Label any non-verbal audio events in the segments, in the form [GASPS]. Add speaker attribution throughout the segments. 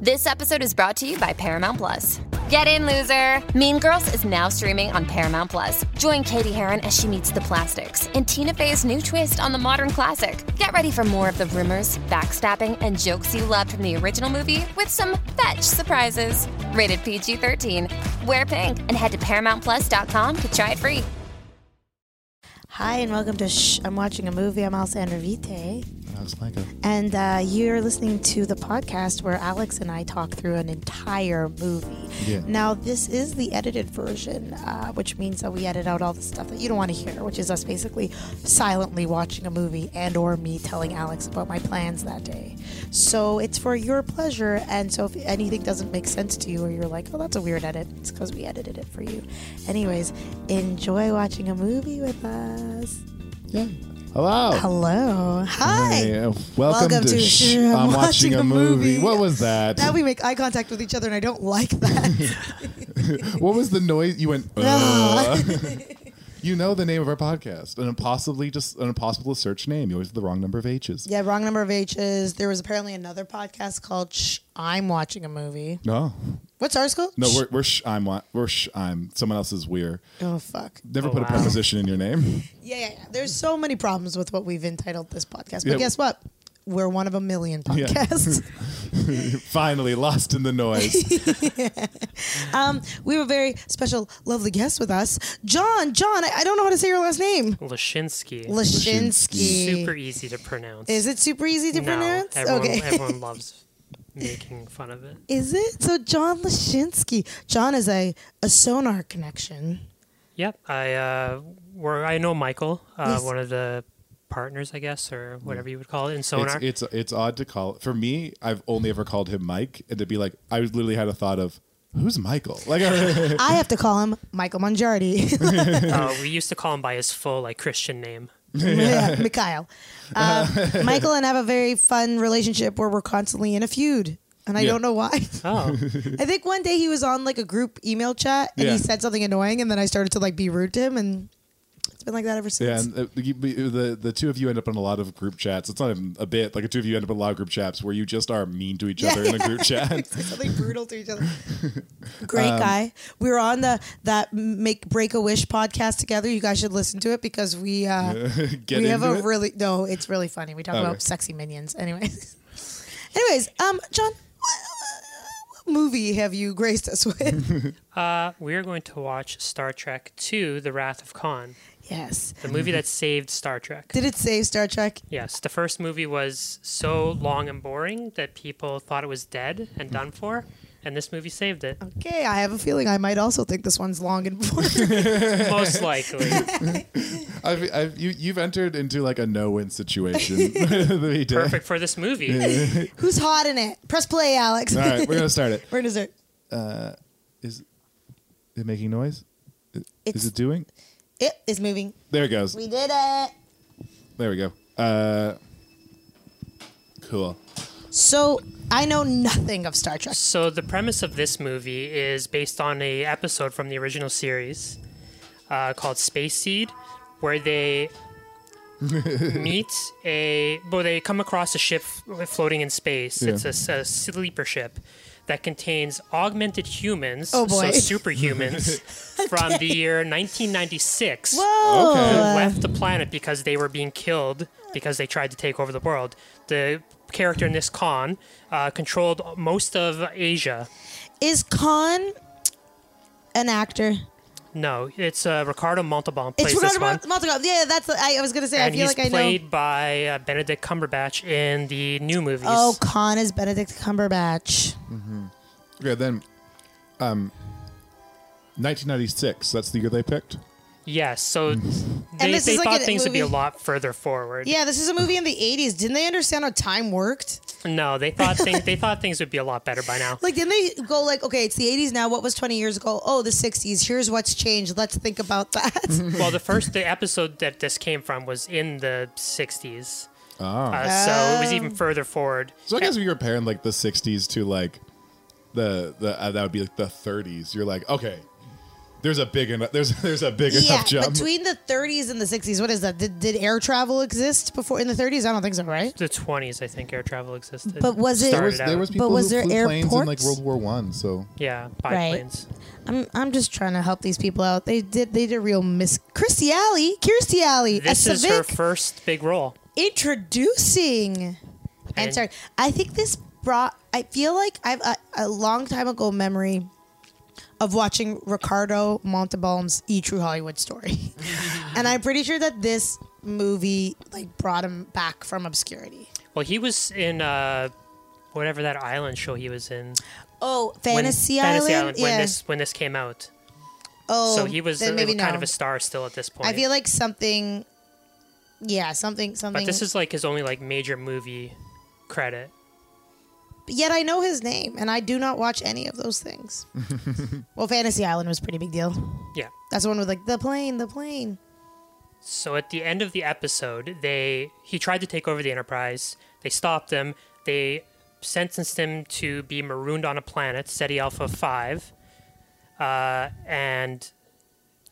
Speaker 1: This episode is brought to you by Paramount Plus. Get in, loser! Mean Girls is now streaming on Paramount Plus. Join Katie Heron as she meets the plastics in Tina Fey's new twist on the modern classic. Get ready for more of the rumors, backstabbing, and jokes you loved from the original movie with some fetch surprises. Rated PG 13. Wear pink and head to ParamountPlus.com to try it free.
Speaker 2: Hi, and welcome to Shh, I'm watching a movie. I'm Alison Vite.
Speaker 3: That's like a
Speaker 2: And uh, you're listening to the podcast where Alex and I talk through an entire movie.
Speaker 3: Yeah.
Speaker 2: Now, this is the edited version, uh, which means that we edit out all the stuff that you don't want to hear, which is us basically silently watching a movie and or me telling Alex about my plans that day. So it's for your pleasure, and so if anything doesn't make sense to you or you're like, oh, that's a weird edit, it's because we edited it for you. Anyways, enjoy watching a movie with us.
Speaker 3: yeah. Hello.
Speaker 2: Hello. Hi.
Speaker 3: Hey, uh, welcome, to, Shh, I'm watching a movie. What was that?
Speaker 2: Now we make eye contact with each other, and I don't like
Speaker 3: [LAUGHS]
Speaker 2: that.
Speaker 3: what was the noise? You went. [LAUGHS] Uh.
Speaker 4: [LAUGHS]
Speaker 3: you know the name of our podcast, an impossibly just an impossible to search name. You always have the wrong number of H's.
Speaker 2: yeah, wrong number of H's. There was apparently another podcast called Shh, I'm watching a movie.
Speaker 3: No,
Speaker 2: What's ours called?
Speaker 3: no,
Speaker 2: Shh.
Speaker 3: we're we're sh- I'm wa- we're sh- I'm someone else's we're.
Speaker 2: Oh, fuck.
Speaker 3: Never put a preposition in your name. [LAUGHS]
Speaker 2: Yeah, yeah, yeah. There's so many problems with what we've entitled this podcast. But
Speaker 3: Yeah.
Speaker 2: guess what? We're one of a million
Speaker 3: Yeah.
Speaker 2: podcasts.
Speaker 3: [LAUGHS] Finally, lost in the noise.
Speaker 2: um, we have a very special, lovely guest with us. John, John, I, I don't know how to say your last name.
Speaker 5: Lashinsky.
Speaker 2: Lashinsky.
Speaker 5: Super easy to pronounce.
Speaker 2: Is it super easy to
Speaker 5: no,
Speaker 2: pronounce?
Speaker 5: Everyone,
Speaker 2: okay.
Speaker 5: everyone loves making fun of it.
Speaker 2: [LAUGHS] Is it? So John Lashinsky. John is a, a sonar connection.
Speaker 5: Yep. I uh, were I know Michael, uh,
Speaker 2: Yes.
Speaker 5: one of the partners, I guess, or whatever you would call it in
Speaker 3: It's,
Speaker 5: Sonar.
Speaker 3: it's it's odd to call for me. I've only ever called him Mike, and to be like, I literally had a thought of who's Michael. Like, [LAUGHS] I,
Speaker 2: I have to call him Michael Mongiardi.
Speaker 3: [LAUGHS]
Speaker 5: uh, we used to call him by his full like Christian name.
Speaker 2: [LAUGHS] yeah, Mikhail. Um,
Speaker 3: [LAUGHS]
Speaker 2: Michael and I have a very fun relationship where we're constantly in a feud. And I
Speaker 3: Yeah.
Speaker 2: don't know why.
Speaker 5: Oh,
Speaker 2: I think one day he was on like a group email chat and
Speaker 3: Yeah.
Speaker 2: he said something annoying and then I started to like be rude to him and it's been like that ever
Speaker 3: Yeah,
Speaker 2: since.
Speaker 3: and uh, you- you- the the two of you end up in a lot of group chats. It's not even a bit. Like the two of you end up in a lot of group chats where you just are mean to
Speaker 2: [LAUGHS]
Speaker 3: each other in a group chat. [LAUGHS] Um,
Speaker 2: Say something brutal to each other. Great guy. We were on the that make break a wish podcast together. You guys should listen to it because we uh,
Speaker 3: [LAUGHS] Get
Speaker 2: we
Speaker 3: into
Speaker 2: have a
Speaker 3: it.
Speaker 2: really no. It's really funny. We talk
Speaker 3: Okay.
Speaker 2: about sexy minions. Anyways, [LAUGHS] anyways, um, John, what, what movie have you graced us
Speaker 3: [LAUGHS]
Speaker 2: with?
Speaker 5: uh, we are going to watch Star Trek II: The Wrath of Khan,
Speaker 2: yes.
Speaker 5: the movie that saved Star Trek.
Speaker 2: Did it save Star Trek?
Speaker 5: Yes, the first movie was so long and boring that people thought it was dead and done for, and this movie saved it.
Speaker 2: Okay, I have a feeling I might also think this one's long and boring.
Speaker 5: Most likely.
Speaker 2: [LAUGHS]
Speaker 3: I've, I've, you you've entered into like a no win
Speaker 2: [LAUGHS]
Speaker 3: situation. [LAUGHS] We did.
Speaker 5: Perfect for this movie.
Speaker 2: Who's hot in it? Press play, Alex. [LAUGHS]
Speaker 3: All right, we're gonna start it.
Speaker 2: We're gonna start.
Speaker 3: Is it making noise? Is
Speaker 2: It's-
Speaker 3: it doing?
Speaker 2: It is moving.
Speaker 3: There it goes.
Speaker 2: We did it.
Speaker 3: There we go. Uh, cool.
Speaker 2: So I know nothing of Star Trek.
Speaker 5: So the premise of this movie is based on a episode from the original series uh, called Space Seed, where they meet a well, they come across a ship floating in space.
Speaker 3: Yeah.
Speaker 5: It's a s- a, sleeper ship that contains augmented humans,
Speaker 2: Oh, boy.
Speaker 5: so superhumans, from the year 1996
Speaker 2: Whoa.
Speaker 3: Okay.
Speaker 5: who left the planet because they were being killed because they tried to take over the world. The character in this con uh, controlled most of Asia.
Speaker 2: Is Khan an actor?
Speaker 5: No, it's uh, Ricardo Montalban plays
Speaker 2: It's
Speaker 5: this
Speaker 2: Ricardo
Speaker 5: one.
Speaker 2: Mont- Montalban. Yeah, that's. I, I was gonna say.
Speaker 5: and
Speaker 2: I feel
Speaker 5: he's
Speaker 2: like I
Speaker 5: played
Speaker 2: know.
Speaker 5: by uh, Benedict Cumberbatch in the new movies.
Speaker 2: Oh, Khan is Benedict Cumberbatch.
Speaker 3: Okay, then, um, 1996. That's the year they picked.
Speaker 5: Yes, so they,
Speaker 4: this
Speaker 5: they
Speaker 4: is like
Speaker 5: thought
Speaker 4: a
Speaker 5: things would be a
Speaker 4: movie-
Speaker 5: lot further forward.
Speaker 4: Yeah, this is a movie in the 80s. Didn't they understand how time worked?
Speaker 5: No, they
Speaker 2: [LAUGHS]
Speaker 5: thought things they thought things would be a lot better by now.
Speaker 4: Like, didn't they go like, okay, it's the 80s now. What was 20 years ago? Oh, the 60s. Here's what's changed. Let's think about that.
Speaker 5: well, the first the episode that this came from was in the 60s.
Speaker 3: Oh.
Speaker 5: Uh, so it was
Speaker 2: Oh.
Speaker 5: even further forward.
Speaker 3: so I guess if you're comparing like the '60s to like the the uh, that would be like the '30s, you're like, okay, there's a big enough there's [LAUGHS] there's a
Speaker 5: [LAUGHS]
Speaker 3: big
Speaker 4: yeah,
Speaker 3: enough jump.
Speaker 4: between the 30s and the 60s, what is that? Did, did air travel exist before in the 30s? I don't think so, right?
Speaker 5: the 20s, I think air travel existed.
Speaker 4: But was it-
Speaker 3: there
Speaker 5: Started
Speaker 3: was there
Speaker 5: out.
Speaker 3: was people
Speaker 4: was
Speaker 3: who
Speaker 4: there
Speaker 3: flew planes in like
Speaker 4: airports?
Speaker 3: World War One, so
Speaker 5: yeah biplanes.
Speaker 4: I'm, I'm just trying to help these people out. They did they did a real miss Kirstie Alley, Kirstie Alley,
Speaker 5: This
Speaker 4: a
Speaker 5: is her
Speaker 4: civic
Speaker 5: first big role.
Speaker 4: introducing. And
Speaker 5: And-
Speaker 4: sorry, I think this brought. I feel like I've a, a long time ago memory of watching Ricardo Montalban's E True Hollywood Story, [LAUGHS] and I'm pretty sure that this movie like brought him back from obscurity.
Speaker 5: Well, he was in uh, whatever that island show he was in.
Speaker 4: Oh,
Speaker 5: when-
Speaker 4: Fantasy Island.
Speaker 5: Fantasy Island.
Speaker 4: yeah.
Speaker 5: When this when this came out,
Speaker 4: oh,
Speaker 5: so he was
Speaker 4: then
Speaker 5: a-
Speaker 4: maybe
Speaker 5: kind
Speaker 4: no.
Speaker 5: of a star still at this point.
Speaker 4: I feel like something. Yeah, something. Something.
Speaker 5: but this is like his only like major movie credit.
Speaker 4: Yet I know his name, and I do not watch any of those
Speaker 5: [LAUGHS]
Speaker 4: things. well, Fantasy Island was a pretty big deal.
Speaker 5: Yeah.
Speaker 4: That's the one with like the plane, the plane.
Speaker 5: So at the end of the episode, they he tried to take over the Enterprise. They stopped him. They sentenced him to be marooned on a planet, SETI Alpha Five, uh, and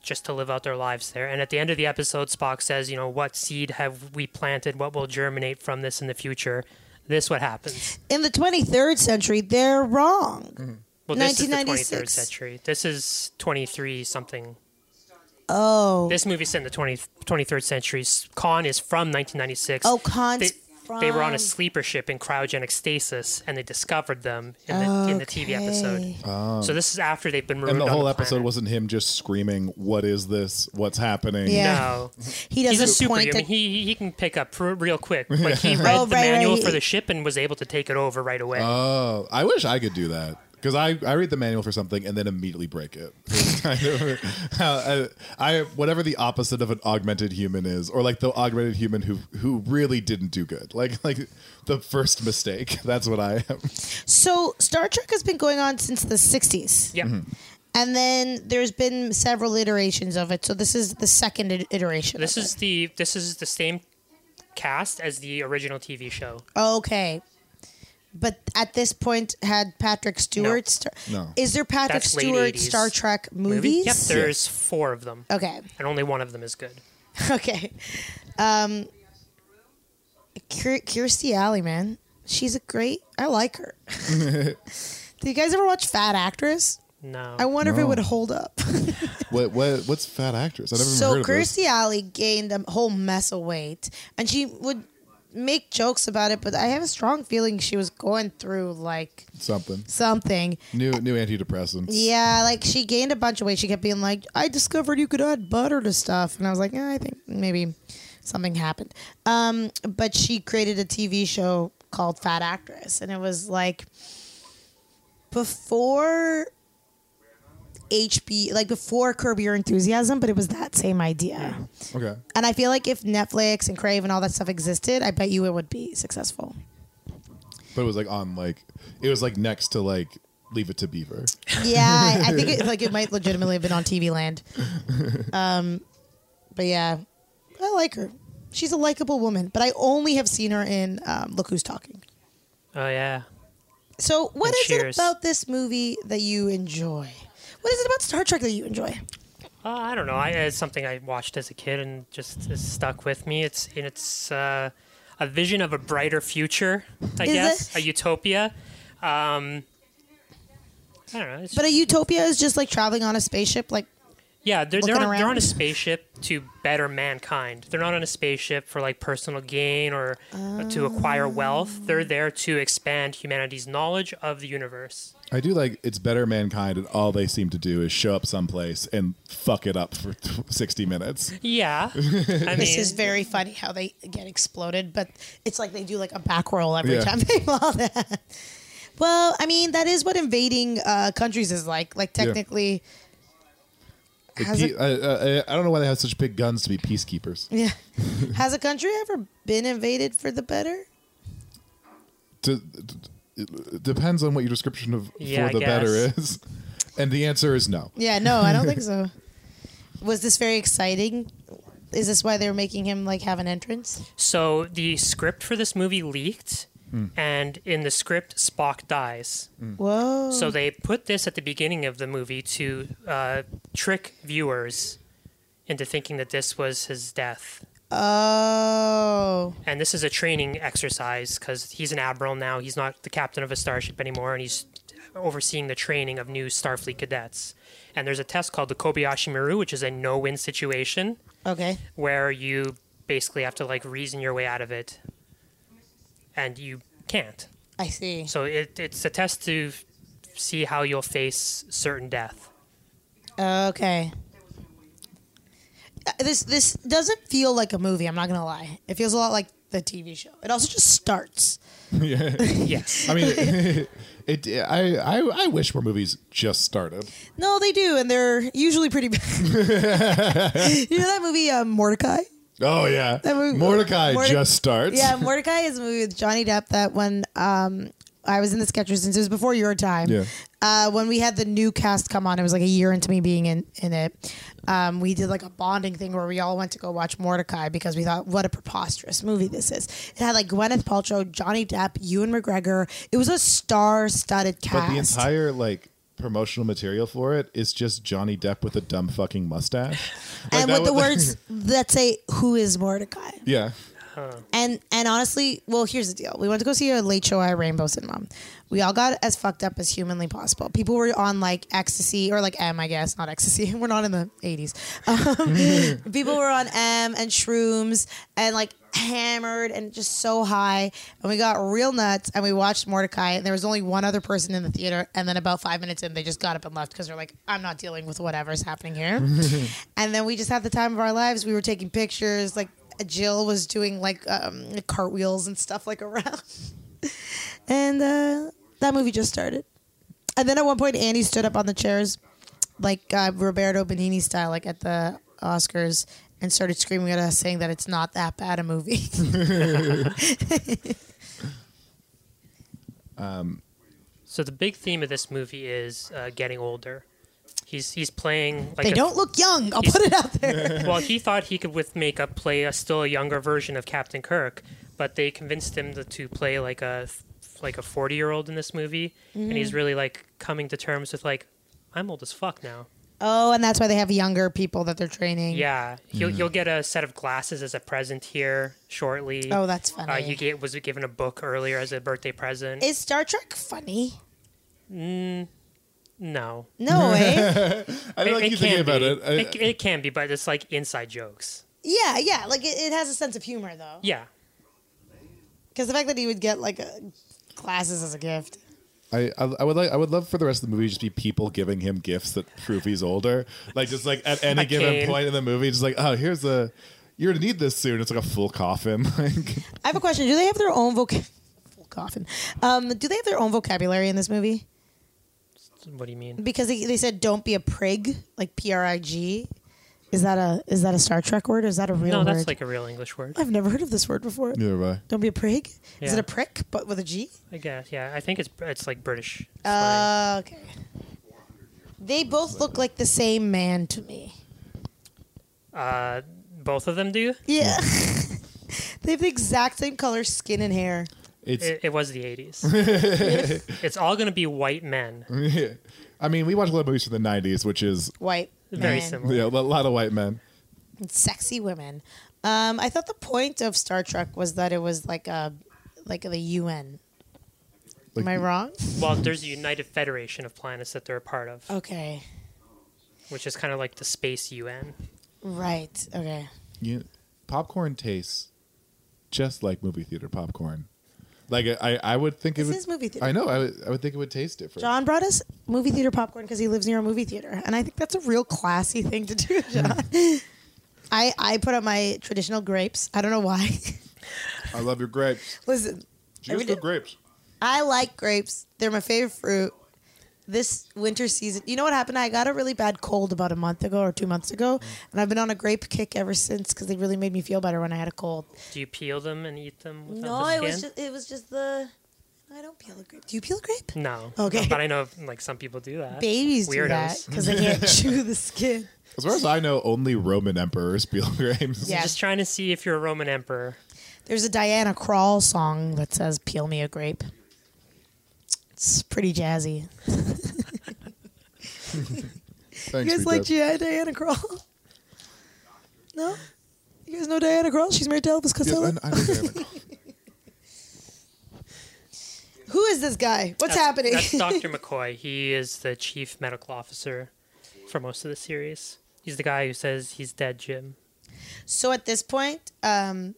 Speaker 5: just to live out their lives there. And at the end of the episode, Spock says, "You know, what seed have we planted? What will germinate from this in the future? This what happens."
Speaker 4: In the 23rd century, they're wrong.
Speaker 5: Well, this is the 23rd
Speaker 4: 1996.
Speaker 5: century. This is 23 something.
Speaker 4: Oh,
Speaker 5: This movie's set in the 20, 23rd century. S- Khan is from 1996.
Speaker 4: oh, cons.
Speaker 5: they, they were on a
Speaker 4: from-
Speaker 5: sleeper ship in cryogenic stasis, and they discovered them in the, in the TV episode.
Speaker 4: Okay.
Speaker 5: so this is after they've been
Speaker 3: Oh. and
Speaker 5: marooned
Speaker 3: the
Speaker 5: on
Speaker 3: whole
Speaker 5: the
Speaker 3: episode
Speaker 5: planet.
Speaker 3: wasn't him just screaming, "What is this? What's happening?"
Speaker 4: Yeah.
Speaker 5: No,
Speaker 4: He
Speaker 5: he's a
Speaker 4: doesn't point.
Speaker 5: superhuman.
Speaker 4: To,
Speaker 5: He he- he can pick up pr- real quick.
Speaker 3: [LAUGHS]
Speaker 5: Like he read
Speaker 4: Oh,
Speaker 5: the
Speaker 4: right, right,
Speaker 5: manual
Speaker 4: he-
Speaker 5: for the ship and was able to take it over right away.
Speaker 3: Oh, I wish I could do that because I, I read the manual for something and then immediately break it. [LAUGHS] It's kind of how I, I whatever the opposite of an augmented human is, or like the augmented human who who really didn't do good, like like the first mistake. [LAUGHS] That's what I am.
Speaker 4: so Star Trek has been going on since the 60s,
Speaker 5: yeah,
Speaker 3: Mm-hmm.
Speaker 4: and then there's been several iterations of it. So this is the second i- iteration.
Speaker 5: this
Speaker 4: of
Speaker 5: is the this is the same cast as the original TV show.
Speaker 4: it. okay. But at this point, had Patrick Stewart? Star-
Speaker 3: No.
Speaker 4: Is there Patrick
Speaker 5: That's late
Speaker 4: Stewart
Speaker 5: 80s
Speaker 4: Star Trek
Speaker 5: Movie?
Speaker 4: movies?
Speaker 5: Yep, there's four of them,
Speaker 4: Okay. [LAUGHS]
Speaker 5: and only one of them is good.
Speaker 4: Okay. Um, Kier- Kirstie Alley, man. She's a great. I
Speaker 3: [LAUGHS]
Speaker 4: like her. Do you guys ever watch Fat Actress?
Speaker 5: No,
Speaker 4: I wonder if it would hold up.
Speaker 3: What what what's fat actress? I never even heard
Speaker 4: so
Speaker 3: of this.
Speaker 4: Kirstie Alley gained a whole mess of weight, and she would make jokes about it. But I have a strong feeling she was going through like
Speaker 3: Something
Speaker 4: something.
Speaker 3: new new antidepressants.
Speaker 4: Yeah, like she gained a bunch of weight. She kept being like, I discovered you could add butter to stuff. And I was like, eh, I think maybe something happened. Um, but she created a TV show called Fat Actress. And it was like before HB, like before Curb Your Enthusiasm, but it was that same idea.
Speaker 3: Okay.
Speaker 4: And I feel like if Netflix and Crave and all that stuff existed, I bet you it would be successful.
Speaker 3: But it was like on like it was like next to like Leave It to Beaver.
Speaker 4: Yeah, I, I think it, like it might legitimately have been on TV Land. Um, but yeah, I like her. She's a likable woman, but I only have seen her in um, Look Who's Talking.
Speaker 5: oh yeah.
Speaker 4: So, what
Speaker 5: And
Speaker 4: is
Speaker 5: Cheers.
Speaker 4: it about this movie that you enjoy? What is it about Star Trek that you enjoy?
Speaker 5: Uh, I don't know. I, it's something I watched as a kid and just is stuck with me. It's and it's uh, a vision of a brighter future, I
Speaker 4: Is it-
Speaker 5: guess, a utopia. Um, I don't know. It's,
Speaker 4: But a utopia is just like traveling on a spaceship. Like,
Speaker 5: yeah, they're, they're,
Speaker 4: looking
Speaker 5: on, they're on
Speaker 4: around.
Speaker 5: a spaceship to better mankind. They're not on a spaceship for like personal gain or to acquire wealth.
Speaker 4: Ah.
Speaker 5: They're there to expand humanity's knowledge of the universe.
Speaker 3: I do like it's better mankind, and all they seem to do is show up someplace and fuck it up for [LAUGHS] sixty minutes.
Speaker 4: [LAUGHS]
Speaker 5: Yeah, I
Speaker 4: this
Speaker 5: mean,
Speaker 4: is very funny how they get exploded, but it's like they do like a back roll every
Speaker 3: Yeah.
Speaker 4: time [LAUGHS] they blow that. Well, I mean, that is what invading uh, countries is like. Like, technically.
Speaker 3: Like,
Speaker 4: Has
Speaker 3: pe-
Speaker 4: it-
Speaker 3: I I- I- I don't know why they have such big guns to be peacekeepers.
Speaker 4: [LAUGHS] Yeah. Has a country ever been invaded for the better?
Speaker 3: D- d- it depends on what your description of
Speaker 5: Yeah, I
Speaker 3: for the better
Speaker 5: guess.
Speaker 3: is, [LAUGHS] and the answer is no.
Speaker 4: Yeah, no, I don't think so. [LAUGHS] Was this very exciting? Is this why they were making him like have an entrance?
Speaker 5: So the script for this movie leaked, and in the script, Spock dies.
Speaker 4: Hmm. Whoa.
Speaker 5: So they put this at the beginning of the movie to uh, trick viewers into thinking that this was his death.
Speaker 4: Oh.
Speaker 5: And this is a training exercise because he's an admiral now. He's not the captain of a starship anymore, and he's overseeing the training of new Starfleet cadets. And there's a test called the Kobayashi Maru, which is a no-win situation
Speaker 4: Okay.
Speaker 5: where you basically have to like reason your way out of it, and you can't.
Speaker 4: I see.
Speaker 5: So it, it's a test to f- see how you'll face certain death.
Speaker 4: Okay. Uh, This this doesn't feel like a movie, I'm not going to lie. It feels a lot like the TV show. It also just starts.
Speaker 5: Yes.
Speaker 3: I mean, [LAUGHS] it. I, I I wish more movies just started.
Speaker 4: No, they do and they're usually pretty bad. [LAUGHS] you know that movie um, Mordecai?
Speaker 3: Oh yeah,
Speaker 4: movie-
Speaker 3: Mordecai
Speaker 4: Morde-
Speaker 3: just starts.
Speaker 4: Yeah, Mordecai is a movie with Johnny Depp that when um I was in the Skechers since it was before your time.
Speaker 3: Yeah.
Speaker 4: Uh, when we had the new cast come on, it was like a year into me being in in it. Um, we did like a bonding thing where we all went to go watch Mordecai because we thought, what a preposterous movie this is. It had like Gwyneth Paltrow, Johnny Depp, Ewan McGregor. It was a star-studded
Speaker 3: but
Speaker 4: cast.
Speaker 3: the entire like promotional material for it is just Johnny Depp with a dumb fucking mustache. Like,
Speaker 4: and
Speaker 3: that
Speaker 4: with the
Speaker 3: was-
Speaker 4: words that say, "Who is Mordecai?"
Speaker 3: [LAUGHS] yeah.
Speaker 4: And and honestly, well, here's the deal. We went to go see a late show at Rainbow Cinema. We all got as fucked up as humanly possible. People were on like ecstasy or like M, I guess, not ecstasy. [LAUGHS] We're not in the 80s. Um, [LAUGHS] people were on M and shrooms and like hammered and just so high. And we got real nuts and we watched Mordecai. And there was only one other person in the theater. And then about five minutes in, they just got up and left because they're like, I'm not dealing with whatever's happening here. and then we just had the time of our lives. We were taking pictures, like, Jill was doing like um, cartwheels and stuff like around, [LAUGHS] and uh, that movie just started. And then at one point, Annie stood up on the chairs, like uh, Roberto Benigni style, like at the Oscars, and started screaming at us, saying that it's not that bad a movie. [LAUGHS]
Speaker 5: So the big theme of this movie is uh, getting older. He's he's playing. Like
Speaker 4: they
Speaker 5: a-
Speaker 4: don't look young. I'll put it out there.
Speaker 5: [LAUGHS] Well, he thought he could with makeup play a still younger version of Captain Kirk, but they convinced him to, to play like a like a forty year old in this movie, and
Speaker 4: Mm.
Speaker 5: he's really like coming to terms with like I'm old as fuck now.
Speaker 4: oh, and that's why they have younger people that they're training.
Speaker 5: Yeah, he'll
Speaker 3: Mm.
Speaker 5: he'll get a set of glasses as a present here shortly.
Speaker 4: Oh, that's
Speaker 5: Uh,
Speaker 4: funny.
Speaker 5: he get, was given a book earlier as a birthday present.
Speaker 4: Is Star Trek funny?
Speaker 5: no,
Speaker 4: No eh?
Speaker 5: [LAUGHS]
Speaker 4: way.
Speaker 3: I don't like you thinking about
Speaker 5: be.
Speaker 3: it. I,
Speaker 5: it. It can be, but it's like inside jokes.
Speaker 4: yeah, yeah. Like it, it has a sense of humor though.
Speaker 5: Yeah.
Speaker 4: Because the fact that he would get like a, glasses as a gift.
Speaker 3: I, I I would like I would love for the rest of the movie to just be people giving him gifts that prove he's older. Like just like at any
Speaker 5: A
Speaker 3: given
Speaker 5: cane.
Speaker 3: point in the movie, just like oh here's a you're gonna need this soon. It's like a full coffin. [LAUGHS] Like
Speaker 4: I have a question. Do they have their own voc full coffin? Um, do they have their own vocabulary in this movie?
Speaker 5: What do you mean?
Speaker 4: Because they, they said "don't be a prig," like P R I G. Is that a is that a Star Trek word? Or is that a real
Speaker 5: No,
Speaker 4: word?
Speaker 5: that's like a real English word.
Speaker 4: I've never heard of this word before.
Speaker 3: neither have I.
Speaker 4: Don't be a prig. Is
Speaker 5: Yeah.
Speaker 4: it a prick but with a G?
Speaker 5: I guess. Yeah, I think it's it's like British. slang.
Speaker 4: Uh, okay. They both look like the same man to me.
Speaker 5: Uh, both of them do.
Speaker 4: Yeah. [LAUGHS] they have the exact same color skin and hair.
Speaker 3: It's
Speaker 5: It, it was
Speaker 3: [LAUGHS]
Speaker 5: the '80s. it's all going to be white
Speaker 3: Mm.
Speaker 5: men.
Speaker 3: [LAUGHS] I mean we watch a lot of movies from the '90s, which is
Speaker 4: White.
Speaker 5: Very
Speaker 4: man.
Speaker 5: similar.
Speaker 3: yeah a lot of white men.
Speaker 4: sexy women. Um, I thought the point of Star Trek was that it was like a like the UN.
Speaker 3: Like,
Speaker 4: Am I wrong?
Speaker 5: Well, there's a United Federation of planets that they're a part
Speaker 4: Oh.
Speaker 5: of,
Speaker 4: Okay.
Speaker 5: which is kind of like the space UN.
Speaker 4: Right. Okay.
Speaker 3: you, popcorn tastes just like movie theater popcorn. Like I, I would think it
Speaker 4: This
Speaker 3: would,
Speaker 4: is movie theater.
Speaker 3: I know. I would, I would think it would taste different.
Speaker 4: John brought us movie theater popcorn because he lives near a movie theater, and I think that's a real classy thing to do,
Speaker 3: Hmm.
Speaker 4: John. [LAUGHS] I I put up my traditional grapes. I don't know why. [LAUGHS]
Speaker 3: I love your grapes.
Speaker 4: Listen,
Speaker 3: Juice
Speaker 4: Every day-
Speaker 3: the grapes.
Speaker 4: I like grapes. They're my favorite fruit. this winter season. You know what happened? I got a really bad cold about a month ago or two months ago, and I've been on a grape kick ever since because they really made me feel better when I had a cold.
Speaker 5: Do you peel them and eat them? Without
Speaker 2: No,
Speaker 5: the
Speaker 2: it was
Speaker 5: skin?
Speaker 2: just it was just the.
Speaker 4: I don't peel a grape. Do you peel a grape?
Speaker 5: no.
Speaker 4: Okay.
Speaker 5: but I know like some people do that.
Speaker 4: Babies do that
Speaker 5: Weirdos.
Speaker 4: because they [LAUGHS] can't chew the skin.
Speaker 3: As far as I know, only Roman emperors [LAUGHS] peel grapes.
Speaker 4: Yeah.
Speaker 5: Just trying to see if you're a Roman emperor.
Speaker 4: There's a Diana Krall song that says "Peel me a grape." It's pretty jazzy.
Speaker 3: Thanks,
Speaker 4: You guys
Speaker 3: Sweet
Speaker 4: like
Speaker 3: Dad.
Speaker 4: Gia- Diana Krall? No? You guys know Diana Krall? She's married to Elvis
Speaker 3: Yeah,
Speaker 4: Costello.
Speaker 3: I- I know Diana.
Speaker 4: Who is this guy? What's happening? [LAUGHS]
Speaker 5: That's Dr. McCoy. He is the chief medical officer for most of the series. He's the guy who says he's dead, Jim.
Speaker 4: so at this point, um,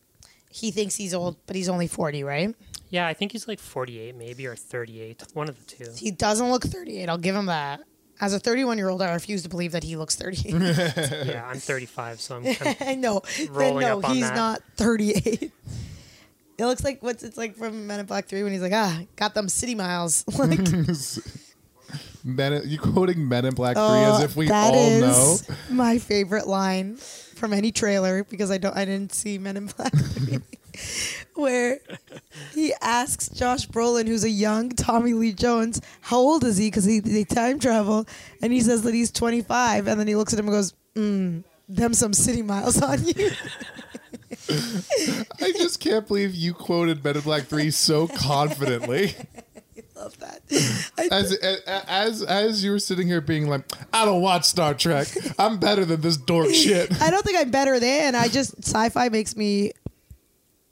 Speaker 4: he thinks he's old, but he's only 40, right?
Speaker 5: Yeah, I think he's like 48 maybe or 38. One of
Speaker 4: [LAUGHS]
Speaker 5: the two.
Speaker 4: He doesn't look 38. I'll give him that. As a 31 year old, I refuse to believe that he looks
Speaker 5: [LAUGHS]
Speaker 4: 38.
Speaker 5: Yeah, I'm 35, so I'm kind of,
Speaker 4: [LAUGHS] I know. Then
Speaker 5: Rolling
Speaker 4: no,
Speaker 5: up on
Speaker 4: he's
Speaker 5: that.
Speaker 4: not 38. [LAUGHS] It looks like what's it's like from Men in Black 3 when he's like, ah, got them city miles. [LAUGHS] like,
Speaker 3: [LAUGHS] Men, you quoting Men in Black Three as if we
Speaker 4: Uh, Oh, That
Speaker 3: all
Speaker 4: is [LAUGHS]
Speaker 3: know.
Speaker 4: my favorite line from any trailer because I don't I didn't see Men in Black [LAUGHS] 3, where he asks Josh Brolin who's a young Tommy Lee Jones how old is he because he they time travel and he says that he's 25 and then he looks at him and goes mm, them some city miles on you [LAUGHS]
Speaker 3: I just can't believe you quoted Men in Black Three so
Speaker 4: [LAUGHS]
Speaker 3: confidently.
Speaker 4: love that
Speaker 3: As as as you were sitting here being like, I don't watch Star Trek. I'm better than this dork shit.
Speaker 4: [LAUGHS] I don't think I'm better than I just sci-fi makes me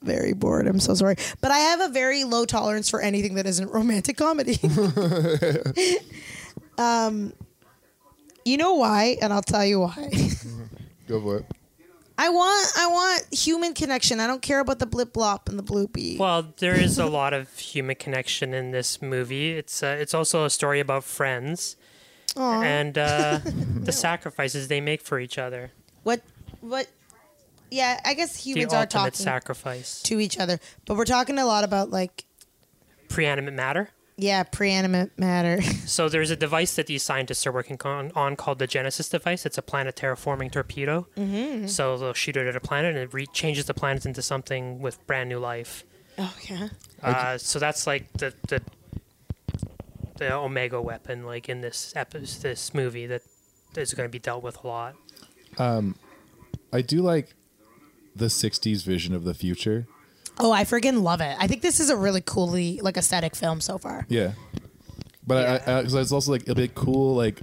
Speaker 4: very bored. I'm so sorry, but I have a very low tolerance for anything that isn't romantic comedy. [LAUGHS] um, you know why? And I'll tell you why. [LAUGHS]
Speaker 3: Go for it.
Speaker 4: I want I want human connection. I don't care about the blip blop and the bloopy.
Speaker 5: Well, there is a lot of human connection in this movie. It's uh, it's also a story about friends and uh,
Speaker 4: [LAUGHS]
Speaker 5: the sacrifices they make for each other.
Speaker 4: What what? Yeah, I guess
Speaker 5: The
Speaker 4: humans are
Speaker 5: ultimate
Speaker 4: talking
Speaker 5: sacrifice.
Speaker 4: to each other, but we're talking a lot about like
Speaker 5: Preanimate matter.
Speaker 4: yeah, preanimate matter.
Speaker 5: So there's a device that these scientists are working on, on called the Genesis device. It's a planet terraforming torpedo. Mm-hmm. So they'll shoot it at a planet and it re- changes the planet into something with brand new life.
Speaker 4: oh yeah.
Speaker 5: Uh, so that's like the the the Omega weapon, like in this epi- this movie that is going to be dealt with a lot. [LAUGHS]
Speaker 3: I do like the '60s vision of the future.
Speaker 4: Oh, I friggin' love it. I think this is a really coolly like aesthetic film so far.
Speaker 3: Yeah, but I I, I, 'cause it's also like it'll be cool, like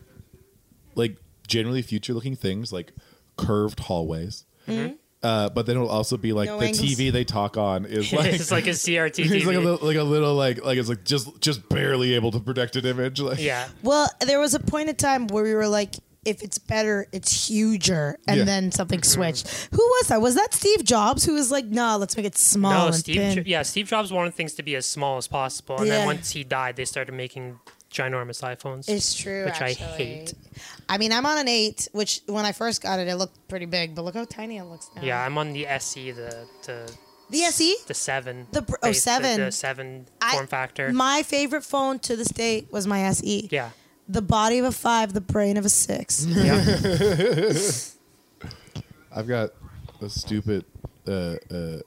Speaker 3: like generally future-looking things, like curved hallways. Uh, but then it'll also be like
Speaker 4: Mm-hmm. No
Speaker 3: the
Speaker 4: angles.
Speaker 3: TV they talk on is like
Speaker 5: [LAUGHS] it's
Speaker 3: [LAUGHS]
Speaker 5: like a CRT
Speaker 3: He's like a
Speaker 5: TV.
Speaker 3: little, like a little like like it's like just just barely able to protect an image. Like
Speaker 5: yeah.
Speaker 4: Well, there was a point in time where we were like, if it's better, it's huger, and
Speaker 3: Yeah.
Speaker 4: then something switched. Who was that? Was that Steve Jobs who was like, "Nah, let's make it small
Speaker 5: No,
Speaker 4: and
Speaker 5: Steve.
Speaker 4: thin."
Speaker 5: Jo- yeah, Steve Jobs wanted things to be as small as possible, and
Speaker 4: Yeah.
Speaker 5: then once he died, they started making ginormous iPhones.
Speaker 4: It's true,
Speaker 5: which I
Speaker 4: actually.
Speaker 5: hate.
Speaker 4: I mean, I'm on an eight, which when I first got it, it looked pretty big, but look how tiny it looks now.
Speaker 5: Yeah, I'm on the SE, the the
Speaker 4: The SE.
Speaker 5: the seven.
Speaker 4: The br- oh,
Speaker 5: base-
Speaker 4: seven.
Speaker 5: The, seven
Speaker 4: I-
Speaker 5: form factor.
Speaker 4: My favorite phone to this day was my SE.
Speaker 5: yeah.
Speaker 4: The body of a five, the brain of a six.
Speaker 5: Yeah.
Speaker 3: I've got a stupid uh, uh,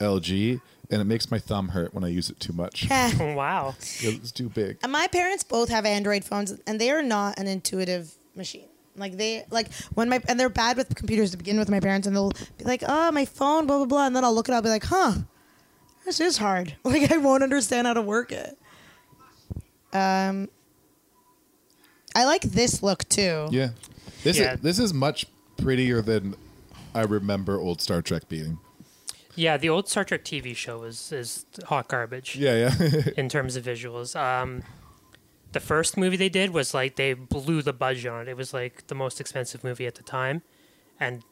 Speaker 3: LG, and it makes my thumb hurt when I use it too much.
Speaker 5: Oh, wow.
Speaker 3: it's too big.
Speaker 4: And my parents both have Android phones, and they are not an intuitive machine. Like they like when my and they're bad with computers to begin with. My parents and they'll be like, "Oh, my phone, blah blah blah," and then I'll look at, I'll be like, "Huh, this is hard. [LAUGHS] Like I won't understand how to work it." Um, I like this look too.
Speaker 3: Yeah, this
Speaker 5: Yeah.
Speaker 3: is this is much prettier than I remember old Star Trek being.
Speaker 5: Yeah, the old Star Trek TV show is is hot garbage.
Speaker 3: Yeah, [LAUGHS] yeah.
Speaker 5: in terms of visuals. Um, the first movie they did was like they blew the budget on it. It was like the most expensive movie at the time, and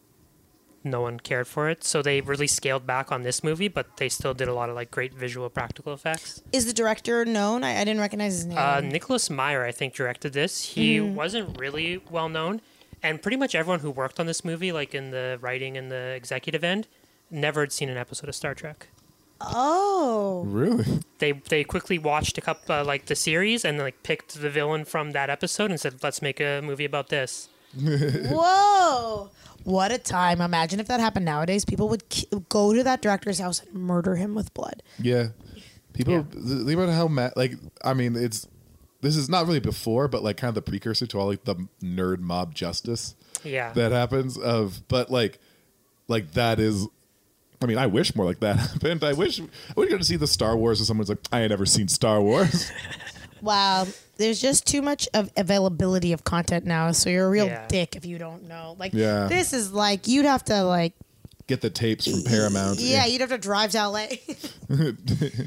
Speaker 5: no one cared for it. So they really scaled back on this movie, but they still did a lot of like great visual practical effects.
Speaker 4: Is the director known? I, I didn't recognize his name.
Speaker 5: Uh, Nicholas Meyer, I think, directed this. He wasn't really well known, and pretty much everyone who worked on this movie, like in the writing and the executive end, never had seen an episode of Star Trek.
Speaker 3: [LAUGHS]
Speaker 4: Oh.
Speaker 3: Really?
Speaker 5: They they quickly watched a couple uh, like the series and like picked the villain from that episode and said, "Let's make a movie about this."
Speaker 4: Whoa. What a time. Imagine if that happened nowadays. People would ki- go to that director's house and murder him with blood.
Speaker 3: Yeah. People
Speaker 5: Yeah.
Speaker 3: th- think about how mad. Like, I mean, it's this is not really before, but like kind of the precursor to all like the nerd mob justice
Speaker 5: Yeah.
Speaker 3: that happens. Of but like, like that is. I mean, I wish more like that [LAUGHS] happened. I wish I would go to see the Star Wars where someone's like, I ain't never seen Star
Speaker 5: [LAUGHS]
Speaker 3: Wars.
Speaker 4: Wow. There's just too much of availability of content now. So you're a real
Speaker 5: Yeah.
Speaker 4: dick if you don't know. Like,
Speaker 3: Yeah.
Speaker 4: this is like, you'd have to, like,
Speaker 3: Get the tapes from Paramount.
Speaker 4: yeah, you'd have to drive to LA. Uh,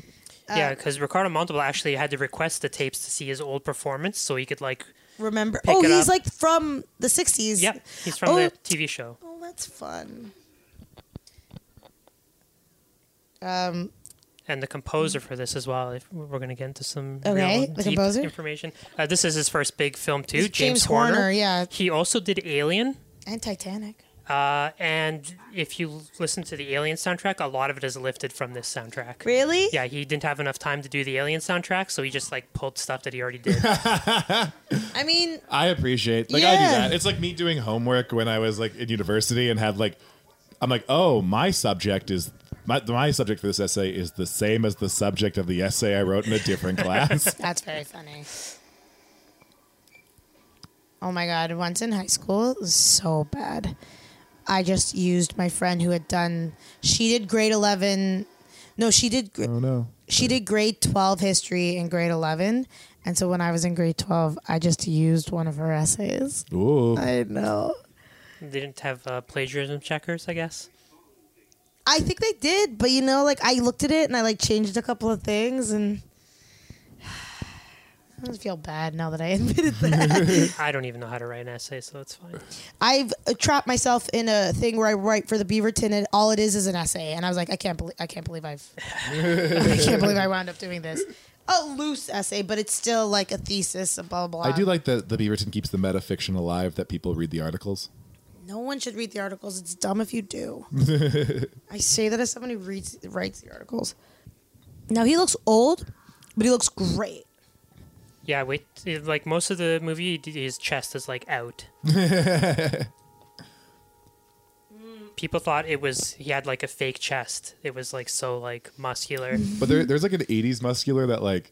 Speaker 5: yeah, because Ricardo Montalban actually had to request the tapes to see his old performance so he could like.
Speaker 4: [LAUGHS] Remember?
Speaker 5: Pick
Speaker 4: oh,
Speaker 5: it
Speaker 4: he's
Speaker 5: up.
Speaker 4: like from the 60s.
Speaker 5: Yeah, he's from
Speaker 4: Oh.
Speaker 5: the TV show.
Speaker 4: Oh, that's fun.
Speaker 5: and the composer for this as well. If we're going to get into some
Speaker 4: Okay,
Speaker 5: real
Speaker 4: the
Speaker 5: deep
Speaker 4: composer?
Speaker 5: information. Uh, this is his first big film too,
Speaker 4: It's
Speaker 5: James,
Speaker 4: James
Speaker 5: Horner.
Speaker 4: Horner, yeah.
Speaker 5: he also did Alien.
Speaker 4: And Titanic.
Speaker 5: Uh, and if you listen to the Alien soundtrack, a lot of it is lifted from this soundtrack.
Speaker 4: Really?
Speaker 5: Yeah, he didn't have enough time to do the Alien soundtrack, so he just like pulled stuff that he already did.
Speaker 4: I mean,
Speaker 3: I appreciate like I do
Speaker 4: Yeah.
Speaker 3: that. It's like me doing homework when I was like in university and had like I'm like, oh, my subject is my, my subject for this essay is the same as the subject of the essay I wrote in a different class.
Speaker 4: That's very funny. Oh my god, once in high school, it was so bad. I just used my friend who had done she did grade 11. No, she did gr-
Speaker 3: [LAUGHS] oh no.
Speaker 4: she did grade 12 history in grade 11. And so when I was in grade 12, I just used one of her essays.
Speaker 3: Ooh.
Speaker 4: I know.
Speaker 5: they didn't have uh, plagiarism checkers, I guess.
Speaker 4: I think they did, but you know like I looked at it and I like changed a couple of things and [SIGHS] I just feel bad now that I [LAUGHS] admitted that.
Speaker 5: I don't even know how to write an essay, so it's fine.
Speaker 4: I've uh, trapped myself in a thing where I write for the Beaverton, and all it is is an essay. And I was like, I can't believe, I can't believe [LAUGHS] I've, I can't believe I wound up doing this. A loose essay, but it's still like a thesis. and Blah blah. blah.
Speaker 3: I do like that the Beaverton keeps the meta fiction alive that people read the articles.
Speaker 4: No one should read the articles. It's dumb if you do.
Speaker 5: [LAUGHS]
Speaker 4: I say that as someone who reads writes the articles. Now he looks old, but he looks great.
Speaker 5: Yeah, wait. Like most of the movie, his chest is like out. People thought it was he had like a fake chest. It was like so like muscular.
Speaker 3: But there, there's like an 80s muscular that like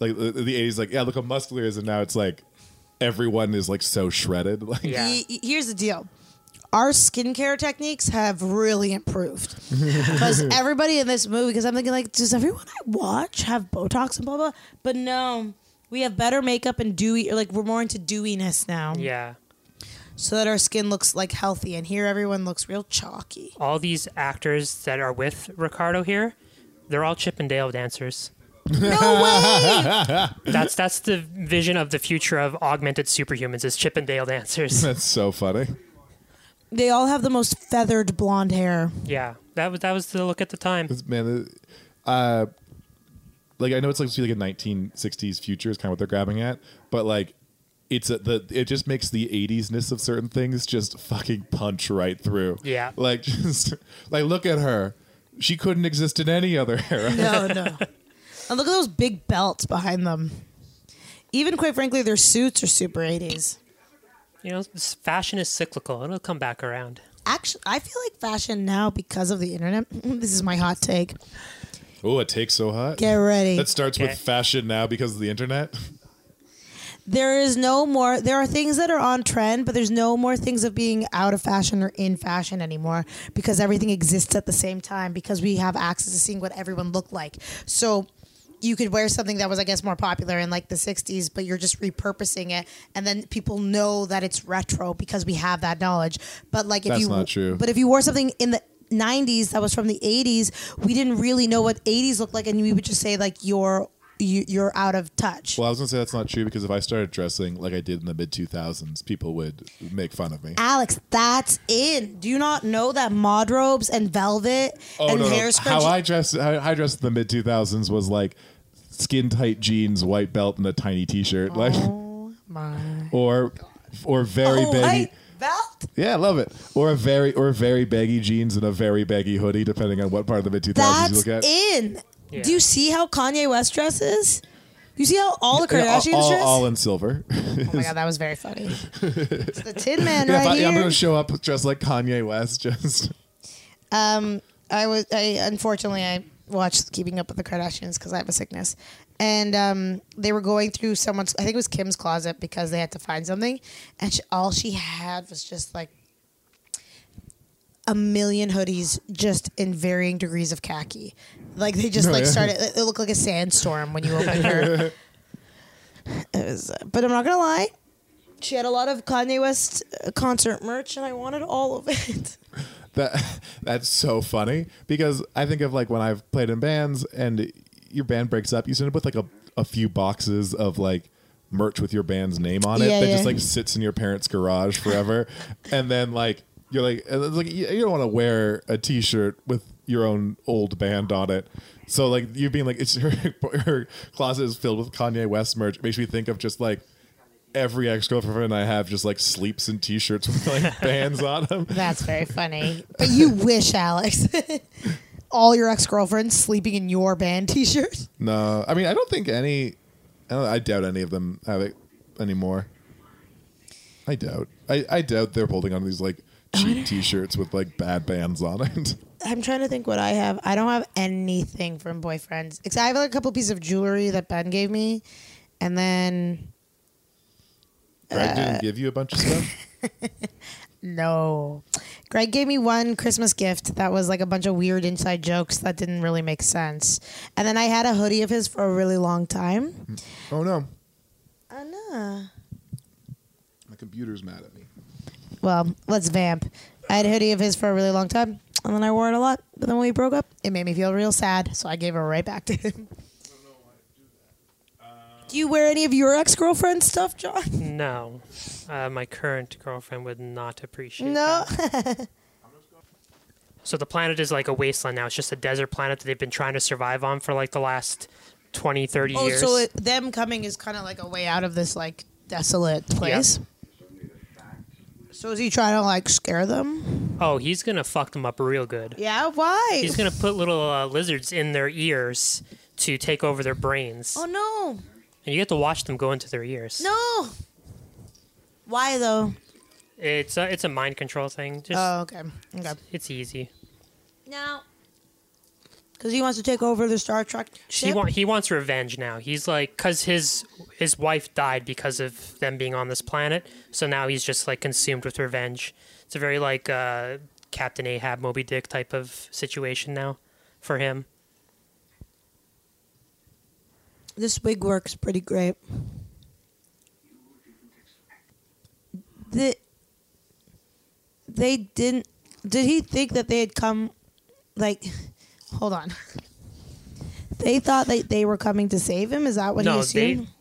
Speaker 3: like the the 80s like yeah, look how muscular he is and now it's like everyone is like so shredded [LAUGHS] like
Speaker 5: Yeah.
Speaker 4: Y- y- here's the deal. Our skincare techniques have really
Speaker 5: [LAUGHS]
Speaker 4: improved because everybody in this movie. Because I'm thinking, like, does everyone I watch have Botox and blah blah? But no, we have better makeup and dewy. Or like, we're more into dewiness now,
Speaker 5: Yeah,
Speaker 4: so that our skin looks like healthy. And here, everyone looks real chalky.
Speaker 5: all these actors that are with Ricardo here, they're all Chip and Dale dancers.
Speaker 4: No way!
Speaker 5: That's that's the vision of the future of augmented superhumans is Chip and Dale
Speaker 3: [LAUGHS]
Speaker 5: dancers.
Speaker 3: that's so funny.
Speaker 4: they all have the most feathered blonde hair.
Speaker 5: yeah, that was that was the look at the time.
Speaker 3: It's- man, it- uh, like I know it's like see, like a 1960s future is kind of what they're grabbing at, but like it's a, the it just makes the 80s-ness of certain things just fucking punch right through.
Speaker 5: Yeah.
Speaker 3: like [LAUGHS] just like look at her, she couldn't exist in any other era. [LAUGHS]
Speaker 4: No, no. And look at those big belts behind them. Even quite frankly, their suits are super 80s.
Speaker 5: You know, s- fashion is cyclical. It'll come back around.
Speaker 4: actually i feel like fashion now because of the internet [LAUGHS] this is my hot take
Speaker 3: Oh, it takes so hot.
Speaker 4: get ready
Speaker 3: That starts
Speaker 5: Okay.
Speaker 3: with fashion now because of the internet.
Speaker 4: there is no more there are things that are on trend but there's no more things of being out of fashion or in fashion anymore because everything exists at the same time because we have access to seeing what everyone looked like so you could wear something that was i guess more popular in like the 60s but you're just repurposing it and then people know that it's retro because we have that knowledge but like if
Speaker 3: That's
Speaker 4: you
Speaker 3: not true.
Speaker 4: but if you wore something in the 90s that was from the 80s we didn't really know what 80s looked like and we would just say like you're you, you're out of touch
Speaker 3: Well, I was gonna say that's not true because if I started dressing like I did in the mid 2000s, people would make fun of me.
Speaker 4: Alex, that's in. Do you not know that mod robes and velvet and hairspray?
Speaker 3: Oh, How I dressed, how I dressed in the mid two thousands was like skin tight jeans, white belt, [LAUGHS] and a tiny t shirt, like
Speaker 4: Oh my
Speaker 3: or or very
Speaker 4: oh,
Speaker 3: baggy.
Speaker 4: right, Val. What?
Speaker 3: Yeah, I love it. Or a very or very baggy jeans and a very baggy hoodie, depending on what part of the mid two thousands you
Speaker 1: That's
Speaker 3: look at.
Speaker 1: in.
Speaker 5: Yeah.
Speaker 1: Do you see how Kanye West dresses? You see how all the
Speaker 3: Yeah, all-
Speaker 1: Kardashians
Speaker 3: all,
Speaker 1: dress?
Speaker 3: all in silver. [LAUGHS]
Speaker 4: Oh my god, that was very funny. it's the Tin
Speaker 3: [LAUGHS]
Speaker 4: Man
Speaker 3: Yeah, if
Speaker 4: right
Speaker 3: I,
Speaker 4: here.
Speaker 3: am gonna show up dressed like Kanye West. [LAUGHS] Just
Speaker 4: Um, I was I unfortunately I watched Keeping Up with the Kardashians because I have a sickness, and um, they were going through someone's I think it was Kim's closet because they had to find something, and she, all she had was just like a million hoodies just in varying degrees of khaki, like they just
Speaker 3: Oh,
Speaker 4: like
Speaker 3: yeah.
Speaker 4: started it, it looked like a sandstorm when you
Speaker 3: [LAUGHS]
Speaker 4: opened her. it was, uh,
Speaker 1: But I'm not gonna lie, she had a lot of Kanye West uh, concert merch, and I wanted all of it.
Speaker 3: that [LAUGHS] that's so funny because I think of like when I've played in bands and your band breaks up, you end up with like a, a few boxes of like merch with your band's name on it
Speaker 1: Yeah,
Speaker 3: that
Speaker 1: yeah.
Speaker 3: just like sits in your parents' garage forever,
Speaker 1: [LAUGHS]
Speaker 3: and then like you're like and it's like you you don't want to wear a T-shirt with your own old band on it. So like you being like it's [LAUGHS] her, her closet is filled with Kanye West merch It makes me think of just like every ex girlfriend I have just like sleeps in T-shirts with like [LAUGHS] bands on them.
Speaker 4: That's very funny. [LAUGHS] But you wish, Alex. [LAUGHS] All your ex girlfriends sleeping in your band t shirt.
Speaker 3: No, Uh, I mean I don't think any. I, don't, I doubt any of them have it anymore. I doubt. I, I doubt they're holding on to these like cheap T-shirts with like bad bands on it. [LAUGHS]
Speaker 4: I'm trying to think what I have. I don't have anything from boyfriends. Except I have like a couple pieces of jewelry that Ben gave me. And then,
Speaker 3: Greg
Speaker 5: Uh.
Speaker 3: didn't give you a bunch of
Speaker 5: [LAUGHS]
Speaker 3: stuff.
Speaker 4: no. Greg gave me one Christmas gift that was like a bunch of weird inside jokes that didn't really make sense. And then I had a hoodie of his for a really long time.
Speaker 3: Oh no,
Speaker 4: I know.
Speaker 3: my computer's mad at me.
Speaker 4: well, let's vamp. I had a hoodie of his for a really long time, and then I wore it a lot. But then when we broke up, it made me feel real sad, so I gave it right back to him.
Speaker 5: Um,
Speaker 1: Do you wear any of your ex girlfriend stuff,
Speaker 5: [LAUGHS]
Speaker 1: John?
Speaker 5: No, uh, my current girlfriend would not appreciate.
Speaker 4: No.
Speaker 5: that.
Speaker 4: [LAUGHS]
Speaker 5: so the planet is like a wasteland now. It's just a desert planet that they've been trying to survive on for like the last 20, 30
Speaker 4: Oh,
Speaker 5: years.
Speaker 4: so it, them coming is kind of like a way out of this like desolate place. So is he trying to like scare them?
Speaker 5: oh, he's gonna fuck them up real good.
Speaker 4: Yeah. Why?
Speaker 5: He's gonna put little uh, lizards in their ears to take over their brains,
Speaker 1: Oh no,
Speaker 5: and you get to watch them go into their ears.
Speaker 1: no. Why though?
Speaker 5: it's a, it's a mind control thing. Just
Speaker 4: Oh, okay. Okay.
Speaker 5: it's easy.
Speaker 1: No. Because he wants to take over the Star Trek
Speaker 5: He
Speaker 1: ship.
Speaker 5: want he wants revenge now. He's like cuz his his wife died because of them being on this planet. So now he's just like consumed with revenge. It's a very like uh Captain Ahab Moby Dick type of situation now for him.
Speaker 1: this wig works pretty great. The, they didn't. Did he think that they had come? Like,
Speaker 4: Hold on. They thought that they were coming to save him. Is that what he
Speaker 5: no,
Speaker 4: assumed?
Speaker 5: they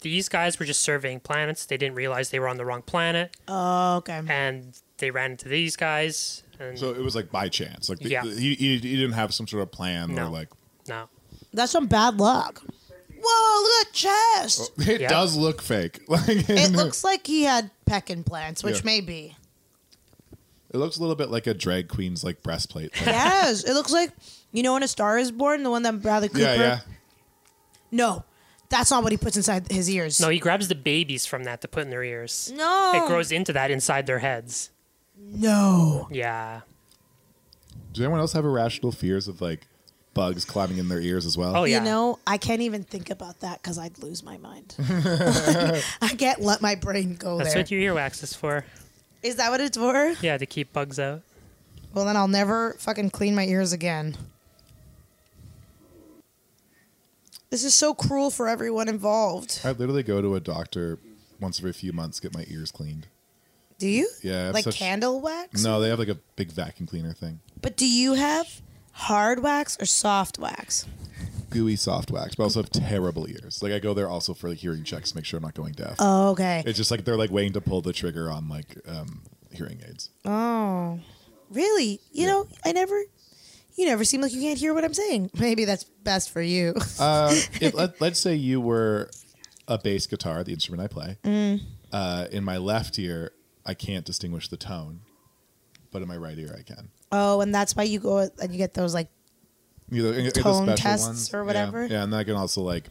Speaker 5: these guys were just surveying planets. They didn't realize they were on the wrong planet
Speaker 4: Oh, okay.
Speaker 5: and they ran into these guys and
Speaker 3: So it was like by chance. Like the,
Speaker 5: Yeah.
Speaker 3: the- he, he, he didn't have some sort of plan or
Speaker 5: No.
Speaker 3: like. [LAUGHS]
Speaker 5: no.
Speaker 4: That's some bad luck.
Speaker 1: whoa! Look at that chest.
Speaker 3: It
Speaker 5: Yeah.
Speaker 3: does look fake. [LAUGHS] Like it,
Speaker 4: It looks like he had peck implants, which
Speaker 3: Yeah. [LAUGHS]
Speaker 4: may be.
Speaker 3: looks a little bit like a drag queen's like
Speaker 5: [LAUGHS]
Speaker 3: breastplate. Like,
Speaker 1: yes, it looks like you know when a star is born, the one that Bradley Cooper.
Speaker 3: yeah, yeah.
Speaker 4: No, that's not what he puts inside his ears.
Speaker 5: No, he grabs the babies from that to put in their ears.
Speaker 1: No.
Speaker 5: It grows into that inside their heads.
Speaker 4: No.
Speaker 5: Yeah.
Speaker 3: Does anyone else have irrational fears of like bugs climbing in their ears as well?
Speaker 5: Oh yeah.
Speaker 4: You know, I can't even think about that because I'd lose my mind. [LAUGHS] I can't let my brain go
Speaker 5: That's
Speaker 4: there. Is
Speaker 5: what your earwax is for.
Speaker 4: that what it's for?
Speaker 5: Yeah, to keep bugs out.
Speaker 4: Well, then I'll never fucking clean my ears again.
Speaker 1: This is so cruel for everyone involved.
Speaker 3: I literally go to a doctor once every few months get my ears cleaned.
Speaker 4: Do you?
Speaker 3: Yeah, I have
Speaker 4: Like
Speaker 3: such-
Speaker 4: candle wax?
Speaker 3: No, they have like a big vacuum cleaner thing.
Speaker 1: But do you have hard wax or soft wax?
Speaker 3: Gooey soft wax, but I also have terrible ears. Like I go there also for like hearing checks to make sure I'm not going deaf.
Speaker 1: Oh, okay.
Speaker 3: It's just like they're like waiting to pull the trigger on like um, hearing aids.
Speaker 1: Oh, really? You know, I never. You never seem like you can't hear what I'm saying.
Speaker 4: [LAUGHS] Maybe that's best for you.
Speaker 3: Uh, if, let, let's say you were a bass guitar, the instrument I play. Uh, in my left ear, I can't distinguish the tone, but in my right ear I can.
Speaker 4: [LAUGHS] Oh, and that's why you go and you get those like
Speaker 3: Either and get- get the
Speaker 4: Tone
Speaker 3: special
Speaker 4: tests
Speaker 3: ones.
Speaker 4: or
Speaker 3: Yeah.
Speaker 4: whatever?
Speaker 3: Yeah, and then I can also like.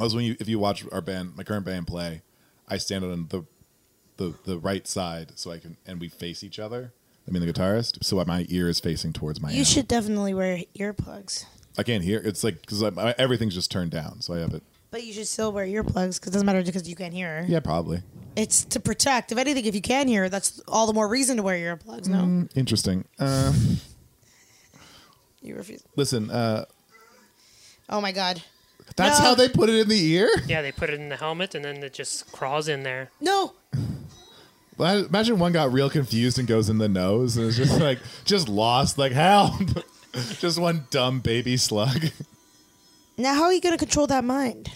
Speaker 3: Also, when you if you watch our band, my current band play, I stand on the, the the right side so I can and we face each other. I mean the guitarist, so my ear is facing towards my.
Speaker 4: you
Speaker 3: amp.
Speaker 4: should definitely wear earplugs.
Speaker 3: I can't hear. It's like because everything's just turned down, so I have it.
Speaker 4: But you should still wear earplugs because it doesn't matter because you can't hear.
Speaker 3: Yeah, probably.
Speaker 4: It's to protect. If anything, if you can hear, that's all the more reason to wear earplugs. No,
Speaker 3: Mm. Interesting. Uh,
Speaker 4: you refuse.
Speaker 3: listen, uh,
Speaker 4: Oh my god.
Speaker 3: that's
Speaker 4: No.
Speaker 3: how they put it in the ear.
Speaker 5: Yeah, they put it in the helmet and then it just crawls in there.
Speaker 4: No,
Speaker 3: Well, Imagine one got real confused and goes in the nose and is just [LAUGHS] like just lost, like help. [LAUGHS] just one dumb baby slug. [LAUGHS]
Speaker 4: Now, how are you going to control that mind?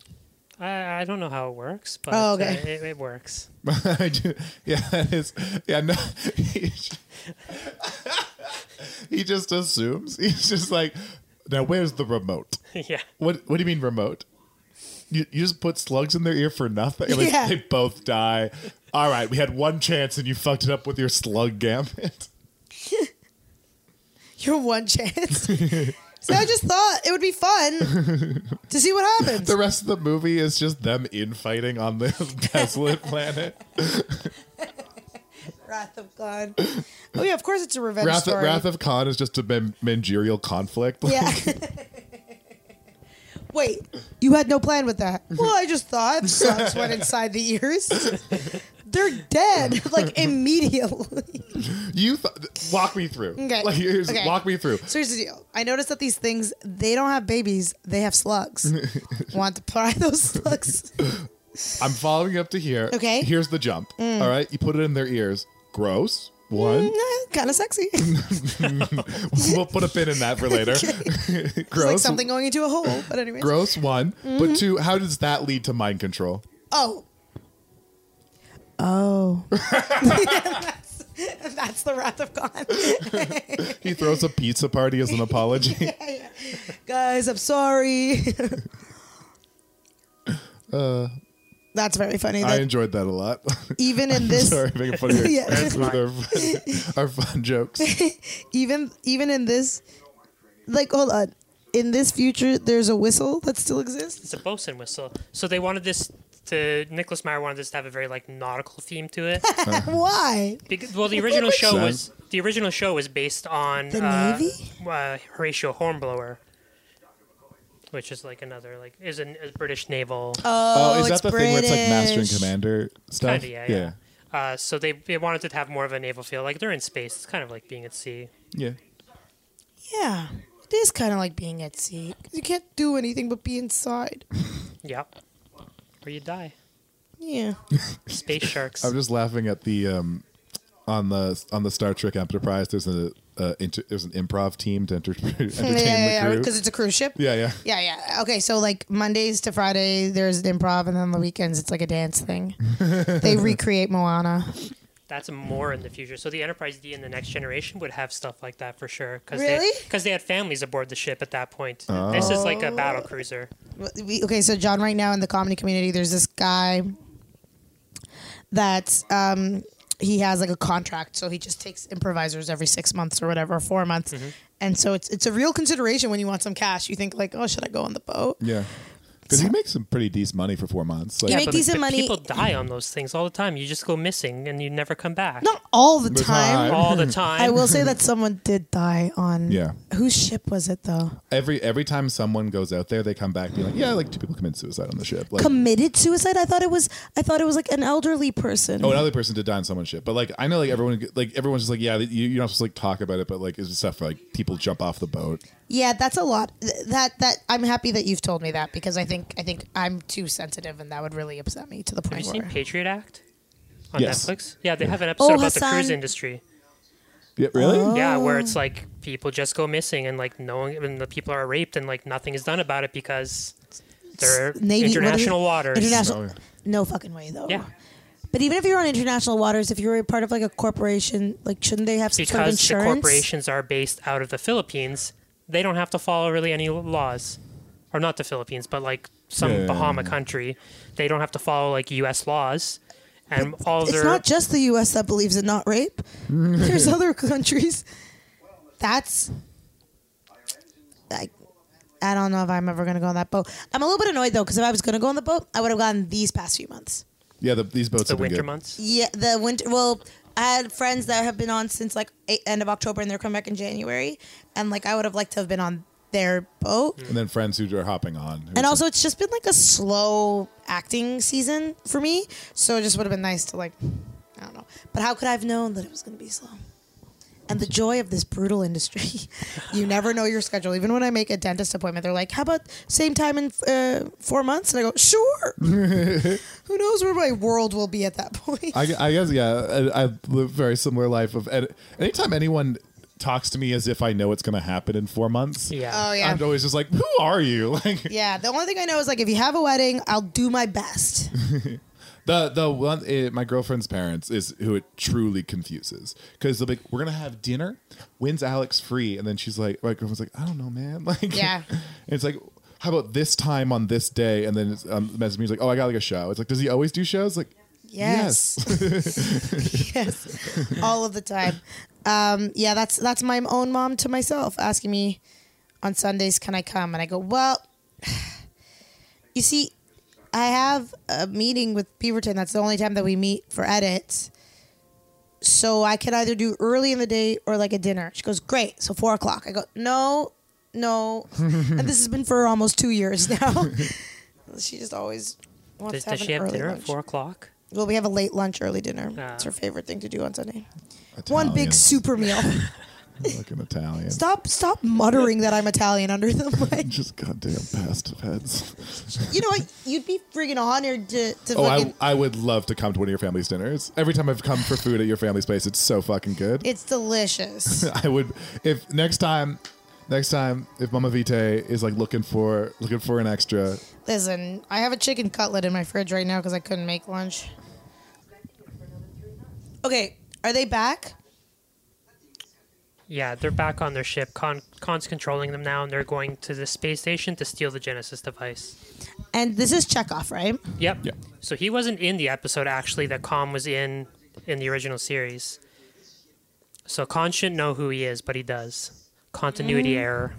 Speaker 4: [LAUGHS]
Speaker 5: I, I don't know how it works, but
Speaker 4: Oh,
Speaker 5: uh,
Speaker 4: okay.
Speaker 5: it, it works. [LAUGHS]
Speaker 3: [LAUGHS] I do- yeah, that is. Yeah, no. [LAUGHS] He, j- he just assumes. He's just like, now where's the remote?
Speaker 5: yeah.
Speaker 3: What What do you mean remote? You, you just put slugs in their ear for nothing. Like,
Speaker 4: Yeah.
Speaker 3: They both die. All right, we had one chance and you fucked it up with your slug gambit.
Speaker 4: Your
Speaker 3: [LAUGHS]
Speaker 4: one chance. so I just thought it would be fun to see what
Speaker 3: [LAUGHS]
Speaker 4: happens.
Speaker 3: The rest of the movie is just them infighting on this [LAUGHS]
Speaker 4: [LAUGHS]
Speaker 3: desolate planet.
Speaker 4: Wrath of God. Oh yeah, of course it's a revenge
Speaker 3: Wrath,
Speaker 4: story.
Speaker 3: Wrath of Khan is just a man- managerial conflict.
Speaker 4: yeah. [LAUGHS] Wait, you had no plan with that?
Speaker 3: Mm-hmm.
Speaker 4: Well, I just thought slugs went inside the ears. They're dead, like immediately.
Speaker 3: [LAUGHS]
Speaker 4: [LAUGHS]
Speaker 3: You th- walk me through.
Speaker 4: Okay.
Speaker 3: Like, here's-
Speaker 4: Okay.
Speaker 3: Walk me through.
Speaker 4: So here's the deal. I noticed that these things they don't have babies; they
Speaker 3: [LAUGHS]
Speaker 4: have slugs. Want to pry those slugs?
Speaker 3: I'm following up to here.
Speaker 4: Okay. Mm.
Speaker 3: Here's the jump. All right. You put it in their ears. Gross.
Speaker 4: [LAUGHS]
Speaker 3: One.
Speaker 4: kind of sexy.
Speaker 3: [LAUGHS] we'll put a pin in that for
Speaker 4: [LAUGHS]
Speaker 3: later. [LAUGHS]
Speaker 4: Mm. It's
Speaker 3: Gross.
Speaker 4: like something Mm-hmm. going into a hole. But anyways.
Speaker 3: Gross. One. But two. How does that lead to mind control?
Speaker 4: Oh. [LAUGHS] Oh. that's, that's the wrath of God.
Speaker 3: He throws a pizza party as an
Speaker 4: [LAUGHS]
Speaker 3: apology.
Speaker 4: Guys,
Speaker 3: [LAUGHS]
Speaker 4: I'm sorry. that's very funny.
Speaker 3: Uh, I
Speaker 4: That
Speaker 3: enjoyed that a lot. [LAUGHS]
Speaker 4: even in this
Speaker 3: Sorry, making fun of your
Speaker 4: Yeah.
Speaker 3: with our, fun, [LAUGHS] our fun jokes.
Speaker 4: [LAUGHS] even even in this like hold on. In this future there's a whistle that still exists.
Speaker 5: It's a bosun whistle. So they wanted this to Nicholas Meyer wanted this to have a very like nautical theme to it.
Speaker 4: Why?
Speaker 5: Because, well, the original
Speaker 3: makes
Speaker 5: show was
Speaker 3: sense.
Speaker 5: the original show was based on
Speaker 4: The
Speaker 5: uh,
Speaker 4: Navy?
Speaker 5: uh, Horatio Hornblower, which is like another like is an- a British naval.
Speaker 3: Oh, is
Speaker 4: it's
Speaker 3: that the thing where it's like master and
Speaker 4: British.
Speaker 3: commander stuff?
Speaker 5: Kinda, yeah, yeah. Uh, so they they wanted it to have more of a naval feel. Like they're in space. It's kind of like being at sea.
Speaker 3: Yeah.
Speaker 4: Yeah. It is kind of like being at sea. You can't do anything but be inside.
Speaker 5: Yep. Or you die.
Speaker 4: Yeah.
Speaker 5: Space sharks.
Speaker 3: I'm just laughing at the um, on the on the Star Trek Enterprise. There's a uh, inter, there's an improv team to enter, [LAUGHS] entertain
Speaker 4: yeah,
Speaker 3: the
Speaker 4: yeah,
Speaker 3: crew.
Speaker 4: because it's a cruise ship.
Speaker 3: yeah, yeah.
Speaker 4: Yeah, yeah. Okay, so like Mondays to Friday, there's an improv, and then on the weekends, it's like a dance thing.
Speaker 3: [LAUGHS]
Speaker 4: they recreate Moana.
Speaker 5: That's more in the future. So the Enterprise D in the next generation would have stuff like that for sure. Cause
Speaker 4: Really? Oh.
Speaker 5: Because they, had families aboard the ship at that point. This is like a battle cruiser.
Speaker 4: We, okay, so John, right now in the comedy community, there's this guy that um, he has like a contract, so he just takes improvisers every six months or whatever, or four months. And so it's it's a real consideration when you want some cash. You think like, oh, should I go on the boat?
Speaker 3: Yeah. Because he makes some pretty decent money for four months. Like,
Speaker 4: You make
Speaker 5: But-
Speaker 4: decent
Speaker 5: but
Speaker 4: money
Speaker 5: People die on those things all the time. You just go missing and you never come back.
Speaker 4: not all the,
Speaker 3: The time.
Speaker 4: time.
Speaker 5: All the time.
Speaker 4: I will say that someone did die on.
Speaker 3: Yeah.
Speaker 4: Whose ship was it though?
Speaker 3: every every time someone goes out there, they come back being like, yeah, like two people commit suicide on the ship. Like,
Speaker 4: committed suicide. I thought it was I thought it was like an elderly person.
Speaker 3: oh, another person did die on someone's ship. But like, I know like everyone like everyone's just like, yeah, you, you're not supposed to like talk about it, but like it's just stuff like people jump off the boat.
Speaker 4: Yeah, that's a lot. Th- That that I'm happy that you've told me that because I think I think I'm too sensitive and that would really upset me to the
Speaker 5: Have
Speaker 4: point
Speaker 5: you seen
Speaker 4: where
Speaker 5: Patriot Act on
Speaker 3: Yes.
Speaker 5: Netflix? Yeah, they have an episode about the cruise
Speaker 4: Oh, Hassan.
Speaker 5: industry.
Speaker 3: Yeah, really?
Speaker 4: Oh.
Speaker 5: Yeah, where it's like people just go missing and like no one, and the people are raped and like nothing is done about it because they're
Speaker 4: Navy- what is it?
Speaker 5: international waters.
Speaker 4: International.
Speaker 3: Oh, yeah.
Speaker 4: No fucking way though.
Speaker 5: Yeah.
Speaker 4: But even if you're on international waters, if you're a part of like a corporation, like shouldn't they have some sort of
Speaker 5: because the
Speaker 4: insurance?
Speaker 5: corporations are based out of the Philippines, they don't have to follow really any laws, or not the Philippines, but like some
Speaker 3: Yeah.
Speaker 5: Bahama country, they don't have to follow like U.S. laws, and all
Speaker 4: It's
Speaker 5: their
Speaker 4: not just the U.S. that believes in not rape.
Speaker 3: Mm-hmm.
Speaker 4: There's other countries. That's. I, I don't know if I'm ever going to go on that boat. I'm a little bit annoyed though, because if I was going to go on the boat, I would have gone these past few months.
Speaker 3: Yeah, the, these boats
Speaker 5: the
Speaker 3: have been
Speaker 5: winter
Speaker 3: good.
Speaker 5: months.
Speaker 4: Yeah, the winter. Well, I had friends that have been on since like eight, end of October, and they're coming back in January. And like, I would have liked to have been on their boat.
Speaker 3: And then friends who are hopping on.
Speaker 4: And also, it's just been like a slow acting season for me, so it just would have been nice to like, I don't know. But how could I have known that it was going to be slow? And the joy of this brutal [LAUGHS] industry, you never know your schedule. Even when I make a dentist appointment, they're like, "How about same time in uh, four months?" And I go, "Sure." [LAUGHS] Who knows where my world will be at that point?
Speaker 3: I, I guess yeah. I, I live a very similar life of and anytime anyone talks to me as if I know it's going to happen in four months.
Speaker 5: Yeah.
Speaker 4: oh yeah,
Speaker 3: I'm always just like, who are you? [LAUGHS] Like
Speaker 4: yeah. The only thing I know is like, if you have a wedding, I'll do my best.
Speaker 3: the the one eh, my girlfriend's parents is who it truly confuses because they'll be like, we're gonna have dinner. When's Alex free? And then she's like, my girlfriend's like, I don't know, man. [LAUGHS] Like
Speaker 4: Yeah.
Speaker 3: and it's like. How about this time on this day? And then it's, um, the message me's like, "Oh, I got like a show." It's like, does he always do shows? Like,
Speaker 4: Yes. [LAUGHS] yes, all of the time. Um, yeah, that's that's my own mom to myself asking me on Sundays, can I come? And I go, well, [SIGHS] you see, I have a meeting with Beaverton. That's the only time that we meet for edits. So I can either do early in the day or like a dinner. She goes, great. So four o'clock. I go, no, no. and this has been for almost two years now. she just always wants
Speaker 5: Does,
Speaker 4: to have
Speaker 5: does she
Speaker 4: an
Speaker 5: have
Speaker 4: early
Speaker 5: dinner
Speaker 4: lunch.
Speaker 5: at four o'clock?
Speaker 4: Well, we have a late lunch, early dinner.
Speaker 5: Ah.
Speaker 4: It's her favorite thing to do on Sunday.
Speaker 3: Yes.
Speaker 4: One big
Speaker 3: soup.
Speaker 4: super meal.
Speaker 3: Fucking Italian.
Speaker 4: stop, stop muttering that I'm Italian under them. [LAUGHS] Like,
Speaker 3: Just goddamn past pets.
Speaker 4: you know what? You'd be freaking honored to, to
Speaker 3: Oh,
Speaker 4: fucking.
Speaker 3: I, I would love to come to one of your family's dinners. Every time I've come for food at your family's place, it's so fucking good.
Speaker 4: it's
Speaker 3: [LAUGHS]
Speaker 4: delicious.
Speaker 3: I would if next time, next time if Mama Vitae is like looking for looking for an extra.
Speaker 4: Listen, I have a chicken cutlet in my fridge right now because I couldn't make lunch. Okay, are they back?
Speaker 5: Yeah, they're back on their ship. Con- Con's controlling them now, and they're going to the space station to steal the Genesis device.
Speaker 4: And this is Chekhov, right?
Speaker 5: Yep.
Speaker 3: Yeah.
Speaker 5: So he wasn't in the episode actually that Con was in in the original series. So Con shouldn't know who he is, but he does. Continuity
Speaker 4: Mm.
Speaker 5: error.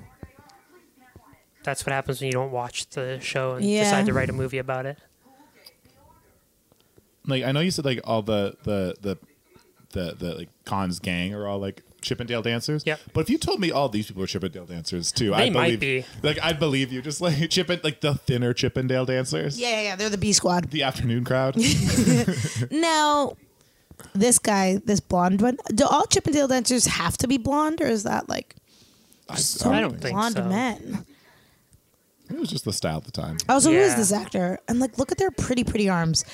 Speaker 5: That's what happens when you don't watch the show and
Speaker 4: Yeah.
Speaker 5: decide to write a movie about it.
Speaker 3: Like I know you said like all the the the the, the like Khan's gang are all like Chippendale dancers.
Speaker 5: Yep.
Speaker 3: But if you told me all these people are Chippendale dancers too,
Speaker 5: They might be.
Speaker 3: Like I'd believe you. Just like [LAUGHS] Chippen like the thinner Chippendale dancers.
Speaker 4: Yeah, yeah, yeah. They're the B squad.
Speaker 3: The afternoon
Speaker 5: [LAUGHS]
Speaker 3: crowd.
Speaker 4: Now, this guy, this blonde one, do all Chippendale dancers have to be blonde, or is that like some
Speaker 5: I don't think
Speaker 4: blonde
Speaker 5: so.
Speaker 4: men?
Speaker 3: It was just the style at the time.
Speaker 4: Also, who is
Speaker 5: Yeah.
Speaker 4: this actor? And like, look at their pretty, pretty arms.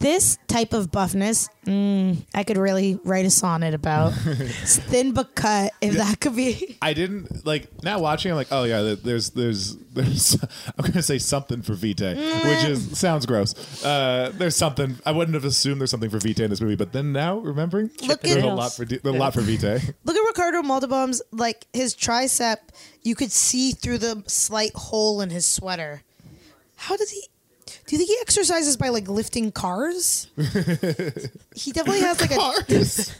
Speaker 4: This type of buffness, mm, I could really write a sonnet about. it's thin but cut, if that could be. [LAUGHS]
Speaker 3: I didn't like now watching. I'm like, oh yeah, there- there's there's [LAUGHS] there's. I'm gonna say something for Vitae, which
Speaker 4: Mm.
Speaker 3: is sounds gross. Uh, there's something I wouldn't have assumed there's something for Vitae in this movie, but then now remembering,
Speaker 4: Look
Speaker 3: there's
Speaker 4: at-
Speaker 3: a lot for there's a lot for
Speaker 4: [LAUGHS]
Speaker 3: Vitae.
Speaker 4: Look at Ricardo Montalban's like his tricep. You could see through the slight hole in his sweater. How does he? Do you think he exercises by like lifting cars? he definitely has like a [LAUGHS]
Speaker 3: Cars,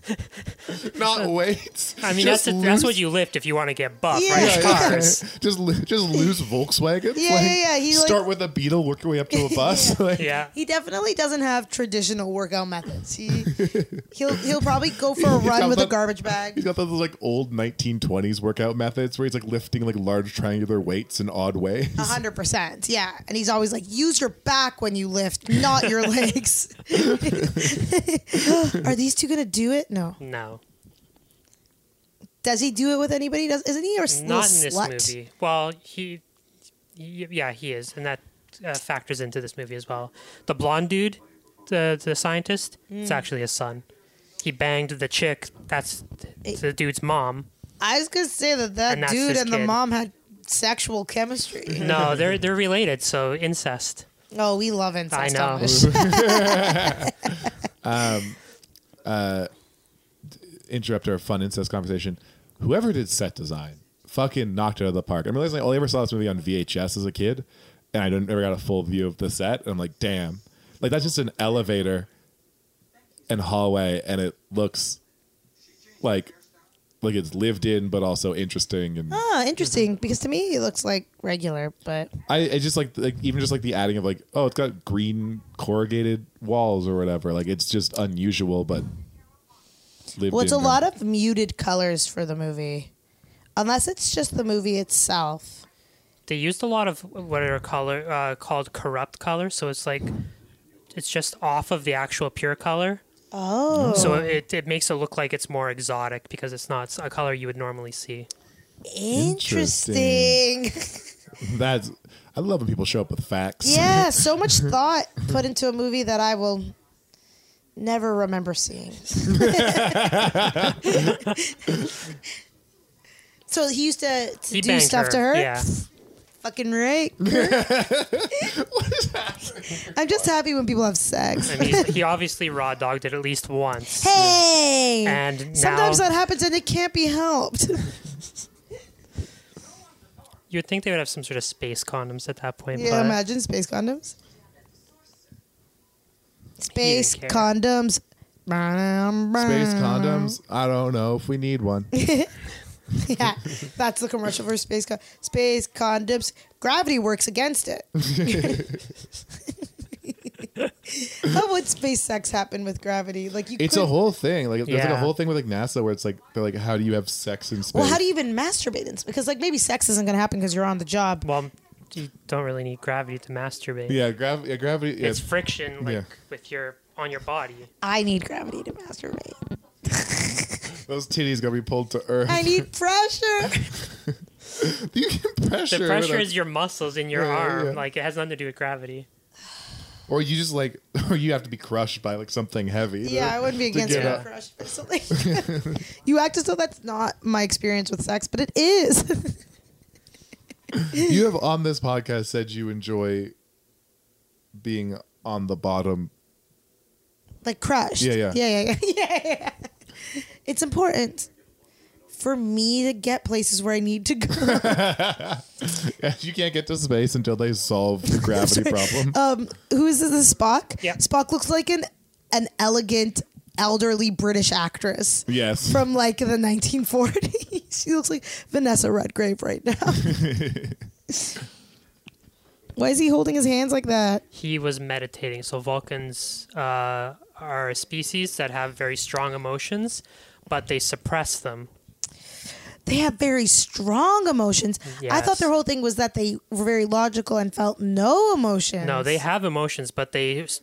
Speaker 3: not weights.
Speaker 5: I mean,
Speaker 3: Just
Speaker 5: that's, the,
Speaker 3: lose-
Speaker 5: that's what you lift if you want to get buff,
Speaker 4: Yeah.
Speaker 5: right?
Speaker 4: Yeah,
Speaker 5: Cars.
Speaker 3: [LAUGHS] Just lo- just lose Volkswagen.
Speaker 4: Yeah, yeah, yeah, he, like-
Speaker 3: start with a Beetle, work your way up
Speaker 4: [LAUGHS]
Speaker 3: to a bus. [LAUGHS] like,
Speaker 5: Yeah.
Speaker 4: He definitely doesn't have traditional workout methods. He he'll he'll probably go for a
Speaker 3: He's
Speaker 4: run
Speaker 3: got
Speaker 4: with a
Speaker 3: the-
Speaker 4: garbage
Speaker 3: He's [LAUGHS]
Speaker 4: bag.
Speaker 3: got those like old 1920s workout methods where he's like lifting like large triangular weights in odd ways.
Speaker 4: A hundred percent, yeah. And he's always like, use your back when you lift, not [LAUGHS] your legs. Are these two gonna do it? No.
Speaker 5: No.
Speaker 4: Does he do it with anybody? Does isn't he or
Speaker 5: Not in this movie. Well, he, he- yeah, he is, and that uh, factors into this movie as well. The blonde dude, the the scientist, it's
Speaker 4: Mm.
Speaker 5: actually his son. He banged the chick. That's th- the dude's mom.
Speaker 4: I was gonna say that that
Speaker 5: And that's
Speaker 4: dude
Speaker 5: his
Speaker 4: and the
Speaker 5: kid. Mm-hmm.
Speaker 4: mom had sexual chemistry. [LAUGHS]
Speaker 5: No, they're they're related, so incest.
Speaker 4: Oh, we love incest.
Speaker 5: I know.
Speaker 4: on this
Speaker 5: [LAUGHS]
Speaker 4: show.
Speaker 3: interrupt our fun incest conversation. Whoever did set design fucking knocked it out of the park. I'm realizing I only ever saw this movie on VHS as a kid, and I didn't ever got a full view of the set. And I'm like, damn, like that's just an elevator and hallway, and it looks like like it's lived in, but also interesting. And
Speaker 4: Ah, interesting. Because to me, it looks like regular, but
Speaker 3: I, I just like, like even just like the adding of like oh, it's got green corrugated walls or whatever. Like it's just unusual, but lived
Speaker 4: well, it's a
Speaker 3: in and-
Speaker 4: lot of muted colors for the movie, unless it's just the movie itself.
Speaker 5: They used a lot of what are color uh, called corrupt colors, so it's like it's just off of the actual pure color.
Speaker 4: Oh,
Speaker 5: So it, it makes it look like it's more exotic because it's not a color you would normally see.
Speaker 4: interesting.
Speaker 3: That's I love when people show up with facts.
Speaker 4: yeah, so much thought put into a movie that I will never remember seeing. so he used to, to
Speaker 5: He
Speaker 4: do
Speaker 5: banged
Speaker 4: stuff to her.
Speaker 5: Yeah.
Speaker 4: Fucking right. I'm just happy when people have sex.
Speaker 5: I mean, he obviously raw dogged it at least once.
Speaker 4: Hey.
Speaker 5: And
Speaker 4: Sometimes
Speaker 5: now-
Speaker 4: that happens and it can't be helped. [LAUGHS]
Speaker 5: You would think they would have some sort of space condoms at that point,
Speaker 4: yeah,
Speaker 5: but
Speaker 4: imagine space condoms. Space
Speaker 5: care.
Speaker 4: condoms.
Speaker 3: Space
Speaker 4: Uh-huh.
Speaker 3: condoms. I don't know if we need
Speaker 4: [LAUGHS]
Speaker 3: one.
Speaker 4: Yeah, that's the commercial for space con- space condoms. Gravity works
Speaker 3: [LAUGHS]
Speaker 4: against it. How would space sex happen with gravity? Like you,
Speaker 3: It's
Speaker 4: could,
Speaker 3: a whole thing. Like there's like a
Speaker 5: Yeah.
Speaker 3: whole thing with like NASA where it's like they're like, how do you have sex in space?
Speaker 4: Well, how do you even masturbate in? Because like maybe sex isn't gonna happen because you're on the job.
Speaker 5: well, you don't really need gravity to masturbate.
Speaker 3: Yeah, grav- yeah gravity. Yeah,
Speaker 5: It's friction, like
Speaker 3: Yeah.
Speaker 5: with your on your body.
Speaker 4: I need gravity to masturbate.
Speaker 3: those titties gonna be pulled to earth.
Speaker 4: I need pressure.
Speaker 3: [LAUGHS] you can pressure.
Speaker 5: The
Speaker 3: it
Speaker 5: pressure
Speaker 3: up.
Speaker 5: is your muscles in your
Speaker 3: Yeah, yeah,
Speaker 5: arm.
Speaker 3: yeah.
Speaker 5: Like it has nothing to do with gravity.
Speaker 3: or you just like, [LAUGHS] or you have to be crushed by like something heavy. to-
Speaker 4: yeah, I wouldn't be
Speaker 3: to
Speaker 4: against
Speaker 3: get
Speaker 4: it.
Speaker 3: up.
Speaker 4: Crush or something. [LAUGHS] you act as though that's not my experience with sex, but it is. [LAUGHS]
Speaker 3: You have on this podcast said you enjoy being on the bottom. [LAUGHS]
Speaker 4: like crushed.
Speaker 3: Yeah, yeah.
Speaker 4: yeah, yeah, [LAUGHS] yeah. yeah, yeah. It's important for me to get places where I need to go.
Speaker 3: You can't get to space until they solve the
Speaker 4: [LAUGHS]
Speaker 3: gravity problem.
Speaker 4: Um, who is this? Spock.
Speaker 5: Yeah.
Speaker 4: Spock looks like an an elegant elderly British actress
Speaker 3: yes.
Speaker 4: from like the 1940s. [LAUGHS] she looks like Vanessa Redgrave right
Speaker 5: [LAUGHS]
Speaker 4: now. Why is he holding his hands like that?
Speaker 5: He was meditating. So Vulcans uh, are a species that have very strong emotions, but they suppress them.
Speaker 4: They have very strong emotions. I thought
Speaker 5: Yes.
Speaker 4: their whole thing was that they were very logical and felt no emotions.
Speaker 5: No, they have emotions, but they s-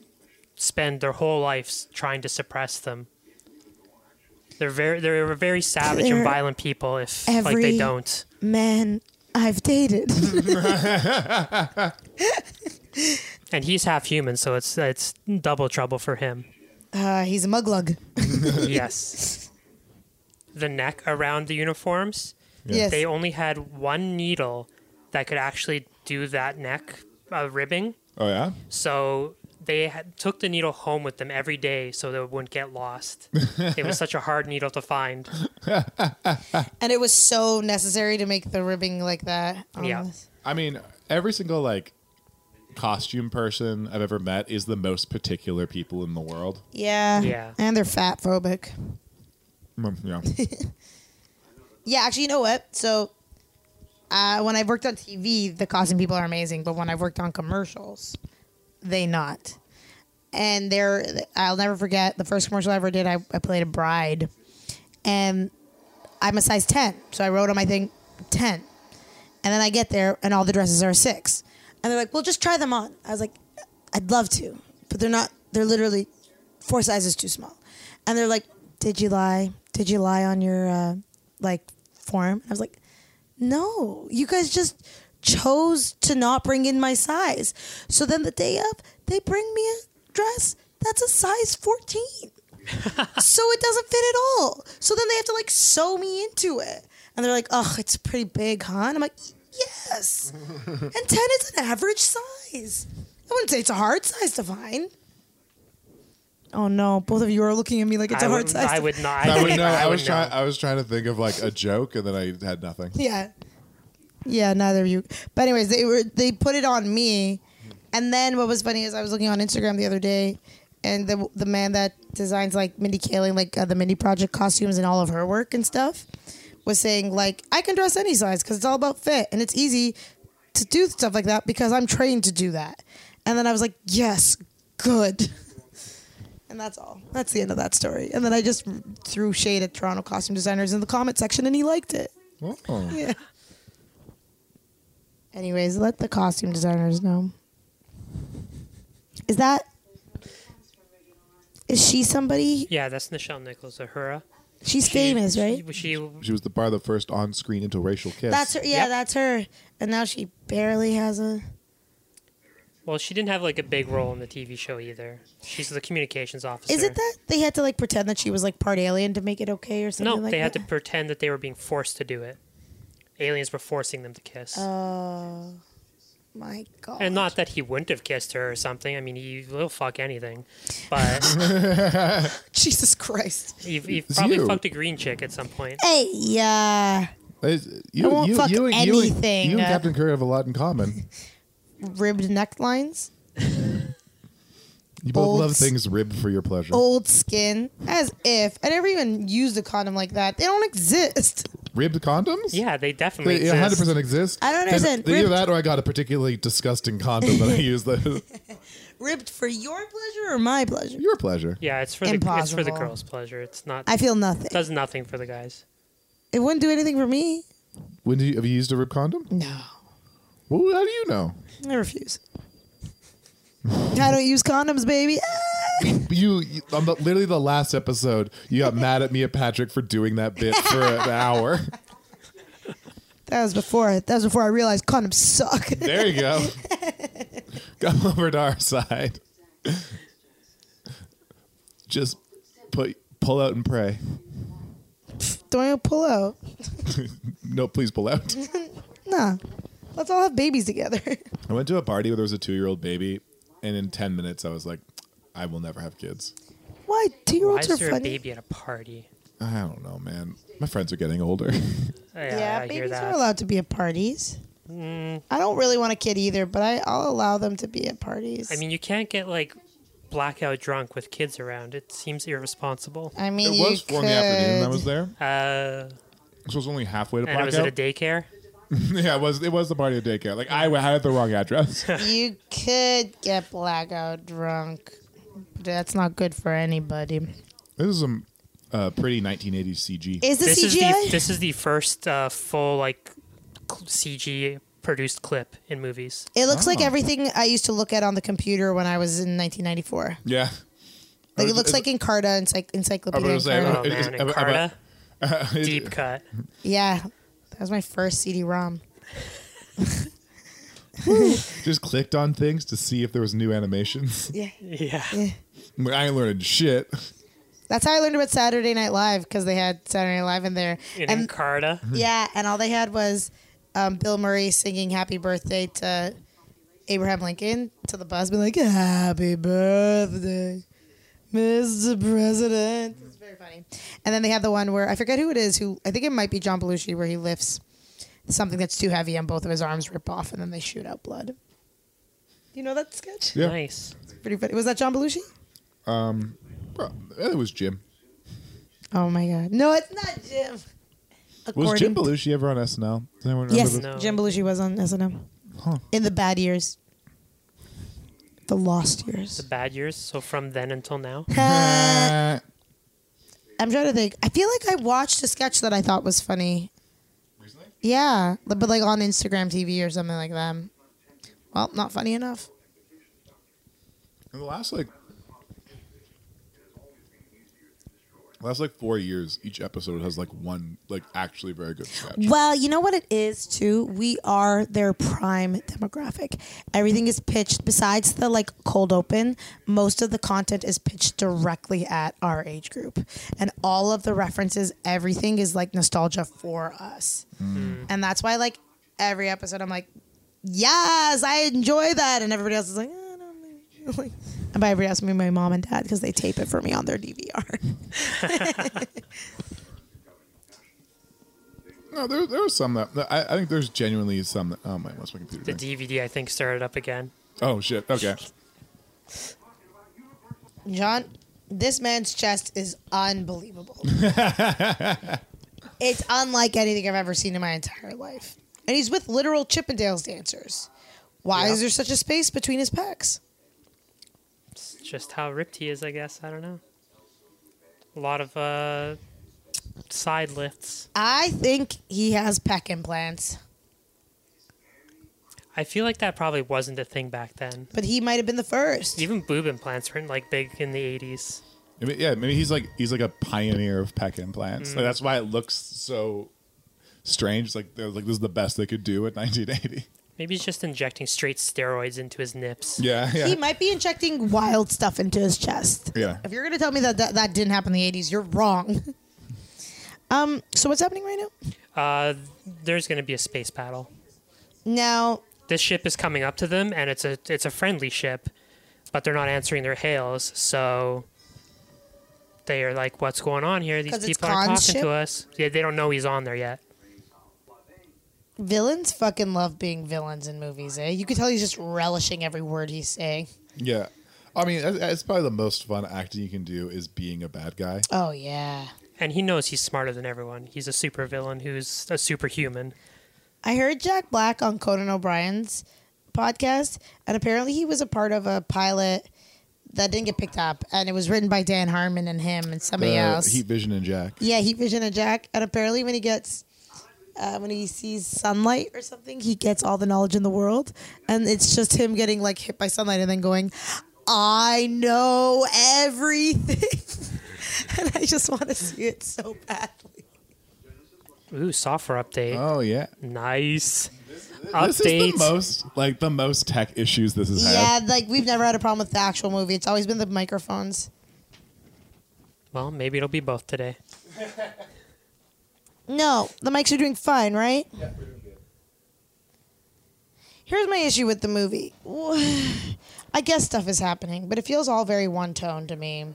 Speaker 5: spend their whole lives trying to suppress them. They're very they're very savage
Speaker 4: They're
Speaker 5: and violent people if like
Speaker 4: every-
Speaker 5: they don't.
Speaker 4: man I've dated. [LAUGHS]
Speaker 5: And he's half human, so it's it's double trouble
Speaker 4: [COUGHS]
Speaker 5: for him.
Speaker 4: uh, he's a muglug.
Speaker 5: yes. The neck around the uniforms,
Speaker 4: Yes.
Speaker 5: they only had one needle that could actually do that neck uh, ribbing.
Speaker 3: oh yeah.
Speaker 5: So they had, took the needle home with them every day so that it wouldn't
Speaker 4: [LAUGHS]
Speaker 5: get lost. it was such a hard needle to find.
Speaker 4: and it was so necessary to make the ribbing like that. Oh, on
Speaker 5: Yeah.
Speaker 4: this.
Speaker 3: I mean, every single like costume person I've ever met is the most particular people in the world.
Speaker 4: Yeah.
Speaker 5: Yeah.
Speaker 4: And they're fat phobic.
Speaker 3: Mm, Yeah.
Speaker 4: Yeah, actually, you know what? So uh, when I've worked on TV, the costume people are amazing, but when I've worked on commercials, they not. And they're, I'll never forget the first commercial I ever did, I, I played a bride. And I'm a size 10. So I wrote on my thing 10. And then I get there and all the dresses are a six. And they're like, well, just try them on. I was like, I'd love to, but they're not, they're literally four sizes too small. And they're like, did you lie? Did you lie on your uh, like form? I was like, no, you guys just chose to not bring in my size. So then the day of, they bring me a dress that's a size
Speaker 5: [LAUGHS]
Speaker 4: 14 so it doesn't fit at all. So then they have to like sew me into it. And they're like, oh, it's pretty big, huh? And I'm like, yes. and 10 is an average size. I wouldn't say it's a hard size to find. Oh no, both of you are looking at me like it's a
Speaker 5: I
Speaker 4: hard
Speaker 5: would,
Speaker 4: size.
Speaker 5: I
Speaker 4: to-
Speaker 5: would
Speaker 3: [LAUGHS]
Speaker 5: not.
Speaker 3: I would
Speaker 5: think
Speaker 3: know. I was
Speaker 5: would
Speaker 3: trying.
Speaker 5: know.
Speaker 3: I was trying to think of like a joke, and then I had nothing.
Speaker 4: Yeah. Yeah, neither of you. But anyways, they were they put it on me. And then what was funny is I was looking on Instagram the other day and the the man that designs like Mindy Kaling, like uh, the Mindy Project costumes and all of her work and stuff, was saying like I can dress any size because it's all about fit and it's easy to do stuff like that because I'm trained to do that. And then I was like, yes, good. And that's all. That's the end of that story. And then I just threw shade at Toronto costume designers in the comment section, and he liked it.
Speaker 3: Oh.
Speaker 4: [LAUGHS] Yeah. Anyways, let the costume designers know. Is that? Is she somebody?
Speaker 5: Yeah, that's Nichelle Nichols Ahura.
Speaker 4: She's
Speaker 5: She-
Speaker 4: famous, right?
Speaker 5: She, she
Speaker 3: She was the bar the first on-screen interracial kiss.
Speaker 4: That's her. Yeah,
Speaker 5: Yep.
Speaker 4: that's her. And now she barely has a.
Speaker 5: well, she didn't have like a big role in the TV show either. She's the communications officer.
Speaker 4: Is it that they had to like pretend that she was like part alien to make it okay or something?
Speaker 5: No,
Speaker 4: like
Speaker 5: they had
Speaker 4: that?
Speaker 5: to pretend that they were being forced to do it. Aliens were forcing them to kiss,
Speaker 4: Oh. My
Speaker 5: [LAUGHS]
Speaker 4: God.
Speaker 5: and not that he wouldn't have kissed her or something. I mean, he will fuck anything, but
Speaker 4: [LAUGHS] Jesus Christ.
Speaker 5: he, he probably
Speaker 3: you.
Speaker 5: fucked a green chick at some point.
Speaker 4: Hey, uh, yeah.
Speaker 3: It's- you,
Speaker 4: I won't
Speaker 3: you,
Speaker 4: fuck
Speaker 3: you, and- you and-
Speaker 4: anything.
Speaker 3: You, and
Speaker 4: [LAUGHS]
Speaker 3: Captain Kirk have a lot in common.
Speaker 4: Ribbed necklines,
Speaker 3: You both
Speaker 4: Old
Speaker 3: love
Speaker 4: s-
Speaker 3: things ribbed for your pleasure.
Speaker 4: old skin, as if. I never even used a condom like that. They don't exist. [LAUGHS]
Speaker 3: Ribbed condoms?
Speaker 5: Yeah, they definitely.
Speaker 3: They 100
Speaker 5: exist.
Speaker 3: percent exist.
Speaker 4: I don't
Speaker 3: Then-
Speaker 4: understand.
Speaker 3: then Either
Speaker 4: Ribbed-
Speaker 3: that, or I got a particularly disgusting condom
Speaker 4: [LAUGHS]
Speaker 3: that I use. That
Speaker 4: Ribbed for your pleasure or my pleasure?
Speaker 3: your pleasure.
Speaker 5: Yeah, it's for the it's for the
Speaker 4: Impossible.
Speaker 5: girls' pleasure. It's not
Speaker 4: I feel nothing.
Speaker 5: does nothing for the guys.
Speaker 4: It wouldn't do anything for me.
Speaker 3: When do you, have you used a ribbed condom?
Speaker 4: No.
Speaker 3: Well, how do you know?
Speaker 4: I refuse. [LAUGHS] I don't use condoms, baby. Ah!
Speaker 3: You, you on the, literally the last episode, you got mad at me and Patrick for doing that bit for an hour.
Speaker 4: That was before. That was before I realized condoms
Speaker 5: [LAUGHS]
Speaker 4: suck.
Speaker 3: There you go. Come over to our side. Just put pull out and pray.
Speaker 4: don't even pull out.
Speaker 3: No, please pull out.
Speaker 4: Nah. Let's all have babies together. [LAUGHS]
Speaker 3: I went to a party where there was a two-year-old baby, and in ten minutes, I was like, "I will never have kids."
Speaker 4: Why? Two year
Speaker 5: Why
Speaker 4: olds
Speaker 5: is
Speaker 4: are
Speaker 5: there a
Speaker 4: funny.
Speaker 5: baby at a party?
Speaker 3: I don't know, man. My friends are getting older. [LAUGHS]
Speaker 4: Yeah,
Speaker 5: Yeah, I hear
Speaker 4: babies
Speaker 5: that. Mm.
Speaker 4: are allowed to be at parties. I don't really want a kid either, but I, I'll allow them to be at parties.
Speaker 5: I mean, you can't get like blackout drunk with kids around. It seems irresponsible.
Speaker 4: I mean,
Speaker 3: it
Speaker 4: you
Speaker 3: was four in the afternoon. I
Speaker 4: could-
Speaker 3: was there.
Speaker 5: Uh,
Speaker 3: This was only halfway to
Speaker 5: and it was
Speaker 3: blackout.
Speaker 5: at a daycare.
Speaker 3: [LAUGHS] yeah, it was. It was the party at daycare. Like I had the wrong address.
Speaker 4: you could get blackout drunk. But that's not good for anybody.
Speaker 3: this is some uh, pretty 1980s CG.
Speaker 4: Is this,
Speaker 5: This is
Speaker 4: CGI?
Speaker 5: the this is the first uh, full like cl- CG produced clip in movies.
Speaker 4: it looks like everything I used to look at on the computer when I was in 1994.
Speaker 3: [LAUGHS] yeah.
Speaker 4: Like it
Speaker 3: was-
Speaker 4: looks like Encarta encycl-
Speaker 3: I
Speaker 4: encyclopedia.
Speaker 3: was gonna say,
Speaker 4: Encarta.
Speaker 5: Oh
Speaker 3: It-
Speaker 5: man,
Speaker 3: it's- about-
Speaker 5: Encarta, deep
Speaker 3: [LAUGHS]
Speaker 5: cut.
Speaker 4: Yeah, that was my first CD-ROM.
Speaker 3: just clicked on things to see if there was new animations.
Speaker 4: Yeah.
Speaker 5: Yeah,
Speaker 3: I'm like, [LAUGHS] I ain't learning shit.
Speaker 4: That's how I learned about Saturday Night Live because they had Saturday Night Live in there.
Speaker 5: in
Speaker 4: and
Speaker 5: Encarta.
Speaker 4: yeah, and all they had was um, Bill Murray singing "Happy Birthday" to Abraham Lincoln to the bus, being like "Happy Birthday, Mr. President." It's very funny. And then they had the one where I forget who it is. Who I think it might be John Belushi, where he lifts something that's too heavy and both of his arms rip off, and then they shoot out blood. You know that sketch?
Speaker 3: Yeah.
Speaker 5: Nice.
Speaker 4: Pretty funny. Was that John Belushi?
Speaker 3: Bro, it was Jim.
Speaker 4: Oh my god! No, it's not Jim.
Speaker 3: Was
Speaker 4: According
Speaker 3: Jim Belushi ever on SNL? Does anyone remember
Speaker 4: Yes, uh,
Speaker 3: the-
Speaker 5: No.
Speaker 4: Jim Belushi was on SNL. In the bad years. The lost years.
Speaker 5: Bad years. So from then until now.
Speaker 3: Uh,
Speaker 4: I'm trying to think. I feel like I watched a sketch that I thought was funny. Yeah, li- but like on Instagram TV or something like that. Well, not funny enough.
Speaker 3: in the last like last like four years, each episode has like one like actually very good sketch.
Speaker 4: Well, you know what it is too. We are their prime demographic. Everything is pitched. Besides the like cold open, most of the content is pitched directly at our age group, and all of the references, everything is like nostalgia for us, and that's why like every episode, I'm like, yes, I enjoy that, and everybody else is like. I don't know. [LAUGHS] Like, and by everybody else, I mean my mom and dad because they tape it for me on their DVR.
Speaker 3: No, there there was some that I, I think there's genuinely some that oh my what's my computer Oh,
Speaker 5: The
Speaker 3: doing?
Speaker 5: DVD I think started up again.
Speaker 3: oh shit okay
Speaker 4: John, this man's chest is
Speaker 3: [LAUGHS]
Speaker 4: unbelievable. it's unlike anything I've ever seen in my entire life. And he's with literal Chippendales dancers. Why is there such a space between his pecs?
Speaker 5: It's just how ripped he is, I guess. I don't know. A lot of uh, side lifts.
Speaker 4: I think he has pec implants,
Speaker 5: I feel like that probably wasn't a thing back then.
Speaker 4: but he might have been the first.
Speaker 5: Even boob implants weren't like big in the '80s.
Speaker 3: I mean, yeah, maybe he's like he's like a pioneer of peck implants.
Speaker 4: Mm.
Speaker 3: Like, that's why it looks so strange. Like they're like this is the best they could do at 1980.
Speaker 5: Maybe he's just injecting straight steroids into his nips.
Speaker 3: Yeah, yeah.
Speaker 4: He might be injecting wild stuff into his chest.
Speaker 3: Yeah.
Speaker 4: If you're going to tell me that, that that didn't happen in the 80s, you're wrong. [LAUGHS] um, so what's happening right now?
Speaker 5: Uh, there's going to be a space battle.
Speaker 4: Now,
Speaker 5: This ship is coming up to them, and it's a it's a friendly ship, but they're not answering their hails. So they are like, "What's going on here? These
Speaker 4: 'Cause it's
Speaker 5: people are talking
Speaker 4: Khan's ship?
Speaker 5: to us. Yeah, they don't know he's on there yet."
Speaker 4: villains fucking love being villains in movies, eh? You could tell he's just relishing every word he's saying.
Speaker 3: Yeah. I mean, that's, that's probably the most fun acting you can do is being a bad guy.
Speaker 4: Oh, yeah.
Speaker 5: And he knows he's smarter than everyone. He's a supervillain who's a superhuman.
Speaker 4: I heard Jack Black on Conan O'Brien's podcast, and apparently he was a part of a pilot that didn't get picked up, and it was written by Dan Harmon and him and somebody
Speaker 3: The
Speaker 4: else.
Speaker 3: Heat Vision and Jack.
Speaker 4: Yeah, Heat Vision and Jack. And apparently, when he gets, uh, when he sees sunlight or something, he gets all the knowledge in the world. And it's just him getting like hit by sunlight and then going, I know everything. [LAUGHS] and I just want to see it so badly.
Speaker 5: Ooh, software update.
Speaker 3: Oh yeah.
Speaker 5: Nice
Speaker 3: This
Speaker 5: update.
Speaker 3: is the most like the most tech issues this has
Speaker 4: Yeah,
Speaker 3: had.
Speaker 4: like we've never had a problem with the actual movie. It's always been the microphones.
Speaker 5: well, maybe it'll be both today.
Speaker 4: No, the mics are doing fine, right? Yeah, we're doing good. Here's my issue with the movie. [SIGHS] I guess stuff is happening, but it feels all very one tone to me,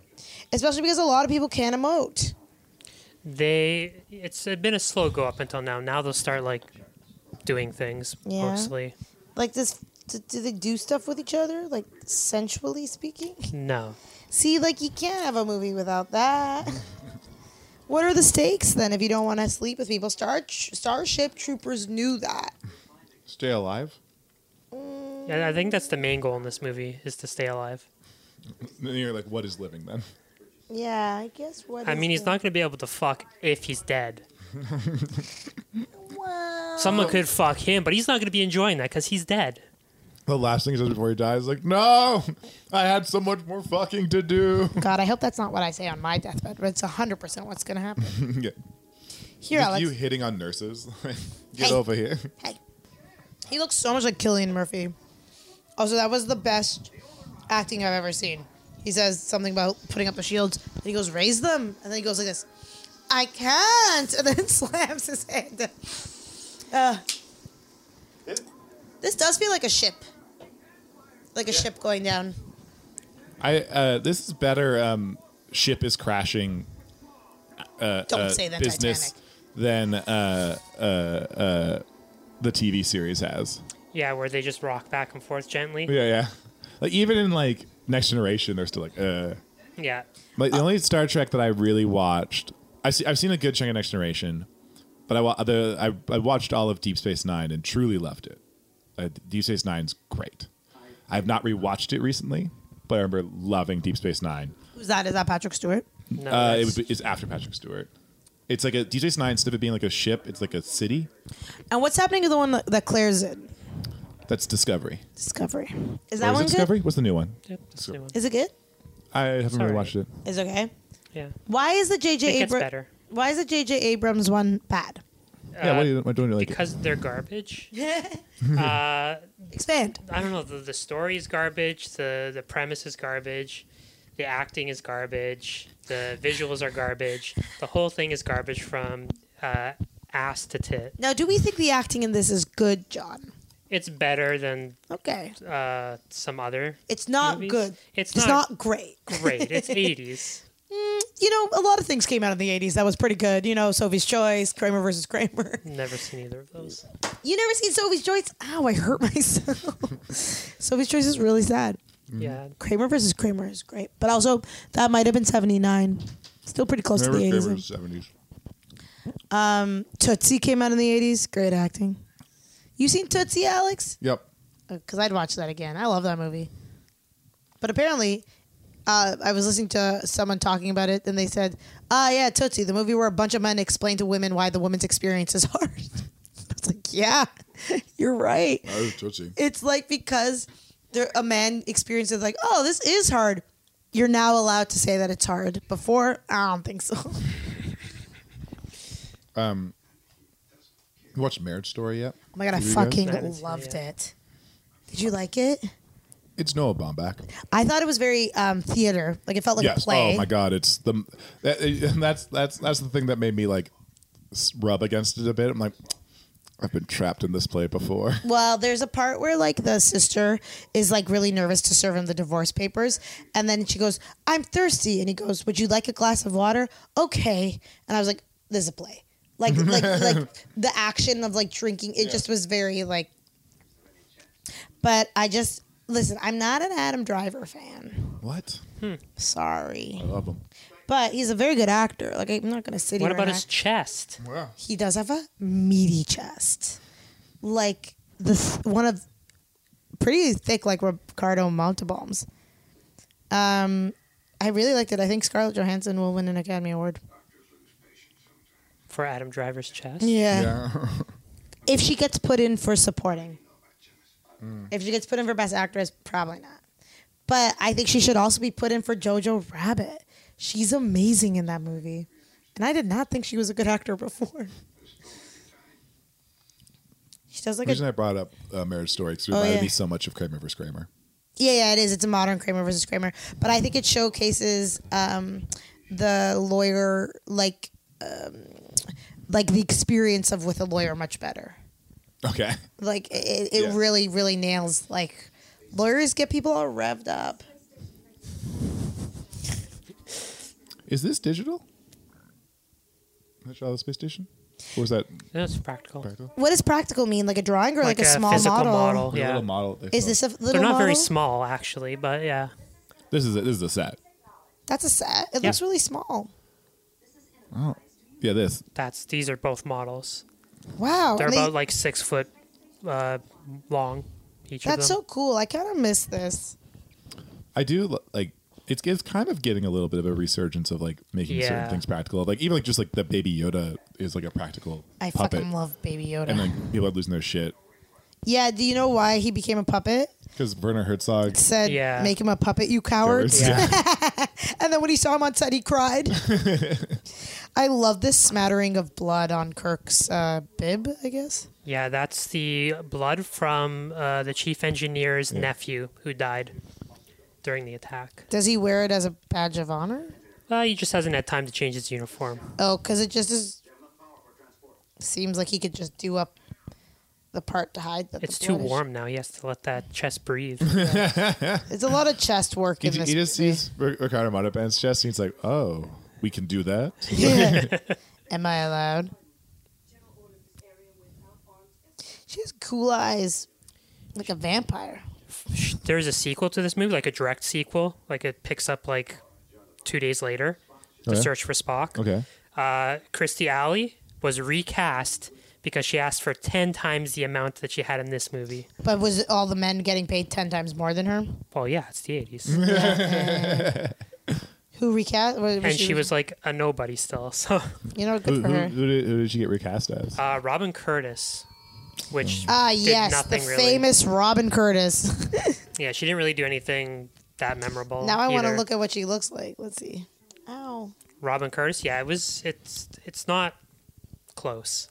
Speaker 4: especially because a lot of people can't emote.
Speaker 5: They it's been a slow go up until now. Now they'll start like doing things
Speaker 4: Yeah.
Speaker 5: mostly.
Speaker 4: Like this, do, do they do stuff with each other? Like sensually speaking? [LAUGHS]
Speaker 5: No.
Speaker 4: See, like you can't have a movie without [LAUGHS] that. what are the stakes then if you don't want to sleep with people? Star Starship Troopers knew that.
Speaker 3: Stay alive.
Speaker 5: Yeah, I think that's the main goal in this movie is to stay alive.
Speaker 3: And then you're like, what is living then?
Speaker 4: Yeah, I guess what
Speaker 5: I
Speaker 4: is
Speaker 5: mean, he's
Speaker 4: the-
Speaker 5: not going to be able to fuck if he's dead.
Speaker 4: Well,
Speaker 5: Someone could fuck him, but he's not going to be enjoying that because he's dead.
Speaker 3: The last thing he says before he dies is like, no, I had so much more fucking to do. [LAUGHS]
Speaker 4: God, I hope that's not what I say on my deathbed, but it's 100% what's going to happen.
Speaker 3: yeah.
Speaker 4: Here,
Speaker 3: Like,
Speaker 4: Alex.
Speaker 3: you hitting on nurses. [LAUGHS] Like, Get
Speaker 4: Hey.
Speaker 3: over here.
Speaker 4: hey. He looks so much like Killian Murphy. Also, that was the best acting I've ever seen. He says something about putting up the shields, and he goes, raise them. And then he goes like this, I can't. [LAUGHS] And then slams his hand. down. Uh, this does feel like a ship. Like a ship going down.
Speaker 3: I uh, this is better. Um, ship is crashing.
Speaker 4: Don't
Speaker 3: uh,
Speaker 4: say that,
Speaker 3: business
Speaker 4: Titanic.
Speaker 3: than uh, uh, uh, the TV series has.
Speaker 5: Yeah, where they just rock back and forth gently.
Speaker 3: Yeah, yeah. Like even in like Next Generation, they're still like, uh.
Speaker 5: Yeah.
Speaker 3: Like
Speaker 4: Uh,
Speaker 3: the only Star Trek that I really watched, I see, I've seen a good chunk of Next Generation, but I wa- the, I, I watched all of Deep Space Nine and truly loved it. Uh, Deep Space Nine's great. I've not rewatched it recently, but I remember loving Deep Space Nine.
Speaker 4: Who's that? Is that Patrick Stewart?
Speaker 3: Uh,
Speaker 5: No,
Speaker 3: it
Speaker 5: that's-
Speaker 3: would be, it's after Patrick Stewart. It's like a Deep Space Nine instead of it being like a ship, it's like a city.
Speaker 4: And what's happening to the one that, that Claire's in?
Speaker 3: That's Discovery.
Speaker 4: Discovery.
Speaker 3: Or
Speaker 4: Is that
Speaker 3: Oh, is
Speaker 4: one
Speaker 3: it
Speaker 4: good?
Speaker 3: Discovery? What's the new one? Uh,
Speaker 5: Yep, that's a new one.
Speaker 4: Is it good?
Speaker 3: I haven't
Speaker 5: all
Speaker 3: really
Speaker 5: right.
Speaker 3: watched it.
Speaker 4: Is it okay?
Speaker 5: yeah.
Speaker 4: Why is the JJ
Speaker 5: It gets
Speaker 4: Abra-
Speaker 5: better.
Speaker 4: Why is the JJ Abrams one
Speaker 5: [LAUGHS]
Speaker 4: bad?
Speaker 3: yeah, what are you what doing? Like,
Speaker 5: Because they're garbage. Uh,
Speaker 4: Expand.
Speaker 5: I don't know. The, the story is garbage. The the premise is garbage. The acting is garbage. The visuals are garbage. The whole thing is garbage from uh, ass to tit.
Speaker 4: Now, do we think the acting in this is good, John?
Speaker 5: It's better than
Speaker 4: Okay.
Speaker 5: uh, some other.
Speaker 4: It's not
Speaker 5: Movies?
Speaker 4: good.
Speaker 5: It's
Speaker 4: not,
Speaker 5: not-
Speaker 4: great. [LAUGHS]
Speaker 5: Great. It's 80s.
Speaker 4: You know, a lot of things came out in the 80s that was pretty good. You know, Sophie's Choice, Kramer versus
Speaker 5: [LAUGHS]
Speaker 4: Kramer.
Speaker 5: Never seen either of those.
Speaker 4: [LAUGHS] You never seen Sophie's Choice? Ow, I hurt myself. Sophie's Choice is really sad.
Speaker 5: Yeah.
Speaker 4: Kramer versus Kramer is great, but also that might have been seventy nine. Still pretty close
Speaker 3: Remember
Speaker 4: to the
Speaker 3: Kramer
Speaker 4: eighties.
Speaker 3: was 70s.
Speaker 4: Tootsie came out in the eighties. Great acting. You seen Tootsie, Alex?
Speaker 3: Yep.
Speaker 4: Because uh, I'd watch that again. I love that movie. But apparently, uh, I was listening to someone talking about it, and they said, "Ah, yeah, Tootsie, the movie where a bunch of men explain to women why the woman's experience is [LAUGHS] hard." I was like, "Yeah, [LAUGHS] you're right."
Speaker 3: That was Tootsie.
Speaker 4: It's like because there, a man experiences like, oh, this is hard. You're now allowed to say that it's hard. Before, I don't think so. [LAUGHS] Oh
Speaker 3: You watched Marriage Story yet?
Speaker 4: Oh my god, I
Speaker 3: Did you guys?
Speaker 4: fucking
Speaker 5: I haven't seen it
Speaker 4: loved it.
Speaker 5: yet.
Speaker 4: Did you like it?
Speaker 3: It's Noah Baumbach.
Speaker 4: I thought it was very um, theater. Like it felt like a play.
Speaker 3: Oh my god, it's the that, [LAUGHS] and that's that's that's the thing that made me like s- rub against it a bit. I'm like, I've been trapped in this play before.
Speaker 4: [LAUGHS] Well, there's a part where like the sister is like really nervous to serve him the divorce papers, and then she goes, "I'm thirsty," and he goes, "Would you like a glass of water?" Okay, and I was like, "This is a play." Like, like, like the action of like drinking. It just was very like. But I just listen. I'm not an Adam Driver fan. [LAUGHS]
Speaker 3: What?
Speaker 4: Sorry,
Speaker 3: I love him.
Speaker 4: but he's a very good actor. Like I'm not gonna sit
Speaker 5: What
Speaker 4: here.
Speaker 5: about
Speaker 4: and
Speaker 5: his
Speaker 4: act-
Speaker 5: chest?
Speaker 4: he does have a meaty chest, like the th- one of pretty thick, like Ricardo Montalban's. Um, I really liked it. I think Scarlett Johansson will win an Academy Award.
Speaker 5: For Adam Driver's chest?
Speaker 4: Yeah,
Speaker 3: Yeah.
Speaker 4: [LAUGHS] if she gets put in for supporting, if she gets put in for best actress, probably not. But I think she should also be put in for Jojo Rabbit. She's amazing in that movie, and I did not think she was a good actor before. [LAUGHS] She does like
Speaker 3: The
Speaker 4: a
Speaker 3: reason I brought up uh, Marriage Story because it
Speaker 4: Oh,
Speaker 3: reminded
Speaker 4: yeah.
Speaker 3: me so much of Kramer vs. Kramer.
Speaker 4: Yeah, yeah, it is. It's a modern Kramer versus Kramer, but I think it showcases um, the lawyer, like, um, like the experience of with a lawyer, much better.
Speaker 3: Okay.
Speaker 4: Like, it, it
Speaker 3: Yeah.
Speaker 4: really, really nails. Like, lawyers get people all revved up.
Speaker 3: Is this digital? Is that the space station? Or was that
Speaker 5: That's practical.
Speaker 3: practical?
Speaker 4: What does practical mean? Like a drawing or like, a, small
Speaker 5: physical
Speaker 4: model?
Speaker 3: The
Speaker 5: Oh, Yeah.
Speaker 3: little model. they
Speaker 4: Is
Speaker 3: thought-
Speaker 4: this a little?
Speaker 5: They're not very
Speaker 4: model?
Speaker 5: small, actually, but yeah.
Speaker 3: This is a, this is a set.
Speaker 4: That's a set. It
Speaker 5: Yeah.
Speaker 4: looks really small.
Speaker 5: Oh.
Speaker 3: Yeah, this.
Speaker 5: That's these are both models.
Speaker 4: Wow,
Speaker 5: They're
Speaker 4: and they-
Speaker 5: about like six foot uh, long. Each
Speaker 4: that's so
Speaker 5: of
Speaker 4: cool. I kind of miss this.
Speaker 3: I do lo- like it's it's kind of getting a little bit of a resurgence of like making certain
Speaker 5: Yeah.
Speaker 3: things practical. Like even like just like the baby Yoda is like a practical
Speaker 4: I
Speaker 3: puppet,
Speaker 4: fucking love Baby Yoda.
Speaker 3: and like people are losing their shit
Speaker 4: yeah, do you know why he became a puppet?
Speaker 3: because Werner Herzog.
Speaker 4: said,
Speaker 5: Yeah.
Speaker 4: "Make him a puppet, you [LAUGHS] cowards."
Speaker 3: [LAUGHS] Yeah.
Speaker 4: And then when he saw him on set,
Speaker 3: [LAUGHS]
Speaker 4: he cried. I love this smattering of blood on Kirk's uh, bib. I guess
Speaker 5: Yeah, that's the blood from uh, the chief engineer's nephew who died during the attack.
Speaker 4: does he wear it as a badge of honor?
Speaker 5: Uh, he just hasn't had time to change his uniform.
Speaker 4: Oh, because it just is. Seems like he could just do up the part to hide that. the
Speaker 5: It's too
Speaker 4: blood is-
Speaker 5: warm now. He has to let that chest breathe.
Speaker 4: It's a lot of chest work
Speaker 3: He,
Speaker 4: in
Speaker 3: ju-
Speaker 4: this.
Speaker 3: he just
Speaker 4: movie.
Speaker 3: sees Ric- Ricardo Montalban's chest and he's like, "Oh, we can do that."
Speaker 4: [LAUGHS]
Speaker 5: [LAUGHS]
Speaker 4: Am I allowed? She has cool eyes, like a vampire.
Speaker 5: There's a sequel to this movie, like a direct sequel. Like it picks up like two days later. The
Speaker 3: Okay.
Speaker 5: search for Spock.
Speaker 3: Okay,
Speaker 5: uh, Christy Alley was recast because she asked for 10 times the amount that she had in this movie.
Speaker 4: But was it all the men getting paid ten times more than her?
Speaker 5: Well, yeah, it's the 80s.
Speaker 4: Who recast? Was
Speaker 5: and she was like a nobody still. [LAUGHS] So,
Speaker 4: you know, good
Speaker 3: who,
Speaker 4: for
Speaker 3: who,
Speaker 4: her.
Speaker 3: who did, who did she get recast as?
Speaker 5: uh, Robin Curtis, which
Speaker 4: Ah,
Speaker 5: did
Speaker 4: yes, the
Speaker 5: nothing really.
Speaker 4: famous Robin Curtis. [LAUGHS]
Speaker 5: Yeah, she didn't really do anything that memorable.
Speaker 4: now I want to
Speaker 5: either.
Speaker 4: look at what she looks like. Let's see. Ow.
Speaker 5: Robin Curtis. Yeah, it was. It's it's not close.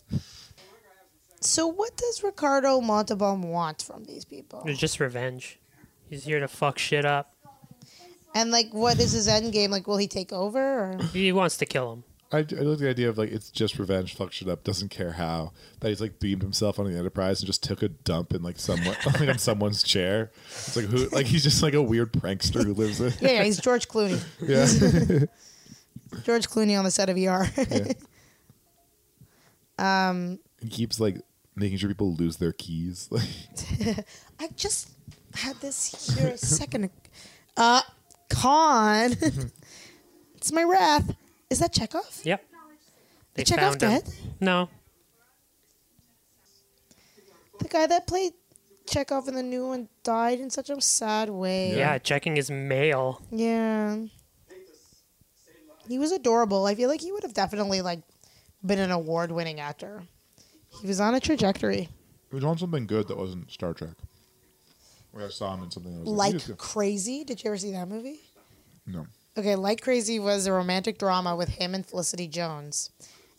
Speaker 4: So what does Ricardo Montalban want from these people?
Speaker 5: It's just revenge. He's here to fuck shit up.
Speaker 4: And like, what is his end game? Like, will he take over?
Speaker 5: [LAUGHS]
Speaker 4: Or?
Speaker 5: He wants to kill him.
Speaker 3: I, I love the idea of like it's just revenge, fuck shit up, doesn't care how. That he's like beamed himself on the Enterprise and just took a dump in like someone [LAUGHS] like on someone's chair. It's like who like he's just like a weird prankster who lives in.
Speaker 4: Yeah, yeah, he's George Clooney.
Speaker 3: Yeah.
Speaker 4: [LAUGHS] George Clooney on the set of ER.
Speaker 3: [LAUGHS] He keeps like making sure people lose their keys. Like
Speaker 4: [LAUGHS] I just had this here a second. ag- Uh, con.
Speaker 5: Mm-hmm.
Speaker 4: it's my wrath. Is that Chekhov?
Speaker 5: Yep. They
Speaker 4: Is Chekhov
Speaker 5: him.
Speaker 4: dead?
Speaker 5: No.
Speaker 4: The guy that played Chekhov in the new one died in such a sad way.
Speaker 5: Yeah. checking his mail.
Speaker 4: Yeah. He was adorable. I feel like he would have definitely like been an award-winning actor. He was on a trajectory.
Speaker 3: He was on something good that wasn't Star Trek. Where I saw him in something that was he
Speaker 4: Like
Speaker 3: was good.
Speaker 4: Crazy. Did you ever see that movie?
Speaker 3: no.
Speaker 4: Okay, Like Crazy was a romantic drama with him and Felicity Jones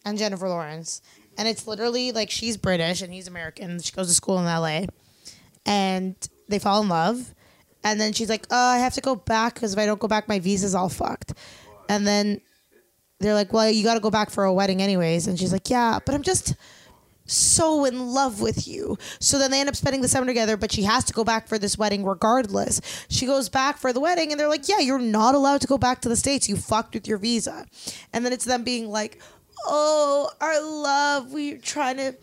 Speaker 4: and Jennifer Lawrence. And it's literally like she's British and he's American. She goes to school in LA and they fall in love. And then she's like, oh, I have to go back because if I don't go back, my visa's all fucked. And then they're like, well, you got to go back for a wedding anyways. And she's like, yeah, but I'm just so in love with you. So then they end up spending the summer together, but she has to go back for this wedding regardless. She goes back for the wedding, and they're like, Yeah, you're not allowed to go back to the States. You fucked with your visa. And then it's them being like, Oh, our love, we're trying to.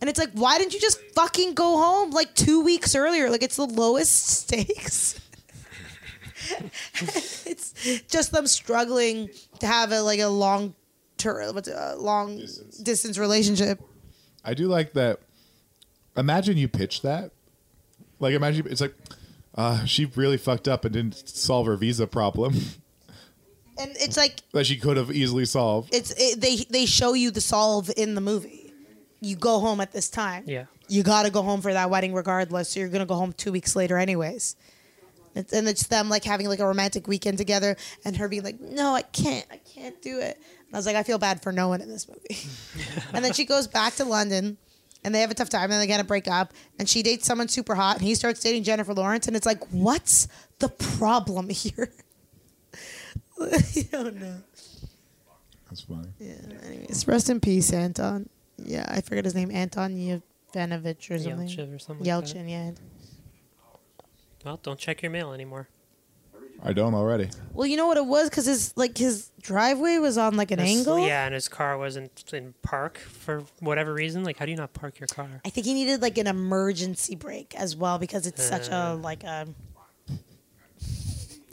Speaker 4: And it's like, Why didn't you just fucking go home like two weeks earlier? Like, it's the lowest [LAUGHS] stakes. it's just them struggling to have a like a long ter- what's it, a long distance relationship
Speaker 3: I do like that. Imagine you pitch that. Like, imagine it's like, uh, she really fucked up and didn't solve her visa problem [LAUGHS]
Speaker 4: and it's like
Speaker 3: that she could have easily solved.
Speaker 4: it's it, they they show you the solve in the movie. You go home at this time.
Speaker 5: Yeah.
Speaker 4: You got to go home for that wedding regardless. So you're gonna go home two weeks later anyways. It's, and it's them like having like a romantic weekend together, and her being like, "No, I can't, I can't do it." And I was like, I feel bad for no one in this movie. and then she goes back to London, and they have a tough time, and they gotta break up. And she dates someone super hot, and he starts dating Jennifer Lawrence, and it's like, what's the problem [LAUGHS] here? I don't know.
Speaker 3: That's funny.
Speaker 4: Anyways, rest in peace, Anton. Yeah, I forget his name. Anton Yovanovitch or something.
Speaker 5: Yelchin or something like
Speaker 4: Yelchin, yeah.
Speaker 5: Well, don't check your mail anymore.
Speaker 3: I don't already.
Speaker 4: Well, you know what it was because his like his driveway was on like an
Speaker 5: His-
Speaker 4: angle.
Speaker 5: Yeah, and his car wasn't in park for whatever reason. Like, how do you not park
Speaker 4: [LAUGHS]
Speaker 5: your car?
Speaker 4: I think he needed like an emergency brake as well because it's such a
Speaker 5: Uh.
Speaker 4: like a.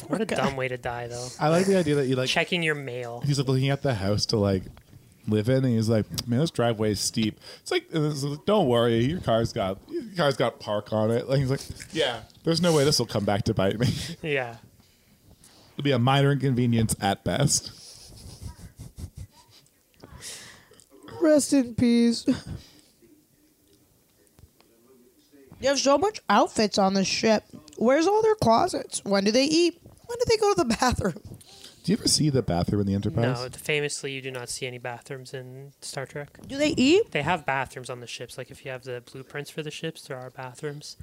Speaker 5: What a
Speaker 4: God.
Speaker 5: dumb way to die, though.
Speaker 3: I like the idea that you like.
Speaker 5: Checking your mail.
Speaker 3: He's like looking at the house to like live in, and he's like, "Man, this driveway is steep." It's like, and it's like, "Don't worry, your car's got your car's got park on it." Like he's like, "Yeah, there's no way this will come back to bite me. [LAUGHS]
Speaker 5: Yeah.
Speaker 3: It'll be a minor inconvenience at best."
Speaker 4: Rest in [LAUGHS] peace. You have so much outfits on this ship. Where's all their closets? When do they eat? When do they go to the [LAUGHS] bathroom?
Speaker 3: Do you ever see the bathroom in the Enterprise?
Speaker 5: No, famously, you do not see any bathrooms in Star Trek.
Speaker 4: Do they eat?
Speaker 5: They have bathrooms on the ships. Like, if you have the blueprints for the ships, there are bathrooms.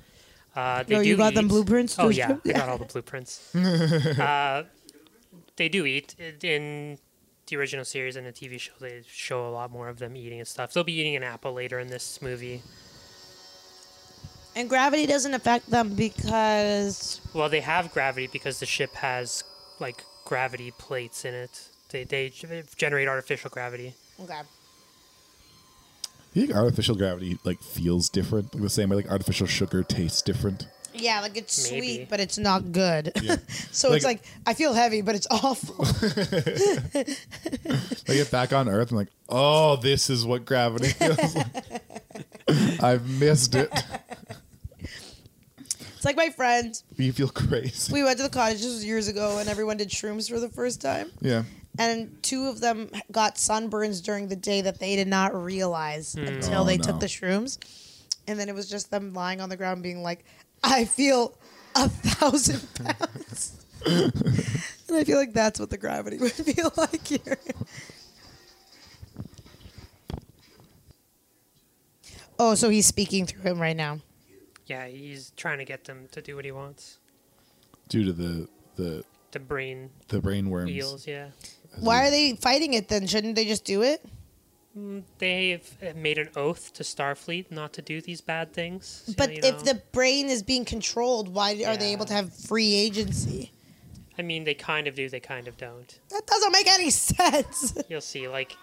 Speaker 5: Uh, they
Speaker 4: Oh,
Speaker 5: do
Speaker 4: you got
Speaker 5: eat.
Speaker 4: them blueprints
Speaker 5: Oh,
Speaker 4: too,
Speaker 5: yeah.
Speaker 4: Skip?
Speaker 5: I got all the
Speaker 4: [LAUGHS]
Speaker 5: blueprints. uh, they do eat. It- In the original series and the TV show, they show a lot more of them eating and stuff. They'll be eating an apple later in this movie.
Speaker 4: And gravity doesn't affect them because
Speaker 5: Well, they have gravity because the ship has like gravity plates in it. They they g- generate artificial gravity.
Speaker 4: okay.
Speaker 3: Do you think artificial gravity like feels different, like the same way like artificial sugar tastes different?
Speaker 4: Yeah, like it's
Speaker 5: Maybe.
Speaker 4: sweet, but it's not good. [LAUGHS] so it's
Speaker 3: Like-
Speaker 4: like I feel heavy, but it's [LAUGHS] awful.
Speaker 3: I get back on Earth, I'm like, "Oh, this is what gravity feels like." [LAUGHS] I've missed it. [LAUGHS]
Speaker 4: it's like my friend.
Speaker 3: You feel crazy.
Speaker 4: We went to the cottage this was years ago, and everyone did shrooms for the first time.
Speaker 3: Yeah.
Speaker 4: And two of them got sunburns during the day that they did not realize until
Speaker 3: Oh,
Speaker 4: they
Speaker 3: no.
Speaker 4: took the shrooms. And then it was just them lying on the ground, being like, "I feel a thousand pounds." and I feel like that's what the gravity [LAUGHS] would feel like here. Oh, so he's speaking through him right now.
Speaker 5: Yeah, he's trying to get them to do what he wants.
Speaker 3: Due to the the
Speaker 5: The brain
Speaker 3: the brain worms.
Speaker 5: eels, yeah.
Speaker 4: Why are they fighting it then? Shouldn't they just do it?
Speaker 5: They've uh, made an oath to Starfleet not to do these bad things. so,
Speaker 4: But
Speaker 5: you
Speaker 4: if
Speaker 5: know.
Speaker 4: the brain is being controlled, why are they able to have free agency?
Speaker 5: I mean, they kind of do, they kind of don't.
Speaker 4: That doesn't make any [LAUGHS] sense.
Speaker 5: You'll see. Like,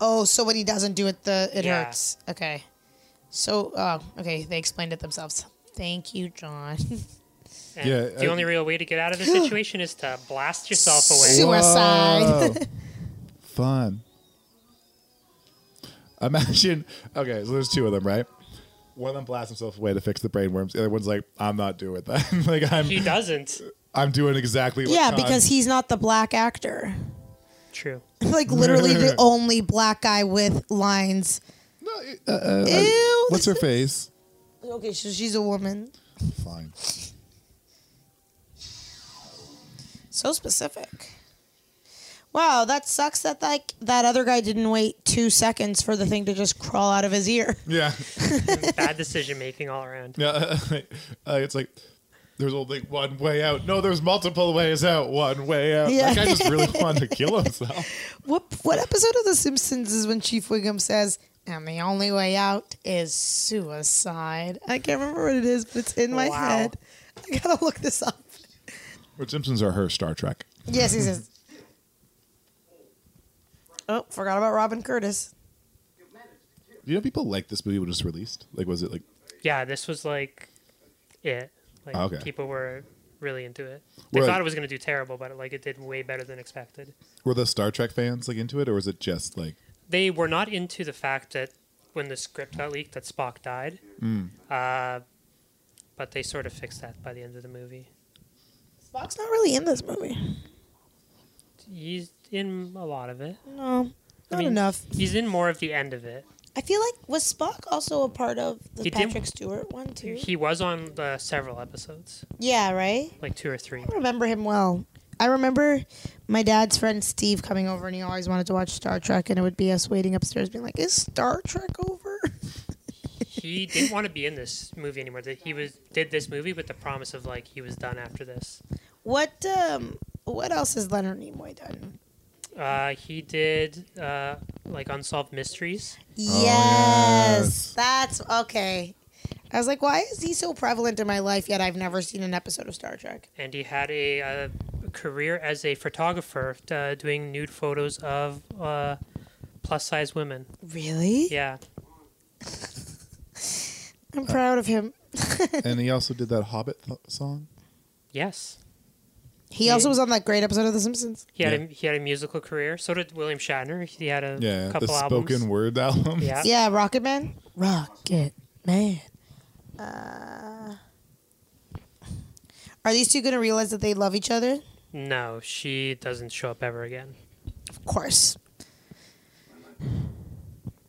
Speaker 4: Oh, so when he doesn't do it, the it
Speaker 5: Yeah.
Speaker 4: hurts. Okay. So, oh, okay. They uh, explained it themselves. Thank you, John. [LAUGHS]
Speaker 5: And
Speaker 3: Yeah,
Speaker 5: the
Speaker 3: I-
Speaker 5: only real way to get
Speaker 4: [GASPS]
Speaker 5: out of the situation is to blast yourself away.
Speaker 4: Suicide.
Speaker 3: Whoa. Fun. Imagine. Okay, so there's two of them, right? One of them blasts himself away to fix the brain worms. The other one's like, "I'm not doing that. [LAUGHS] like, I'm,
Speaker 5: He doesn't.
Speaker 3: I'm doing exactly what."
Speaker 4: [LAUGHS] yeah,
Speaker 3: John-
Speaker 4: because he's not the black actor. [LAUGHS]
Speaker 5: True.
Speaker 4: Like
Speaker 3: [LAUGHS]
Speaker 4: literally the only black guy with lines. Ew.
Speaker 3: [LAUGHS] uh, What's her face?
Speaker 4: Okay, so she's a woman.
Speaker 3: Fine.
Speaker 4: So specific. Wow, that sucks that like that other guy didn't wait two seconds for the thing to just crawl out of his ear.
Speaker 3: Yeah. [LAUGHS]
Speaker 5: Bad decision making all around.
Speaker 3: Yeah. [LAUGHS] uh, it's like there's only one way out. No, there's multiple ways out. One way out.
Speaker 4: Yeah.
Speaker 3: That guy just really wanted to
Speaker 4: [LAUGHS]
Speaker 3: kill himself.
Speaker 4: What what episode of The Simpsons is when Chief Wiggum says, "And the only way out is suicide"? I can't remember what it is, but it's in my
Speaker 5: Wow.
Speaker 4: head. I gotta look this up.
Speaker 3: Which Simpsons are her Star Trek.
Speaker 4: Yes, he says. Oh, forgot about Robin Curtis.
Speaker 3: Do you know people like this movie when it was released? Like, was it like
Speaker 5: Yeah, this was like it. Like
Speaker 3: Okay.
Speaker 5: people were really into it. They
Speaker 3: Right.
Speaker 5: thought it was gonna do terrible, but like it did way better than expected.
Speaker 3: were the Star Trek fans like into it, or was it just
Speaker 4: [LAUGHS]
Speaker 3: like
Speaker 5: They were not into the fact that when the script got leaked that Spock died. Uh, but they sort of fixed that by the end of the movie.
Speaker 4: Spock's not really in this movie.
Speaker 5: He's in a lot of it.
Speaker 4: No, not
Speaker 5: mean-
Speaker 4: enough.
Speaker 5: He's in more of the end of it.
Speaker 4: I feel like was Spock also a part of the
Speaker 5: He did-
Speaker 4: Patrick Stewart one too?
Speaker 5: He was on the several episodes,
Speaker 4: Yeah, right.
Speaker 5: like two or three.
Speaker 4: I remember him well. I remember my dad's friend Steve coming over, and he always wanted to watch Star Trek, and it would be us waiting upstairs, being like, "Is Star Trek over?" [LAUGHS]
Speaker 5: He didn't want to be in this movie anymore. That he was did this movie with the promise of like he was done after this.
Speaker 4: What um, what else has Leonard Nimoy done?
Speaker 5: Uh, he did uh, like unsolved mysteries.
Speaker 4: yes, that's okay. I was like, why is he so prevalent in my life? Yet I've never seen an episode of Star Trek.
Speaker 5: and he had a, uh career as a photographer uh, doing nude photos of uh, plus size women.
Speaker 4: Really?
Speaker 5: Yeah,
Speaker 4: I'm proud of him.
Speaker 3: and he also did that Hobbit th- song.
Speaker 5: yes.
Speaker 4: He also was on that great episode of The Simpsons.
Speaker 5: He had
Speaker 3: Yeah.
Speaker 5: a, he had a musical career. So did William Shatner. He had a
Speaker 3: Yeah,
Speaker 5: couple
Speaker 3: the
Speaker 5: albums.
Speaker 3: spoken word album.
Speaker 5: Yeah.
Speaker 4: Yeah, Rocket Man. Rocket Man. Uh, are these two gonna realize that they love each other?
Speaker 5: No, she doesn't show up ever again.
Speaker 4: Of course.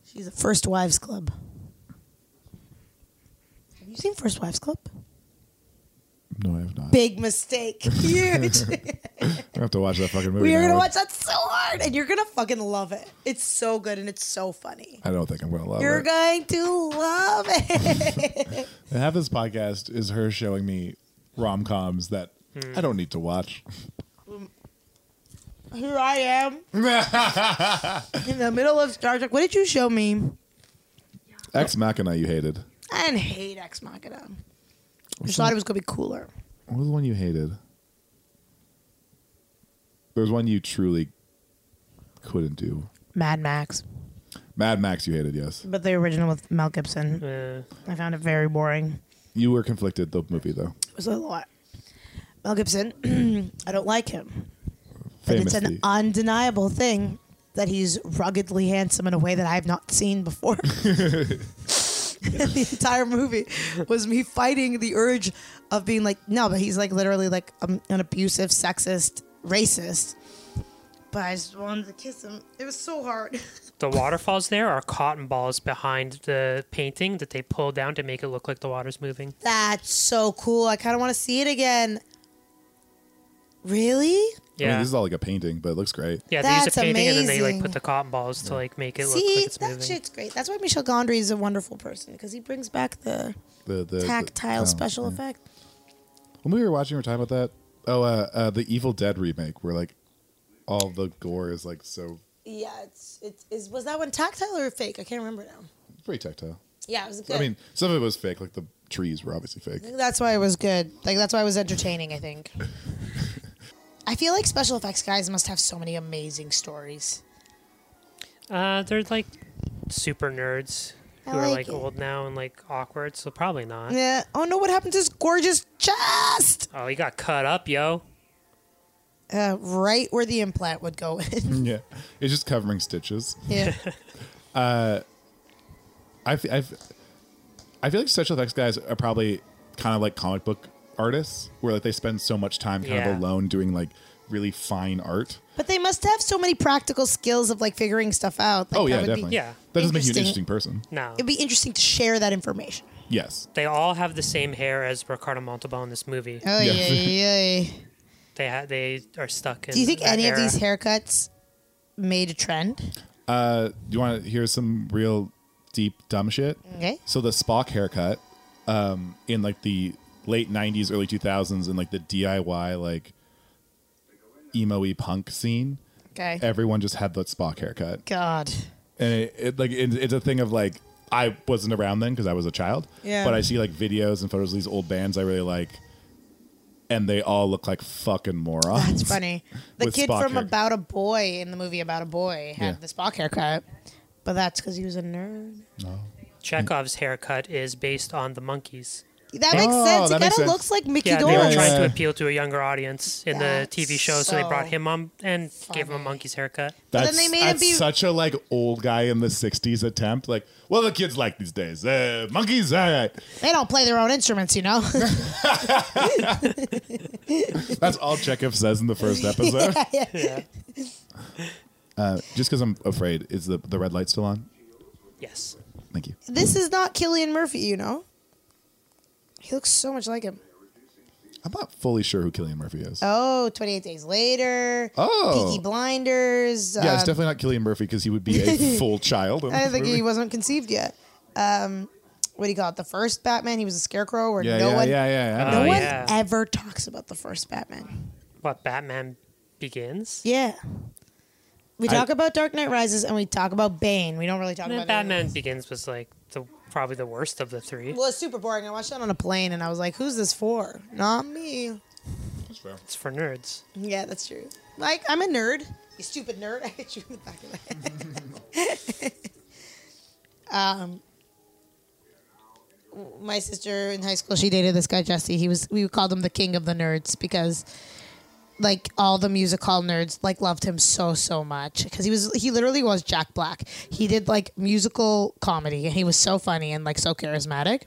Speaker 4: She's a First Wives Club. Have you seen First Wives Club?
Speaker 3: [LAUGHS] No, I have not.
Speaker 4: Big mistake. Huge.
Speaker 3: I have to watch that fucking movie.
Speaker 4: [LAUGHS] we are
Speaker 3: now.
Speaker 4: gonna watch that so hard, and you're gonna fucking love it. It's so good and it's so funny.
Speaker 3: I don't think I'm gonna love
Speaker 4: You're
Speaker 3: it.
Speaker 4: going to love it.
Speaker 3: And half this podcast is her showing me rom coms that
Speaker 4: Hmm.
Speaker 3: I don't need to watch.
Speaker 4: Here I am in the middle of Star Trek. What did you show me?
Speaker 3: Ex Machina, you hated.
Speaker 4: I didn't hate Ex Machina. I just thought it was gonna be cooler.
Speaker 3: What was the one you hated? There was one you truly couldn't do.
Speaker 4: Mad Max,
Speaker 3: Mad Max, you hated, yes.
Speaker 4: but the original with Mel Gibson.
Speaker 5: Uh,
Speaker 4: I found it very boring.
Speaker 3: You were conflicted, the movie, though.
Speaker 4: It was a lot. Mel Gibson, [CLEARS THROAT] I don't like him, but it's
Speaker 3: Famously.
Speaker 4: an undeniable thing that he's ruggedly handsome in a way that I have not
Speaker 3: [LAUGHS]
Speaker 4: seen before. [LAUGHS] the entire movie was me fighting the urge of being like, no, but he's like literally like um, an abusive, sexist, racist. But I just wanted to kiss him. It was so hard. [LAUGHS]
Speaker 5: the waterfalls there are cotton balls behind the painting that they pull down to make it look like the water's moving.
Speaker 4: That's so cool. I kind of want to see it again. Really?
Speaker 3: I mean,
Speaker 5: Yeah.
Speaker 3: this is all like a painting, but it looks great.
Speaker 5: yeah, they use
Speaker 4: That's
Speaker 5: a painting and then they like
Speaker 4: amazing.
Speaker 5: put the cotton balls to like make it look
Speaker 4: See,
Speaker 5: like it's
Speaker 4: that
Speaker 5: moving.
Speaker 4: shit's great. That's why Michel Gondry is a wonderful person because he brings back the
Speaker 3: The, the, the-
Speaker 4: tactile
Speaker 3: oh,
Speaker 4: special
Speaker 3: yeah.
Speaker 4: effect.
Speaker 3: When we were watching, we were talking about that. Oh, uh, uh, the Evil Dead remake, where like all the gore is like so
Speaker 4: Yeah, it's it is. Was that one tactile or fake? I can't remember now.
Speaker 3: pretty tactile.
Speaker 4: Yeah, it was good.
Speaker 3: I mean, some of it was fake, like the trees were obviously fake.
Speaker 4: that's why it was good. Like that's why it was entertaining.
Speaker 3: [LAUGHS]
Speaker 4: I think. I feel like special effects guys must have so many amazing stories.
Speaker 5: Uh, they're like super nerds
Speaker 4: I
Speaker 5: who are
Speaker 4: like
Speaker 5: like
Speaker 4: it.
Speaker 5: old now and like awkward. So probably not.
Speaker 4: Yeah. Oh no, what happened to his gorgeous chest?
Speaker 5: Oh, he got cut up, yo.
Speaker 4: Uh, right where the implant would
Speaker 3: [LAUGHS]
Speaker 4: go in.
Speaker 3: Yeah, it's just covering stitches. [LAUGHS]
Speaker 4: yeah.
Speaker 3: I f- I f- I feel like special effects guys are probably kind of like comic book artists, where like they spend so much time kind
Speaker 5: Yeah.
Speaker 3: of alone doing like really fine art.
Speaker 4: But they must have so many practical skills of like figuring stuff out. Like,
Speaker 3: oh yeah,
Speaker 4: that would
Speaker 3: definitely.
Speaker 4: Be,
Speaker 5: Yeah.
Speaker 3: that doesn't make you an
Speaker 4: Interesting.
Speaker 3: interesting person.
Speaker 5: No,
Speaker 4: It'd be interesting to share that information.
Speaker 3: Yes,
Speaker 5: they all have the same hair as Ricardo Montalban in this movie.
Speaker 4: Oh yeah,
Speaker 3: Yeah.
Speaker 4: yeah.
Speaker 5: They ha- they are stuck in.
Speaker 4: Do you think
Speaker 5: that
Speaker 4: any of
Speaker 5: era.
Speaker 4: these haircuts made a trend?
Speaker 3: Uh, do you want to hear some real deep dumb shit?
Speaker 4: Okay.
Speaker 3: So the Spock haircut um, in like the late '90s, early 2000s, in like the DIY like emo-y punk scene,
Speaker 4: Okay.
Speaker 3: everyone just had the Spock haircut,
Speaker 4: God.
Speaker 3: and it, it like it, it's a thing of like I wasn't around then because I was a child,
Speaker 4: Yeah.
Speaker 3: But I see like videos and photos of these old bands I really like, and they all look like fucking morons.
Speaker 4: That's funny. The
Speaker 3: With
Speaker 4: kid
Speaker 3: Spock
Speaker 4: from
Speaker 3: haircut.
Speaker 4: About a Boy in the movie About a Boy had
Speaker 3: Yeah.
Speaker 4: the Spock haircut, but that's because he was a nerd.
Speaker 5: Chekhov's haircut is based on the monkeys?
Speaker 4: That makes
Speaker 3: Oh,
Speaker 4: sense. He
Speaker 3: that makes
Speaker 4: kind of
Speaker 3: sense.
Speaker 4: looks like Mickey
Speaker 5: Yeah,
Speaker 4: Doyle.
Speaker 5: they were
Speaker 3: Yeah,
Speaker 5: trying to
Speaker 3: yeah.
Speaker 5: appeal to a younger audience in
Speaker 4: That's
Speaker 5: the TV show, so they brought
Speaker 4: so
Speaker 5: him on and gave him a monkey's haircut.
Speaker 3: That's,
Speaker 4: then they made him
Speaker 3: that's
Speaker 4: be-
Speaker 3: such a like old guy in the '60s attempt. Like, well, the kids like these days. Uh, monkeys, all right.
Speaker 4: They don't play their own instruments, you know. [LAUGHS]
Speaker 3: That's all Chekhov says in the
Speaker 4: [LAUGHS]
Speaker 3: first episode. Uh, just because I'm afraid, is the the red light still on?
Speaker 5: Yes.
Speaker 3: Thank you.
Speaker 4: this is not Killian Murphy, you know. He looks so much like him.
Speaker 3: I'm not fully sure who Killian Murphy is.
Speaker 4: Oh, 28 Days Later.
Speaker 3: Oh.
Speaker 4: Peaky Blinders.
Speaker 3: yeah, it's
Speaker 4: um,
Speaker 3: definitely not Killian Murphy because he would be
Speaker 4: [LAUGHS]
Speaker 3: a full child. in
Speaker 4: I
Speaker 3: this
Speaker 4: think
Speaker 3: movie.
Speaker 4: he wasn't conceived yet. Um, what do you call it? The first Batman. He was a scarecrow, where
Speaker 3: Yeah,
Speaker 4: no
Speaker 3: yeah,
Speaker 4: one,
Speaker 3: yeah, yeah, yeah.
Speaker 4: no
Speaker 5: Oh,
Speaker 4: one
Speaker 5: yeah.
Speaker 4: ever talks about the first Batman.
Speaker 5: What Batman Begins?
Speaker 4: Yeah, we
Speaker 3: I-
Speaker 4: talk about Dark Knight Rises and we talk about Bane. We don't really talk
Speaker 5: I mean,
Speaker 4: about anything
Speaker 5: Batman
Speaker 4: else.
Speaker 5: Begins was like the probably the worst of the three.
Speaker 4: Well, it's super boring. I watched that on a plane and I was like, "Who's this for?" Not me.
Speaker 5: It's for nerds.
Speaker 4: Yeah, that's true. Like, I'm a nerd. You stupid nerd. [LAUGHS] I hit you in the back of the head. um, w- my sister in high school, she dated this guy, Jesse. He was, we called him the king of the nerds because, like, all the music hall nerds, like, loved him so, so much. Because he was, he literally was Jack Black. He did, like, musical comedy and he was so funny and, like, so charismatic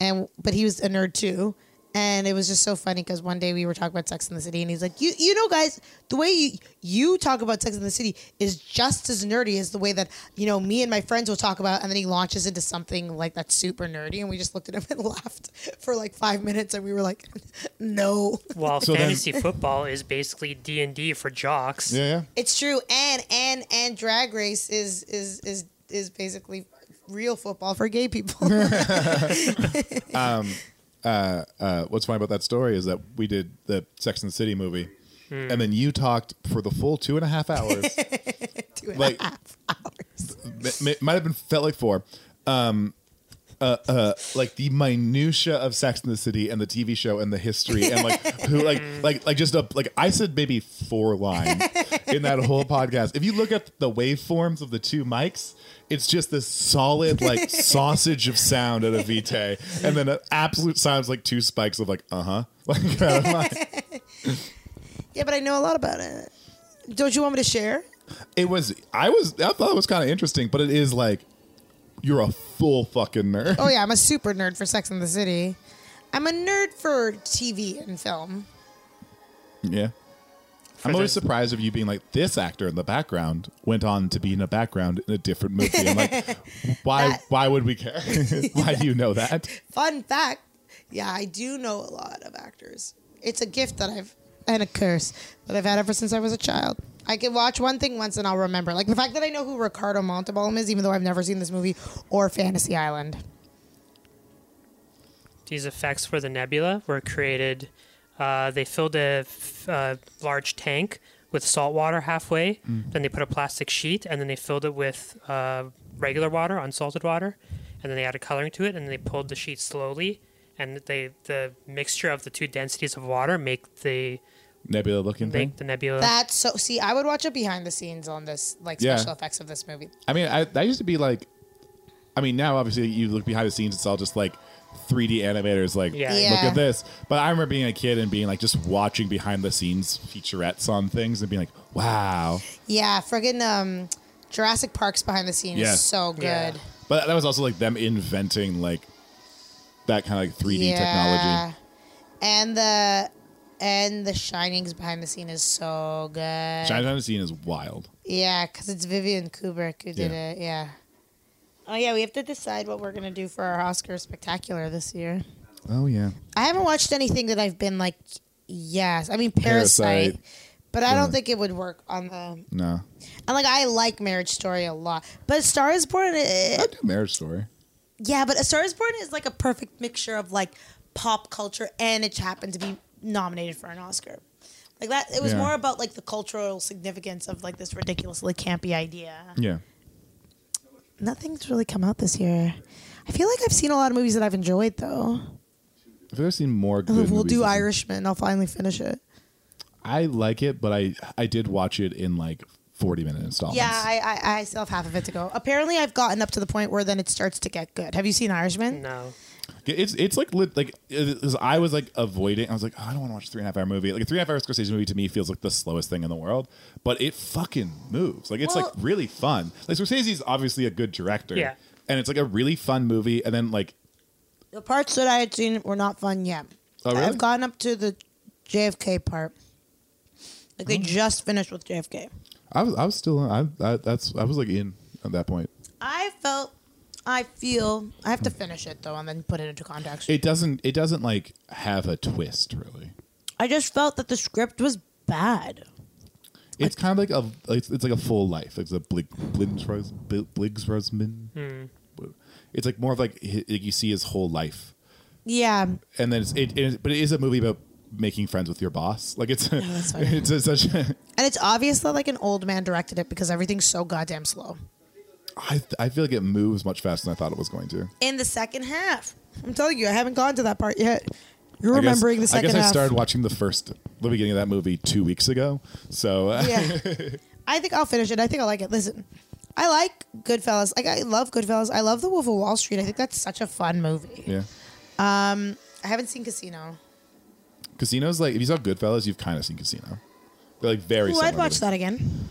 Speaker 4: and but he was a nerd too and it was just so funny because one day we were talking about sex in the city and he's like you you know guys the way you, you talk about sex in the city is just as nerdy as the way that you know me and my friends will talk about and then he launches into something like that's super nerdy and we just looked at him [LAUGHS] and laughed for like five minutes and we were like [LAUGHS] no
Speaker 5: Well,
Speaker 3: So then-
Speaker 5: fantasy football is basically D and D for jocks.
Speaker 3: Yeah, yeah.
Speaker 4: it's true and and and drag race is is is is basically real football for gay people [LAUGHS]
Speaker 3: Uh, what's funny about that story is that we did the Sex and the City movie, and then you talked for the full two and a half
Speaker 4: [LAUGHS]
Speaker 3: hours.
Speaker 4: Two and a
Speaker 3: Like-
Speaker 4: half hours.
Speaker 3: it mi- might have been felt like four. Um, uh, uh, like the minutia of Sex in the City and the TV show and the history and like who like like like just a like I said maybe four lines in that whole podcast. If you look at the waveforms of the two mics, it's just this solid like sausage of sound out of Vitae, and then an absolute sounds like two spikes of like uh huh. [LAUGHS] Like out of my-
Speaker 4: Yeah, but I know a lot about it. Don't you want me to share?
Speaker 3: it was I was I thought it was kind of interesting, but it is like you're a full fucking nerd.
Speaker 4: Oh yeah, I'm a super nerd for Sex and the City. I'm a nerd for TV and film.
Speaker 3: Yeah. I'm always surprised of you being like this actor in the background went on to be in a background in a different movie. I'm like, why?
Speaker 4: That-
Speaker 3: why would we care? [LAUGHS] why do you know that?
Speaker 4: Fun fact, yeah, I do know a lot of actors. It's a gift that I've and a curse that I've had ever since I was a child. I can watch one thing once and I'll remember. Like the fact that I know who Ricardo Montalban is, even though I've never seen this movie or Fantasy Island.
Speaker 5: These effects for the nebula were created. Uh, they filled a f- uh, large tank with salt water halfway.
Speaker 3: Mm.
Speaker 5: Then they put a plastic sheet, and then they filled it with uh, regular water, unsalted water, and then they added coloring to it. And they pulled the sheet slowly, and they the mixture of the two densities of water make the
Speaker 3: Nebula looking thing.
Speaker 5: make the nebula.
Speaker 4: That's so. See, I would watch a behind the scenes on this, like
Speaker 3: Yeah.
Speaker 4: special effects of this movie.
Speaker 3: I mean, I that used to be like, I mean, now obviously you look behind the scenes, it's all just like 3D animators, like
Speaker 5: Yeah.
Speaker 3: look
Speaker 4: Yeah.
Speaker 3: at this. But I remember being a kid and being like just watching behind the scenes featurettes on things and being like, wow.
Speaker 4: Yeah, friggin' um, Jurassic Park's behind the scenes
Speaker 3: Yeah.
Speaker 4: is so good.
Speaker 5: Yeah.
Speaker 3: But that was also like them inventing like that kind of like 3D
Speaker 4: Yeah.
Speaker 3: technology.
Speaker 4: And the and the Shining's behind the scene is so good.
Speaker 3: Shine behind the scene is wild.
Speaker 4: yeah, because it's Vivian Kubrick who did
Speaker 3: Yeah.
Speaker 4: it. Yeah. Oh yeah, we have to decide what we're gonna do for our Oscar spectacular this year.
Speaker 3: Oh yeah.
Speaker 4: I haven't watched anything that I've been like, yes. I mean, Parasite,
Speaker 3: Parasite.
Speaker 4: but I don't
Speaker 3: Yeah.
Speaker 4: think it would work on the.
Speaker 3: No.
Speaker 4: And like, I like Marriage Story a lot, but Star is Born. eh,
Speaker 3: I do marriage story.
Speaker 4: yeah, but A Star is Born is like a perfect mixture of like pop culture and it happened to be nominated for an Oscar. Like that, it was
Speaker 3: Yeah.
Speaker 4: more about like the cultural significance of like this ridiculously campy idea.
Speaker 3: Yeah.
Speaker 4: Nothing's really come out this year. I feel like I've seen a lot of movies that I've enjoyed though.
Speaker 3: I've ever seen more good
Speaker 4: we'll
Speaker 3: movies
Speaker 4: do
Speaker 3: than-
Speaker 4: Irishman. I'll finally finish it.
Speaker 3: I like it, but I I did watch it in like 40 minute installments.
Speaker 4: Yeah, I, I I still have half of it to go. Apparently, I've gotten up to the point where then it starts to get good. Have you seen Irishman?
Speaker 5: No.
Speaker 3: It's it's like lit, like it- it's- I was like avoiding. I was like, oh, I don't want to watch a three and a half hour movie. Like a three and a half hour Scorsese movie to me feels like the slowest thing in the world, but it fucking moves. Like it's like
Speaker 4: Well-
Speaker 3: really fun. Like Scorsese's obviously a good director,
Speaker 5: Yeah.
Speaker 3: and it's like a really fun movie. And then like
Speaker 4: The parts that I had seen were not fun yet.
Speaker 3: Oh, really?
Speaker 4: I've gotten up to the JFK part. Like
Speaker 3: Oh.
Speaker 4: they just finished with JFK.
Speaker 3: I was I was still I, I that's I was like in at that point.
Speaker 4: I felt, I feel, I have to finish it though, and then put it into context.
Speaker 3: It doesn't it doesn't like have a twist really.
Speaker 4: I just felt that the script was bad.
Speaker 3: It's kind of like a it's, it's like a full life. It's a Blig, Blinsros, Bl- Bligsrosman. It's like more of like hi- like you see his whole life.
Speaker 4: Yeah,
Speaker 3: and then it's, it, it but it is a movie about making friends with your boss like it's [LAUGHS]
Speaker 4: that's funny.
Speaker 3: it's a, such a,
Speaker 4: and it's obvious that like an old man directed it because everything's so goddamn slow.
Speaker 3: I, I feel like it moves much faster than i thought it was going to
Speaker 4: in the second half. I'm telling you, I haven't gone to that part yet. You're
Speaker 3: I guess-
Speaker 4: remembering the second
Speaker 3: i guess i
Speaker 4: half.
Speaker 3: started watching the first the beginning of that movie two weeks ago so uh,
Speaker 4: yeah, I think I'll finish it. I think I like it. Listen, I like Goodfellas. Like I love Goodfellas. I love The Wolf of Wall Street. I think that's such a fun movie.
Speaker 3: [LAUGHS] yeah
Speaker 4: I haven't seen Casino.
Speaker 3: casinos like if you saw goodfellas you've kind of seen casino they're like very
Speaker 4: Ooh,
Speaker 3: similar
Speaker 4: I'd
Speaker 3: to
Speaker 4: watch
Speaker 3: them.
Speaker 4: that again.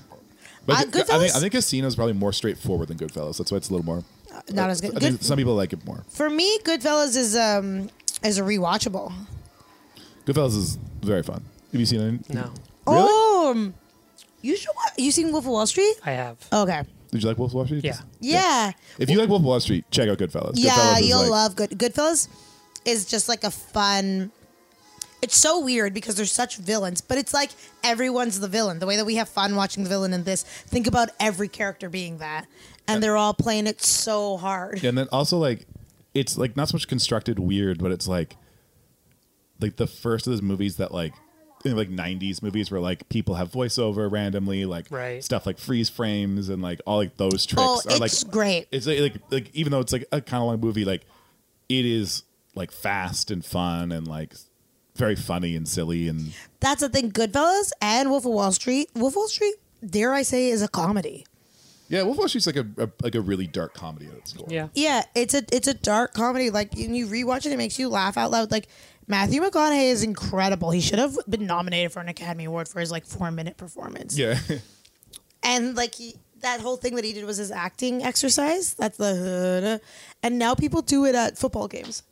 Speaker 3: but I, think-
Speaker 4: Uh,
Speaker 3: I think,
Speaker 4: Goodfellas-
Speaker 3: I think casino is probably more straightforward than goodfellas that's why it's a little more
Speaker 4: Not as good.
Speaker 3: Uh, I think
Speaker 4: Good
Speaker 3: some people like it more
Speaker 4: for me. Goodfellas is um is a rewatchable.
Speaker 3: goodfellas is very fun have you seen it
Speaker 5: No.
Speaker 3: really
Speaker 4: Oh, um, you should. Watch, you seen Wolf of Wall Street?
Speaker 5: I have.
Speaker 4: Okay.
Speaker 3: did you like wolf of wall street
Speaker 5: Yeah.
Speaker 4: Yeah.
Speaker 3: If you like Wolf of Wall Street, check out Goodfellas.
Speaker 4: Yeah,
Speaker 3: Goodfellas is
Speaker 4: you'll
Speaker 3: like-
Speaker 4: love Good Goodfellas. Is just like a fun. It's so weird because they're such villains, but it's like everyone's the villain. The way that we have fun watching the villain in this, think about every character being that, and they're all playing it so hard.
Speaker 3: And then also like, it's like not so much constructed weird, but it's like, like the first of those movies that like, in, like '90s movies where like people have voiceover randomly, like
Speaker 5: Right.
Speaker 3: stuff like freeze frames and like all like those tricks
Speaker 4: Oh,
Speaker 3: are like
Speaker 4: it's great.
Speaker 3: It's like, like like even though it's like a kind of long movie, like it is like fast and fun and like very funny and silly and
Speaker 4: That's the thing. Goodfellas and Wolf of Wall Street. Wolf of Wall Street, dare I say, is a comedy.
Speaker 3: yeah, Wolf of Wall Street's like a, a like a really dark comedy at its core.
Speaker 5: Yeah.
Speaker 4: Yeah, it's a it's a dark comedy. Like when you rewatch it, it makes you laugh out loud. Like Matthew McConaughey is incredible. He should have been nominated for an Academy Award for his like four minute performance.
Speaker 3: yeah. [LAUGHS]
Speaker 4: and like he that whole thing that he did was his acting exercise. That's the and now people do it at football games.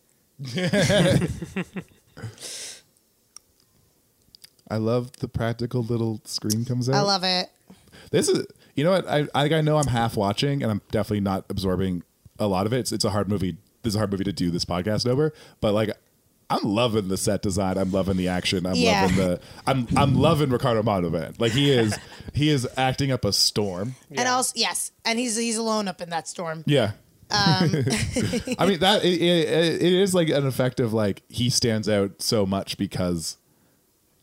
Speaker 3: I love the practical little screen comes out.
Speaker 4: I love it.
Speaker 3: This is, you know what? I, I I know I'm half watching and I'm definitely not absorbing a lot of it. It's, it's a hard movie. This is a hard movie to do this podcast over, but like, I'm loving the set design. I'm loving the action. I'm
Speaker 4: Yeah.
Speaker 3: loving the. I'm I'm loving Ricardo Montalban. Like he is, he is acting up a storm.
Speaker 4: And also yes, and he's he's alone up in that storm.
Speaker 3: Yeah. Um. [LAUGHS] I mean that it, it, it is like an effect of like he stands out so much because,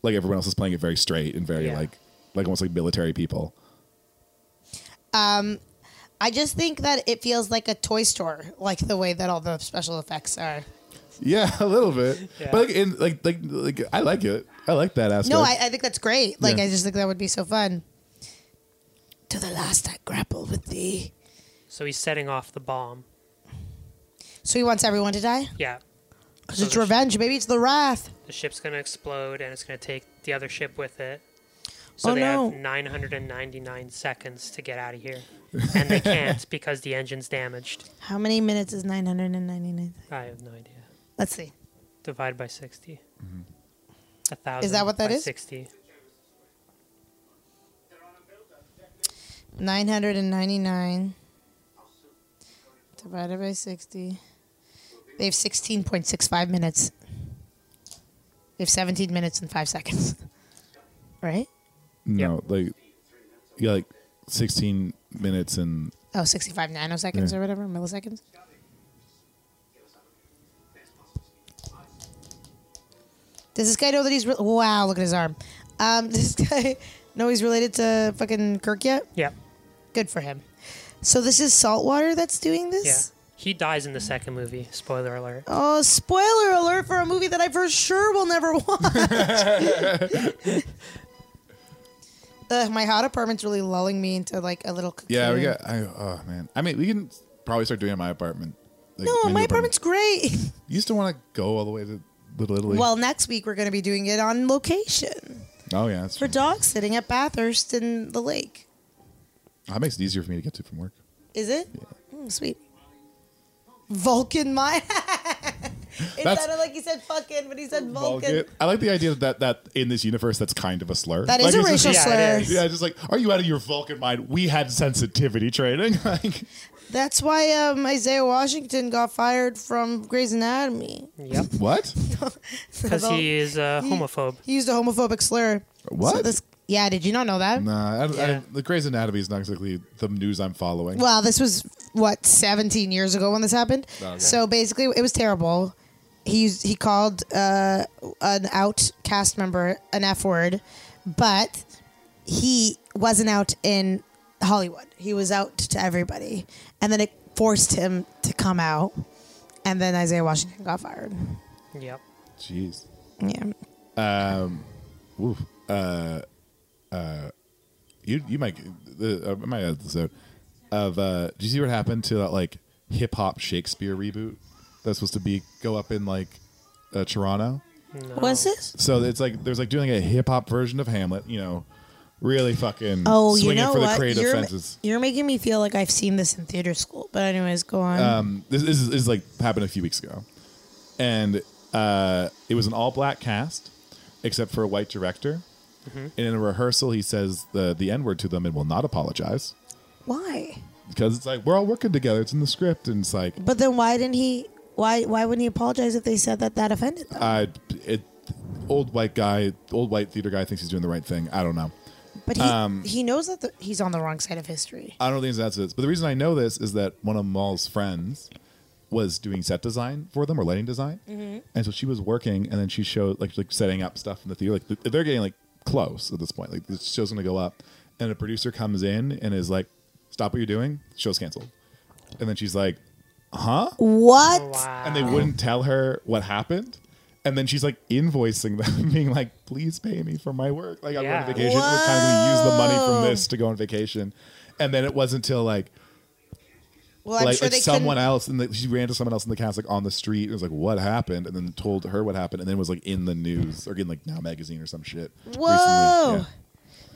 Speaker 3: like everyone else is playing it very straight and very
Speaker 5: Yeah.
Speaker 3: like like almost like military people.
Speaker 4: I just think that it feels like a toy store, like the way that all the special effects are.
Speaker 3: Yeah, [LAUGHS] a little bit.
Speaker 5: Yeah.
Speaker 3: But like, in, like, like, like, I like it. I like that aspect.
Speaker 4: No, I, I think that's great. Like
Speaker 3: Yeah.
Speaker 4: I just think that would be so fun. To the last I grappled with thee.
Speaker 5: So he's setting off the bomb.
Speaker 4: So he wants everyone to die?
Speaker 5: Yeah.
Speaker 4: Because
Speaker 5: So
Speaker 4: it's
Speaker 5: the sh-
Speaker 4: revenge, baby. It's the wrath.
Speaker 5: The ship's going to explode and it's going to take the other ship with it. So
Speaker 4: Oh,
Speaker 5: they
Speaker 4: no.
Speaker 5: have 999 seconds to get out of here. And they can't because the engine's damaged.
Speaker 4: How many minutes is 999?
Speaker 5: I have no idea.
Speaker 4: Let's see.
Speaker 5: Divide by 60. A thousand.
Speaker 4: that what that
Speaker 5: that is?
Speaker 4: is?
Speaker 5: 60.
Speaker 4: 999 divided by 60. They have 16.65 minutes. They have 17 minutes and 5 seconds. [LAUGHS] Right?
Speaker 3: No, like yeah, like sixteen minutes and
Speaker 4: Oh, 65 nanoseconds
Speaker 3: Yeah.
Speaker 4: or whatever, milliseconds. Does this guy know that he's re- wow? Look at his arm. Um, [LAUGHS] does this guy know he's related to fucking Kirk yet?
Speaker 5: Yeah.
Speaker 4: Good for him. So this is saltwater that's doing
Speaker 5: Yeah.
Speaker 4: this.
Speaker 5: He dies in the second movie. Spoiler alert.
Speaker 4: Oh, spoiler alert for a movie that I for sure will never watch. Ugh, my hot apartment's really lulling me into like a little.
Speaker 3: yeah, we
Speaker 4: cocoon.
Speaker 3: got. I, oh man, I mean, we can probably start doing it in my apartment. Like,
Speaker 4: No,
Speaker 3: mini
Speaker 4: my apartment's great. [LAUGHS]
Speaker 3: You still want to go all the way to Little Italy?
Speaker 4: Well, next week we're going to be doing it on location
Speaker 3: oh yeah, that's
Speaker 4: for
Speaker 3: true.
Speaker 4: dog sitting at Bathurst in the lake.
Speaker 3: that makes it easier for me to get to from work.
Speaker 4: Is it? Mm, sweet. Vulcan [LAUGHS] mine. it
Speaker 3: That's-
Speaker 4: sounded like he said fucking, but he said Vulcan.
Speaker 3: I like the idea that that in this universe, that's kind of a slur.
Speaker 4: That is
Speaker 3: Like,
Speaker 4: a
Speaker 3: it's
Speaker 4: racial
Speaker 3: just-
Speaker 5: yeah,
Speaker 4: slur.
Speaker 5: it is.
Speaker 3: Yeah, just like, are you out of your Vulcan mind? We had sensitivity training. [LAUGHS] like,
Speaker 4: That's why um, Isaiah Washington got fired from Grey's Anatomy.
Speaker 5: Yep.
Speaker 3: what?
Speaker 5: Because
Speaker 4: Although-
Speaker 5: he is a homophobe.
Speaker 4: He used a homophobic slur.
Speaker 3: What?
Speaker 4: So this, yeah, did you not know that?
Speaker 3: Nah, I, I,
Speaker 5: Yeah.
Speaker 3: the Grey's Anatomy is not exactly the news I'm following.
Speaker 4: Well, this was what 17 years ago when this happened.
Speaker 3: Oh,
Speaker 4: So basically, it was terrible. He used- he called uh, an out cast member an F word, but he wasn't out in Hollywood. He was out to everybody, and then it forced him to come out. And then Isaiah Washington got fired.
Speaker 5: Yep.
Speaker 3: Jeez.
Speaker 4: Yeah.
Speaker 3: Oof. Uh, uh, you you might the uh, I might add this out of uh, do you see what happened to that like hip hop Shakespeare reboot that's supposed to be go up in like uh, Toronto?
Speaker 4: Was it?
Speaker 3: So it's like there's like doing a hip hop version of Hamlet, you know, really fucking
Speaker 4: Oh,
Speaker 3: swinging
Speaker 4: you know
Speaker 3: for the
Speaker 4: what?
Speaker 3: creative
Speaker 4: you're,
Speaker 3: fences.
Speaker 4: you're making me feel like I've seen this in theater school. But anyways, go on.
Speaker 3: Um, this, this, is, this is like happened a few weeks ago, and uh, it was an all black cast except for a white director. And in a rehearsal, he says the the n word to them and will not apologize.
Speaker 4: Why?
Speaker 3: because it's like we're all working together. It's in the script, and it's like
Speaker 4: But then why didn't he? Why why wouldn't he apologize if they said that that offended them?
Speaker 3: I, it, old white guy, old white theater guy thinks he's doing the right thing. I don't know.
Speaker 4: But he
Speaker 3: Um,
Speaker 4: he knows that the, he's on the wrong side of history.
Speaker 3: I don't think that's it. But the reason I know this is that one of Maul's friends was doing set design for them or lighting design,
Speaker 5: Mm-hmm.
Speaker 3: and so she was working, and then she showed like like setting up stuff in the theater. Like th- they're getting like close at this point. Like the show's gonna go up, and a producer comes in and is like, "Stop what you're doing. Show's canceled." And then she's like,
Speaker 4: What?
Speaker 5: Wow.
Speaker 3: and they wouldn't tell her what happened. And then she's like invoicing them, [LAUGHS] being like, "Please pay me for my work. Like I'm
Speaker 5: Yeah.
Speaker 3: on vacation. We're kind of going to use the money from this to go on vacation." And then it wasn't until like
Speaker 4: Well, I'm
Speaker 3: like,
Speaker 4: sure
Speaker 3: like
Speaker 4: they
Speaker 3: someone
Speaker 4: couldn't.
Speaker 3: else, and she ran to someone else in the cast like on the street. and was like, "What happened?" And then told her what happened, and then was like in the news or in like Now magazine or some shit. recently.
Speaker 4: Whoa.
Speaker 3: Yeah.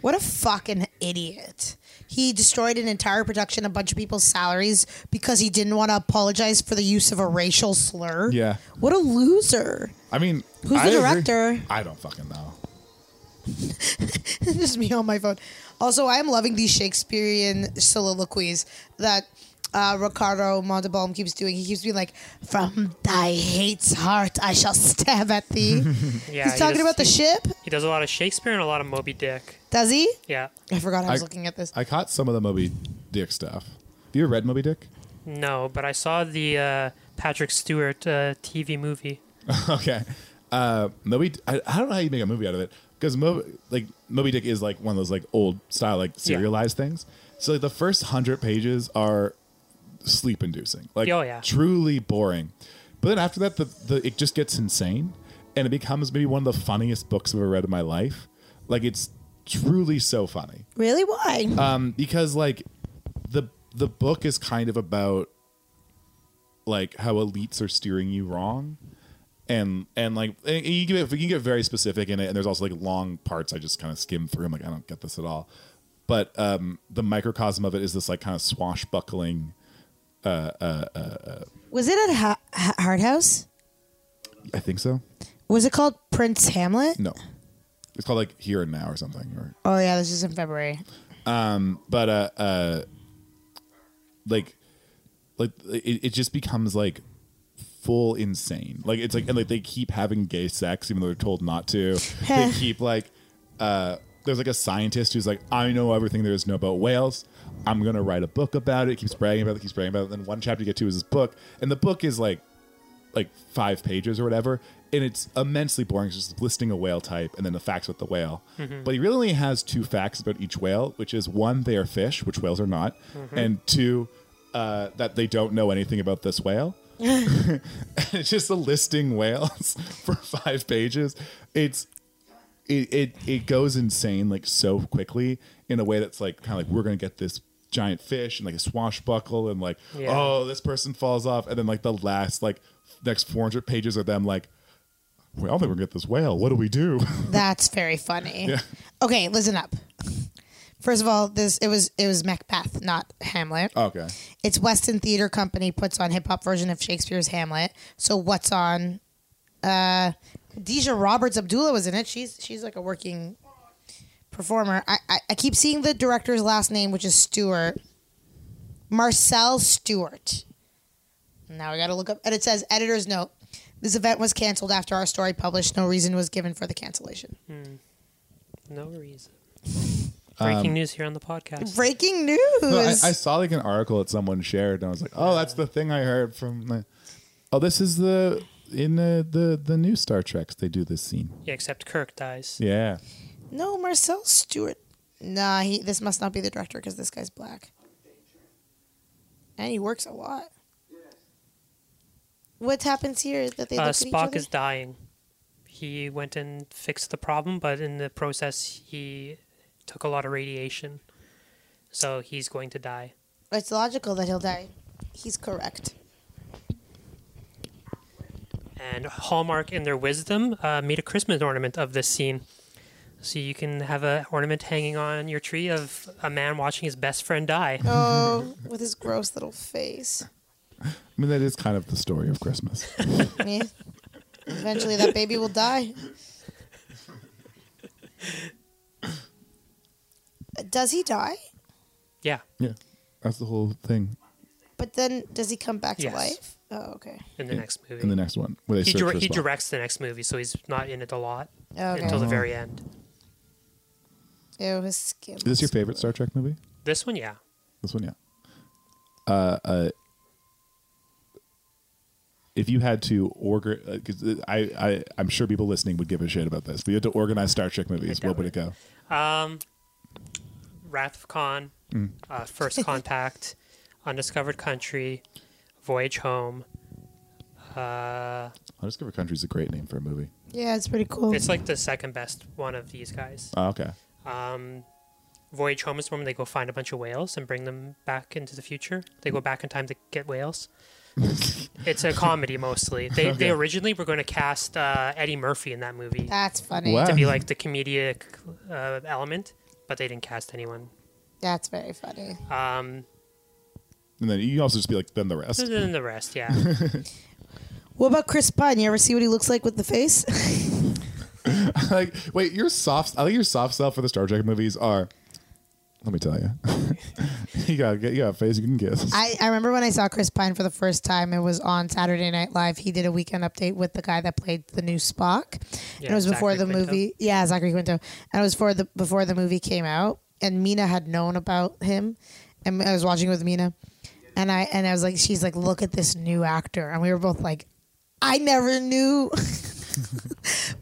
Speaker 4: What a fucking idiot! He destroyed an entire production, a bunch of people's salaries because he didn't want to apologize for the use of a racial slur.
Speaker 3: Yeah.
Speaker 4: What a loser!
Speaker 3: I mean,
Speaker 4: Who's the
Speaker 3: I agree.
Speaker 4: director?
Speaker 3: I don't fucking know.
Speaker 4: [LAUGHS] This is me on my phone. Also, I am loving these Shakespearean soliloquies that uh, Ricardo Montalban keeps doing. He keeps being like, "From thy hate's heart, I shall stab at thee."
Speaker 5: yeah,
Speaker 4: He's
Speaker 5: he
Speaker 4: talking
Speaker 5: does-
Speaker 4: about the
Speaker 5: he-
Speaker 4: ship,
Speaker 5: He does a lot of Shakespeare and a lot of Moby Dick.
Speaker 4: does he?
Speaker 5: Yeah.
Speaker 4: I forgot I was
Speaker 3: I-
Speaker 4: looking at this.
Speaker 3: I caught some of the Moby Dick stuff. Have you ever read Moby Dick?
Speaker 5: No, but I saw the uh, Patrick Stewart uh, TV movie.
Speaker 3: [LAUGHS] okay. Uh, Moby, I, I don't know how you make a movie out of it because Moby, like Moby Dick is like one of those like old style like serialized things. So like the first hundred pages are sleep inducing, like
Speaker 5: Oh, yeah.
Speaker 3: truly boring. But then after that, the, the it just gets insane, and it becomes maybe one of the funniest books I've ever read in my life. Like it's truly so funny
Speaker 4: Really? Why?
Speaker 3: um, because like the the book is kind of about like how elites are steering you wrong and and like and you can get, you can get very specific in it and there's also like long parts i just kind of skim through i'm like i don't get this at all but um the microcosm of it is this like kind of swashbuckling
Speaker 4: Was it at ha- Ha- Hard House?
Speaker 3: i think so
Speaker 4: Was it called Prince Hamlet?
Speaker 3: no it's called like here and now or something or
Speaker 4: Oh yeah, this is in February.
Speaker 3: but uh uh like like it, it just becomes like full insane like it's like and like they keep having gay sex even though they're told not to they keep like uh there's like a scientist who's like i know everything there is to know about whales i'm gonna write a book about it keeps bragging about it keeps bragging about it then one chapter you get to is this book and the book is like like five pages or whatever, and it's immensely boring. It's just listing a whale type and then the facts with the whale. But he really only has two facts about each whale, which is one, they are fish, which whales are not, and two, uh, that they don't know anything about this whale. [LAUGHS] it's just a listing whales [LAUGHS] for five pages. It's it, it it goes insane like so quickly in a way that's like kind of like we're gonna get this giant fish and like a swashbuckle and like
Speaker 5: Yeah.
Speaker 3: oh this person falls off and then like the last like next 400 pages are them like well then we're gonna get this whale what do we do
Speaker 4: That's very funny. Okay, listen up. First of all, this it was it was Macbeth, not Hamlet.
Speaker 3: [LAUGHS] okay
Speaker 4: It's Weston Theater Company puts on hip hop version of Shakespeare's Hamlet. So what's on? Uh, Deja Roberts Abdullah was in it. She's she's like a working performer. I, I I keep seeing the director's last name, which is Stewart, Marcel Stewart. Now I got to look up, and it says editor's note: this event was canceled after our story published. No reason was given for the cancellation.
Speaker 3: Hmm.
Speaker 5: No
Speaker 3: [LAUGHS]
Speaker 5: reason.
Speaker 3: Um,
Speaker 5: Breaking news here on the podcast.
Speaker 4: Breaking news.
Speaker 3: No, I, I saw like an article that someone shared and i was like oh that's the thing i heard from the oh this is the in the the, the new star treks they do this scene
Speaker 5: yeah, except Kirk dies.
Speaker 3: yeah
Speaker 4: No, Marcel Stewart. Nah, he. This must not be the director because this guy's black, and he works a lot. What happens here is that they
Speaker 5: Uh,
Speaker 4: look at
Speaker 5: Spock
Speaker 4: each
Speaker 5: is
Speaker 4: other.
Speaker 5: dying. He went and fixed the problem, but in the process, he took a lot of radiation. So he's going to die.
Speaker 4: It's logical that he'll die. He's
Speaker 5: [LAUGHS]
Speaker 4: correct.
Speaker 5: And Hallmark, in their wisdom, uh, made a Christmas ornament of this scene. So you can have a ornament hanging on your tree of a man watching his best
Speaker 4: [LAUGHS]
Speaker 5: friend die.
Speaker 4: Oh, with his gross little face.
Speaker 3: i mean that is kind of the story of christmas
Speaker 4: Me. Eventually, that baby will die. Does he die?
Speaker 5: Yeah,
Speaker 3: [LAUGHS] yeah that's the whole thing
Speaker 4: But then, does he come back
Speaker 5: Yes.
Speaker 4: to life? Oh, okay.
Speaker 5: in the next movie.
Speaker 3: in the next one where they
Speaker 5: he,
Speaker 3: search
Speaker 5: dir-
Speaker 3: for
Speaker 5: he
Speaker 3: Spock. Uh-huh.
Speaker 5: directs the next movie, so he's not in it a lot
Speaker 4: Okay.
Speaker 5: until the very end.
Speaker 4: Ew, his skin.
Speaker 3: Is this your favorite Star Trek movie?
Speaker 5: This one, yeah.
Speaker 3: This one, yeah. Uh, uh, if you had to order, because uh, I, I, I'm sure people listening would give a shit about this, but you had to organize Star Trek movies,
Speaker 5: doubt
Speaker 3: what would
Speaker 5: it.
Speaker 3: it go?
Speaker 5: Wrath of Khan, uh, First Contact, Undiscovered Country, Voyage Home. Uh,
Speaker 3: Undiscovered Country is a great name for a movie.
Speaker 4: Yeah, it's pretty cool.
Speaker 5: it's like the second best one of these guys.
Speaker 3: Oh, okay.
Speaker 5: Voyage Home is when they go find a bunch of whales and bring them back into the future. They go back in time to get whales. it's a comedy mostly. They, they originally were going to cast uh, Eddie Murphy in that movie
Speaker 4: That's funny.
Speaker 3: Wow.
Speaker 5: to be like the comedic uh, element, but they didn't cast anyone.
Speaker 4: That's very funny.
Speaker 5: Um,
Speaker 3: And then you can also just be like, then the rest.
Speaker 5: other than the rest, yeah.
Speaker 4: What about Chris Pine? You ever see what he looks like with the face?
Speaker 3: [LAUGHS]
Speaker 4: [LAUGHS]
Speaker 3: like, wait, your soft, I think your soft sell for the Star Trek movies are, let me tell you, [LAUGHS] you got you got a face you can kiss.
Speaker 4: I, I remember when I saw Chris Pine for the first time, it was on Saturday Night Live. He did a weekend update with the guy that played the new Spock. and
Speaker 5: Yeah,
Speaker 4: it was before
Speaker 5: Zachary
Speaker 4: the
Speaker 5: Quinto.
Speaker 4: movie. Yeah, Zachary Quinto. And it was for the before the movie came out. And Mina had known about him. And I was watching it with Mina. And I and I was like, she's like, look at this new actor. And we were both like, I never knew. [LAUGHS]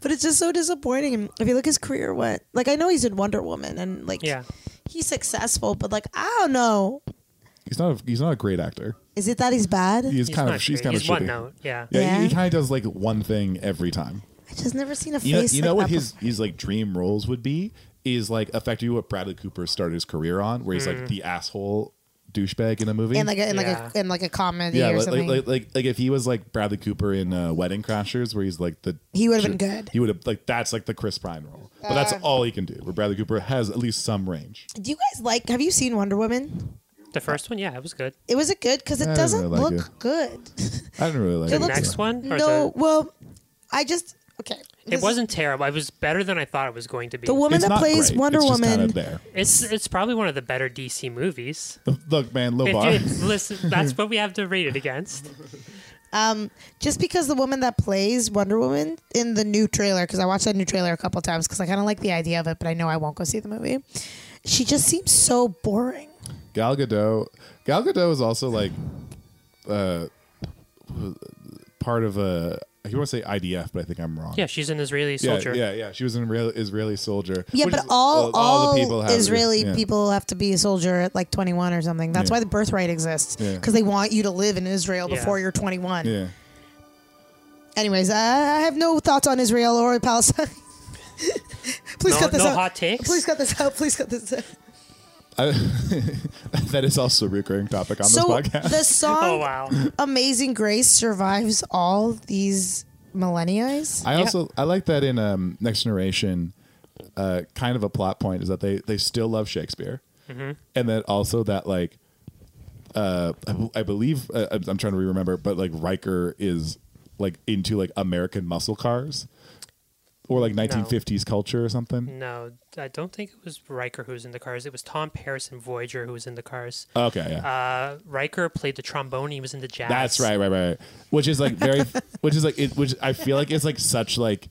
Speaker 4: but it's just so disappointing. And if you look his career went like I know he's in Wonder Woman and like
Speaker 5: Yeah.
Speaker 4: he's successful, but like I don't know.
Speaker 3: he's not a, he's not a great actor.
Speaker 4: Is it that he's bad?
Speaker 3: He's, kind
Speaker 5: not
Speaker 3: of she's
Speaker 5: great.
Speaker 3: kind
Speaker 5: He's
Speaker 3: of
Speaker 5: one
Speaker 3: shitty.
Speaker 5: note, yeah.
Speaker 3: Yeah, he,
Speaker 4: Yeah.
Speaker 3: he kind of does like one thing every time.
Speaker 4: I just never seen a face.
Speaker 3: you know, you
Speaker 4: like
Speaker 3: know what
Speaker 4: that
Speaker 3: his his like dream roles would be is like effectively what Bradley Cooper started his career on, where he's like the asshole douchebag in a movie.
Speaker 4: in like a, in
Speaker 5: Yeah.
Speaker 4: like a in like a comedy
Speaker 3: yeah,
Speaker 4: or
Speaker 3: like,
Speaker 4: something.
Speaker 3: like, like like like if he was like Bradley Cooper in uh, Wedding Crashers, where he's like the
Speaker 4: He would've been good.
Speaker 3: He would have like that's like the Chris Pine role, but that's
Speaker 4: Um,
Speaker 3: all he can do. Where Bradley Cooper has at least some range.
Speaker 4: Do you guys like? Have you seen Wonder Woman?
Speaker 5: The first one, yeah, it was good.
Speaker 4: It was a good because it
Speaker 3: I don't
Speaker 4: doesn't
Speaker 3: really like
Speaker 4: look
Speaker 3: it.
Speaker 4: good.
Speaker 3: I didn't really like
Speaker 4: It
Speaker 3: it.
Speaker 4: looks-
Speaker 5: Next one, or is
Speaker 4: no,
Speaker 5: that-
Speaker 4: well, I just okay.
Speaker 5: it
Speaker 4: this-
Speaker 5: wasn't terrible. It was better than I thought it was going to be.
Speaker 4: the woman
Speaker 3: It's
Speaker 4: that
Speaker 3: not
Speaker 4: plays
Speaker 3: great.
Speaker 4: Wonder
Speaker 3: it's just
Speaker 4: Woman.
Speaker 3: kinda there.
Speaker 5: It's it's probably one of the better DC movies.
Speaker 3: Look, man, low
Speaker 5: If
Speaker 3: bar.
Speaker 5: you listen, that's what we have to rate it against.
Speaker 4: just because the woman that plays Wonder Woman in the new trailer, because I watched that new trailer a couple times because I kind of like the idea of it, but I know I won't go see the movie. She just seems so boring.
Speaker 3: Gal Gadot. Gal Gadot is also like uh, part of a. I want to say IDF, but I think I'm wrong.
Speaker 5: Yeah, she's an Israeli
Speaker 3: yeah,
Speaker 5: soldier.
Speaker 3: yeah, yeah. She was an Israel- Israeli soldier.
Speaker 4: Yeah,
Speaker 3: which
Speaker 4: but
Speaker 3: is-
Speaker 4: all, all
Speaker 3: the people have
Speaker 4: Israeli
Speaker 3: yeah.
Speaker 4: people have to be a soldier at like 21 or something. That's
Speaker 3: Yeah.
Speaker 4: why the birthright exists
Speaker 3: Yeah.
Speaker 4: because they want you to live in Israel
Speaker 5: Yeah.
Speaker 4: before you're 21.
Speaker 3: Yeah. [LAUGHS]
Speaker 4: Anyways, I, I have no thoughts on Israel or Palestine. [LAUGHS] Please
Speaker 5: No-
Speaker 4: cut this
Speaker 5: no
Speaker 4: out.
Speaker 5: hot takes?
Speaker 4: Please cut this out. Please cut this out.
Speaker 3: I, that is also a recurring topic on
Speaker 4: so
Speaker 3: this podcast. [LAUGHS]
Speaker 4: the song
Speaker 5: Oh wow.
Speaker 4: Amazing Grace survives all these millennials.
Speaker 3: I also I like that in um, Next Generation. Uh, kind of a plot point is that they they still love Shakespeare, and then also that like, uh, I, bel- I believe uh, I'm I'm trying to remember, but like Riker is like into like American muscle cars, or like 1950s culture or something.
Speaker 5: No, I don't think it was Riker who was in the cars. It was Tom Paris and Voyager who was in the cars.
Speaker 3: Okay, yeah.
Speaker 5: Uh, Riker played the trombone. He was in the jazz.
Speaker 3: That's right, right, right. right. Which is like very,
Speaker 4: [LAUGHS]
Speaker 3: which is like, it, which I feel like it's like such like,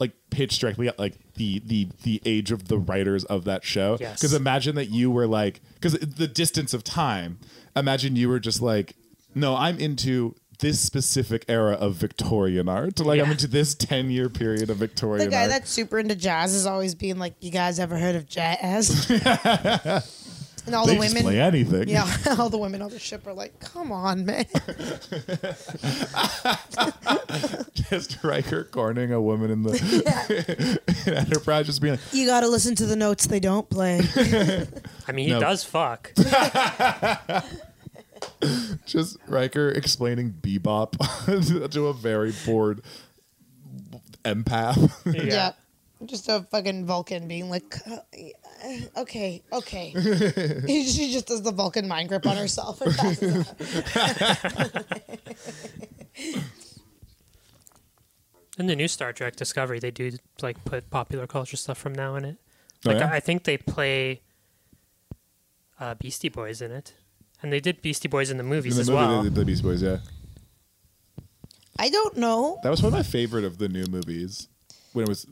Speaker 3: like pitched directly at like the the the age of the writers of that show.
Speaker 5: Yes.
Speaker 3: Because imagine that you were like, because the distance of time. Imagine you were just like, no, I'm into this specific era of Victorian art. Like I'm
Speaker 5: Yeah.
Speaker 3: into this ten year period of Victorian
Speaker 4: The guy
Speaker 3: art.
Speaker 4: that's super into jazz is always being like, "You guys ever heard of
Speaker 3: [LAUGHS]
Speaker 4: jazz?" and all
Speaker 3: they
Speaker 4: the
Speaker 3: just
Speaker 4: women,
Speaker 3: play anything.
Speaker 4: yeah, [LAUGHS] all the women on the ship are like, "Come on,
Speaker 3: [LAUGHS]
Speaker 4: man!"
Speaker 3: just Riker cornering a woman in the
Speaker 4: [LAUGHS]
Speaker 3: [LAUGHS] in Enterprise, just being like,
Speaker 4: [LAUGHS] You got to listen to the notes they don't [LAUGHS] play.
Speaker 5: I mean, he
Speaker 3: No.
Speaker 5: does fuck.
Speaker 3: Just Riker explaining bebop [LAUGHS] to a very bored empath.
Speaker 4: yeah.
Speaker 3: [LAUGHS]
Speaker 4: just a fucking Vulcan being like, "Uh, "Okay, [LAUGHS] okay." she just does the Vulcan mind grip on herself. [LAUGHS] And passes out.
Speaker 5: In the new Star Trek Discovery, they do like put popular culture stuff from now in it.
Speaker 3: Oh,
Speaker 5: Like
Speaker 3: yeah?
Speaker 5: I, I think they play uh, Beastie Boys in it, and they did Beastie Boys in the movies as well.
Speaker 3: the, Beast Boys, yeah.
Speaker 4: I don't know.
Speaker 3: That was one of my favorite of the new movies. When it was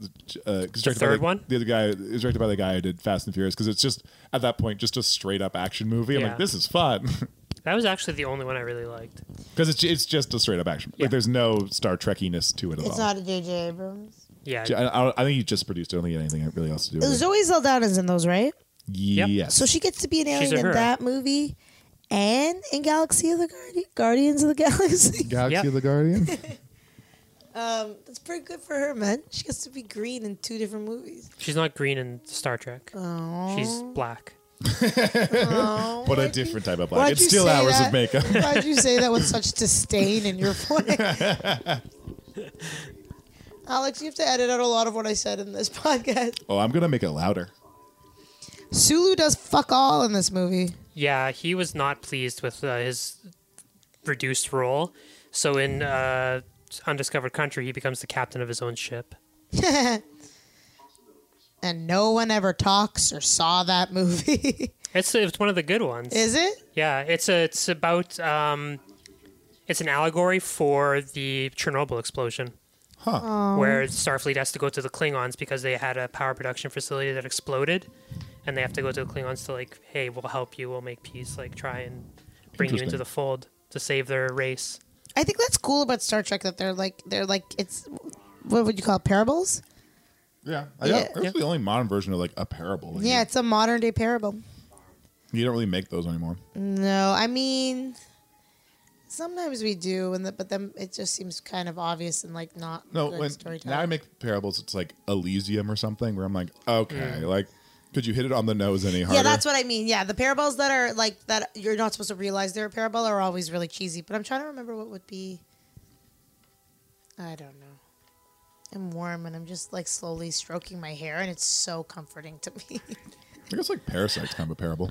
Speaker 3: uh, 'cause directed by
Speaker 5: third
Speaker 3: the,
Speaker 5: one?
Speaker 3: the other guy it was directed by the guy who did Fast and Furious because it's just at that point just a straight up action movie. I'm
Speaker 5: Yeah.
Speaker 3: like, this is fun [LAUGHS]
Speaker 5: That was actually the only one I really liked.
Speaker 3: because it's it's just a straight up action.
Speaker 5: Yeah.
Speaker 3: Like there's no Star Trekiness to it at all.
Speaker 4: It's not a J.J. Abrams.
Speaker 5: Yeah,
Speaker 3: I, I, I think he just produced. it. I don't think he had anything really else to do. With it.
Speaker 4: Zoe Saldana's in those, right?
Speaker 3: Yes.
Speaker 4: So she gets to be an
Speaker 5: She's
Speaker 4: alien in
Speaker 5: a her.
Speaker 4: that movie and in Galaxy of the Guardi- Guardians of the [LAUGHS] Galaxy.
Speaker 3: Galaxy
Speaker 5: Yep.
Speaker 3: of the
Speaker 5: [LAUGHS]
Speaker 3: Guardian.
Speaker 4: That's pretty good for her, man. She gets to be green in two different movies.
Speaker 5: she's not green in Star Trek. She's black.
Speaker 3: but a different type of black.
Speaker 4: why'd
Speaker 3: It's
Speaker 4: you
Speaker 3: still
Speaker 4: say
Speaker 3: hours
Speaker 4: that?
Speaker 3: of makeup.
Speaker 4: [LAUGHS] Why'd you say that with such disdain in your voice? [LAUGHS] Alex, you have to edit out a lot of what I said in this [LAUGHS] podcast.
Speaker 3: oh, I'm gonna make it louder.
Speaker 4: Sulu does fuck all in this movie.
Speaker 5: Yeah, he was not pleased with uh, his reduced role. So in uh, Undiscovered Country, he becomes the captain of his own ship.
Speaker 4: and no one ever talks or saw that movie. [LAUGHS]
Speaker 5: It's it's one of the good ones.
Speaker 4: Is it?
Speaker 5: Yeah, it's a, it's about um, it's an allegory for the Chernobyl explosion. Huh.
Speaker 4: Um.
Speaker 5: Where Starfleet has to go to the Klingons because they had a power production facility that exploded, and they have to go to the Klingons to like, hey, we'll help you, we'll make peace, like try and bring you into
Speaker 3: Interesting.
Speaker 5: the fold to save their race.
Speaker 4: I think that's cool about Star Trek that they're like they're like it's what would you call it, parables?
Speaker 3: Yeah, I
Speaker 4: Yeah.
Speaker 3: yeah. It was the only modern version of like a parable. Like,
Speaker 4: Yeah, it's a modern day parable.
Speaker 3: you, you don't really make those anymore.
Speaker 4: No, I mean sometimes we do, and the, but then it just seems kind of obvious and like not
Speaker 3: No,
Speaker 4: good
Speaker 3: when now I
Speaker 4: storytelling.
Speaker 3: make parables, it's like Elysium or something where I'm like, okay, like Could you hit it on the nose any harder?
Speaker 4: Yeah, that's what I mean. Yeah, the parables that are like that you're not supposed to realize they're a parable are always really cheesy. But I'm trying to remember what would be. I don't know. I'm warm and I'm just like slowly stroking my hair, and it's so comforting to me. [LAUGHS]
Speaker 3: I guess like Parasite's kind of a parable.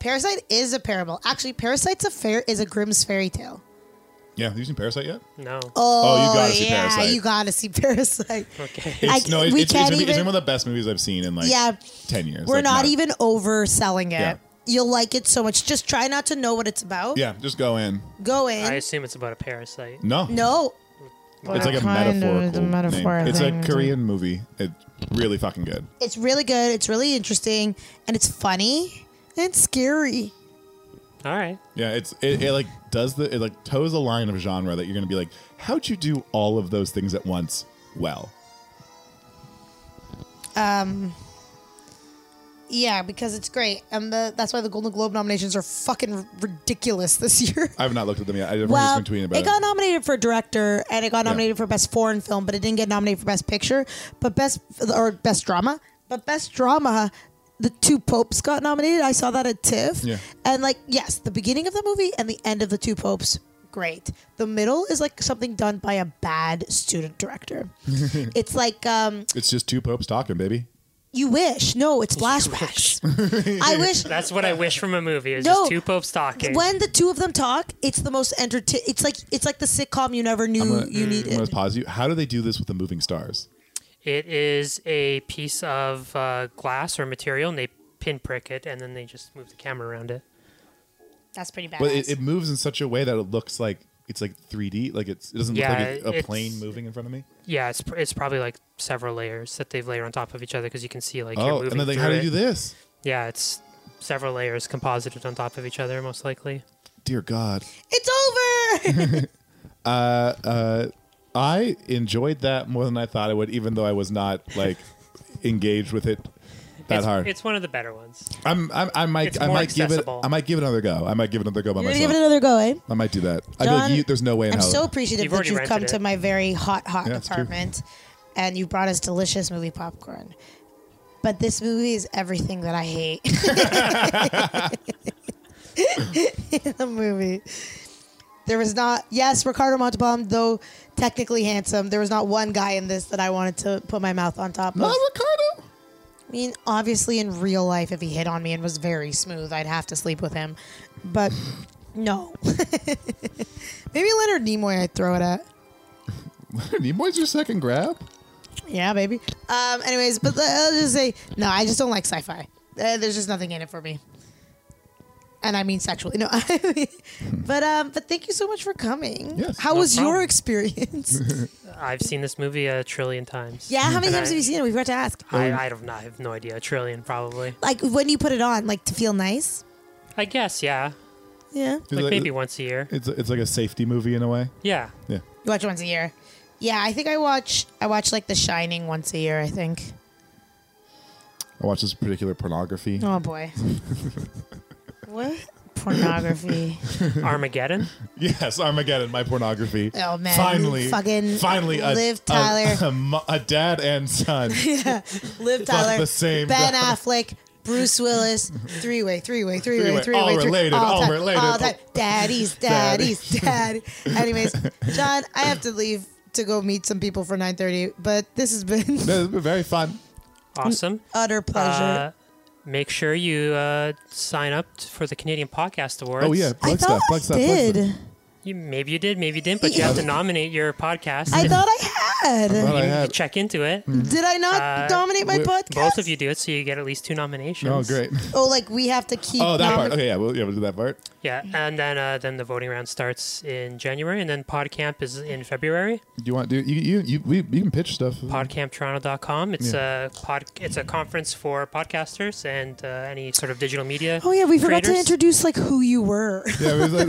Speaker 4: Parasite is a parable. Actually, Parasite's a fair is a Grimm's fairy tale.
Speaker 3: Yeah, you seen Parasite yet?
Speaker 5: No.
Speaker 3: Oh, you gotta see
Speaker 4: yeah,
Speaker 3: Parasite.
Speaker 4: you gotta see Parasite.
Speaker 3: [LAUGHS]
Speaker 5: Okay.
Speaker 3: It's,
Speaker 4: I-
Speaker 3: no, it,
Speaker 4: we
Speaker 3: it's,
Speaker 4: can't
Speaker 3: it's, it's
Speaker 4: even-
Speaker 3: one of the best movies I've seen in like
Speaker 4: Yeah.
Speaker 3: ten years.
Speaker 4: We're
Speaker 3: Like,
Speaker 4: not, even overselling it.
Speaker 3: Yeah.
Speaker 4: You'll like it so much. Just try not to know what it's about.
Speaker 3: Yeah, just go in.
Speaker 4: Go in.
Speaker 5: I assume it's about a parasite.
Speaker 3: No,
Speaker 4: no.
Speaker 3: it's like a
Speaker 4: Kind of
Speaker 3: metaphorical
Speaker 4: the metaphor
Speaker 3: name. It's a
Speaker 4: thing.
Speaker 3: Korean movie. It's really fucking good.
Speaker 4: It's really good. It's really interesting. And it's funny and scary.
Speaker 5: All right.
Speaker 3: Yeah, it's it, it like does the it like toes the line of genre that you're gonna be like, how'd you do all of those things at once? Well,
Speaker 4: Yeah, because it's great. And the, that's why the Golden Globe nominations are fucking r- ridiculous this year.
Speaker 3: I've not looked at them yet. I remember
Speaker 4: Well,
Speaker 3: just been tweeting
Speaker 4: it
Speaker 3: about it.
Speaker 4: got nominated for director and it got nominated for best foreign film, but it didn't get nominated for best picture, but best or best drama. But best drama, the two popes got nominated. I saw that at TIFF.
Speaker 3: Yeah.
Speaker 4: And like, yes, the beginning of the movie and the end of the two popes, great. The middle is like something done by a bad student
Speaker 3: [LAUGHS]
Speaker 4: director. it's like um,
Speaker 3: it's just two popes talking, baby.
Speaker 4: you wish. No, it's flashbacks.
Speaker 3: [LAUGHS]
Speaker 4: I wish
Speaker 5: That's what I wish from a movie. Is
Speaker 4: No.
Speaker 5: just two popes talking.
Speaker 4: when the two of them talk, it's the most entertain. It's like it's like the sitcom you never knew
Speaker 3: I'm gonna-
Speaker 4: Mm, you
Speaker 3: I'm gonna
Speaker 4: needed.
Speaker 3: pause you. How do they do this with the moving stars?
Speaker 5: It is a piece of uh, glass or material, and they pinprick it, and then they just move the camera around it.
Speaker 4: That's pretty bad.
Speaker 3: But it, it moves in such a way that it looks like it's like 3D. Like it's it doesn't
Speaker 5: Yeah,
Speaker 3: look like a, a
Speaker 5: it's-
Speaker 3: plane moving in front of me.
Speaker 5: Yeah, it's pr- it's probably like several layers that they've layered on top of each other because you can see like you're
Speaker 3: Oh,
Speaker 5: moving
Speaker 3: and then like,
Speaker 5: through
Speaker 3: how do
Speaker 5: it.
Speaker 3: you do this?
Speaker 5: Yeah, it's several layers composited on top of each other, most likely.
Speaker 3: Dear God.
Speaker 4: [LAUGHS] It's over.
Speaker 3: I enjoyed that more than I thought I would, even though I was not like [LAUGHS] engaged with it that
Speaker 5: it's,
Speaker 3: hard.
Speaker 5: It's one of the better ones.
Speaker 3: I'm, I'm I might
Speaker 5: it's
Speaker 3: I
Speaker 5: more
Speaker 3: might
Speaker 5: accessible.
Speaker 3: give it I might give it another go. I might give it another go by
Speaker 4: You're gonna
Speaker 3: myself.
Speaker 4: give it another go, eh?
Speaker 3: I might do that. I feel like
Speaker 4: John,
Speaker 3: you, there's no way in
Speaker 4: I'm
Speaker 3: hell.
Speaker 4: so appreciative
Speaker 5: You've
Speaker 4: that
Speaker 5: already
Speaker 4: you've
Speaker 5: rented
Speaker 4: come
Speaker 5: it.
Speaker 4: to my very hot, hot
Speaker 3: Yeah, it's true.
Speaker 4: apartment, and you brought us delicious movie popcorn. But this movie is everything that I hate. [LAUGHS] In the movie, there was not. Yes, Ricardo Montalban, though technically handsome, there was not one guy in this that I wanted to put my mouth on top of.
Speaker 3: Not Ricardo.
Speaker 4: I mean, obviously, in real life, if he hit on me and was very smooth, I'd have to sleep with him. But no. [LAUGHS] Maybe Leonard Nimoy, I'd throw it at.
Speaker 3: Nimoy's your second grab.
Speaker 4: Yeah, baby. Um, anyways, but I'll just say, no, I just don't like sci fi. Uh, there's just nothing in it for me. And I mean sexually. No, I mean, [LAUGHS] but um, but thank you so much for coming.
Speaker 3: Yes,
Speaker 4: How
Speaker 5: no
Speaker 4: was your
Speaker 5: problem.
Speaker 4: experience?
Speaker 5: I've seen this movie a trillion times.
Speaker 4: yeah, how many
Speaker 5: And
Speaker 4: times
Speaker 5: I-
Speaker 4: have you seen it? We forgot to ask.
Speaker 3: Oh.
Speaker 5: I, I don't know. I have no idea. A trillion, probably.
Speaker 4: Like when you put it on, like to feel nice.
Speaker 5: I guess. Yeah.
Speaker 4: Yeah,
Speaker 3: It's
Speaker 5: Like
Speaker 3: like-
Speaker 5: maybe once a year.
Speaker 3: It's it's like a safety movie in a way. [LAUGHS]
Speaker 5: Yeah.
Speaker 3: Yeah.
Speaker 4: You watch it once a year. Yeah, I think I watch I watch like The Shining once a year. I think.
Speaker 3: I watched this particular pornography.
Speaker 4: Oh boy. [LAUGHS] what pornography?
Speaker 3: [LAUGHS]
Speaker 5: Armageddon.
Speaker 3: Yes, Armageddon, my pornography.
Speaker 4: Oh, man.
Speaker 3: Finally,
Speaker 4: Fucking
Speaker 3: finally, a, a-
Speaker 4: Liv Tyler.
Speaker 3: [LAUGHS] a mo- a dad and
Speaker 4: [LAUGHS]
Speaker 3: son.
Speaker 4: [LAUGHS] Liv
Speaker 3: like
Speaker 4: Tyler,
Speaker 3: the same
Speaker 4: Ben
Speaker 3: guy.
Speaker 4: Affleck, Bruce
Speaker 3: [LAUGHS]
Speaker 4: Willis, three way, three way, three way,
Speaker 3: Three-way,
Speaker 4: three way,
Speaker 3: all related, all related.
Speaker 4: all time.
Speaker 3: [LAUGHS]
Speaker 4: Daddy's, daddy's, daddy. Anyways, John, I have
Speaker 3: [LAUGHS]
Speaker 4: to leave to go meet some people for nine thirty, but this has been [LAUGHS]
Speaker 3: No, it's been very fun.
Speaker 5: Awesome.
Speaker 4: utter pleasure.
Speaker 5: Uh, make sure you uh, sign up t- for the Canadian Podcast Awards.
Speaker 3: Oh yeah,
Speaker 4: I
Speaker 3: plug
Speaker 4: thought
Speaker 3: stuff, plug
Speaker 4: I
Speaker 3: stuff, plug stuff.
Speaker 4: did.
Speaker 5: You, maybe you did, maybe you didn't, but you have to nominate your podcast.
Speaker 4: I thought I had.
Speaker 3: Thought I
Speaker 5: You
Speaker 3: had-
Speaker 5: check into it.
Speaker 3: Hmm.
Speaker 4: Did I not dominate my
Speaker 3: Wh-
Speaker 4: podcast?
Speaker 5: uh, Both of you do it, so you get at least two nominations.
Speaker 3: Oh great.
Speaker 4: Oh, like we have to keep.
Speaker 3: Oh, that
Speaker 4: nom-
Speaker 3: part. Okay, yeah, we'll, yeah, we'll do that part.
Speaker 5: Yeah, and then uh, then the voting round starts in January, and then PodCamp is in February.
Speaker 3: Do you want to? You you you, we, you can pitch stuff.
Speaker 5: PodCampToronto.com. It's a pod. It's a conference for podcasters and uh, any sort of digital media.
Speaker 4: Oh yeah, we forgot to
Speaker 5: creators.
Speaker 4: introduce like who you were.
Speaker 3: Yeah, we was like,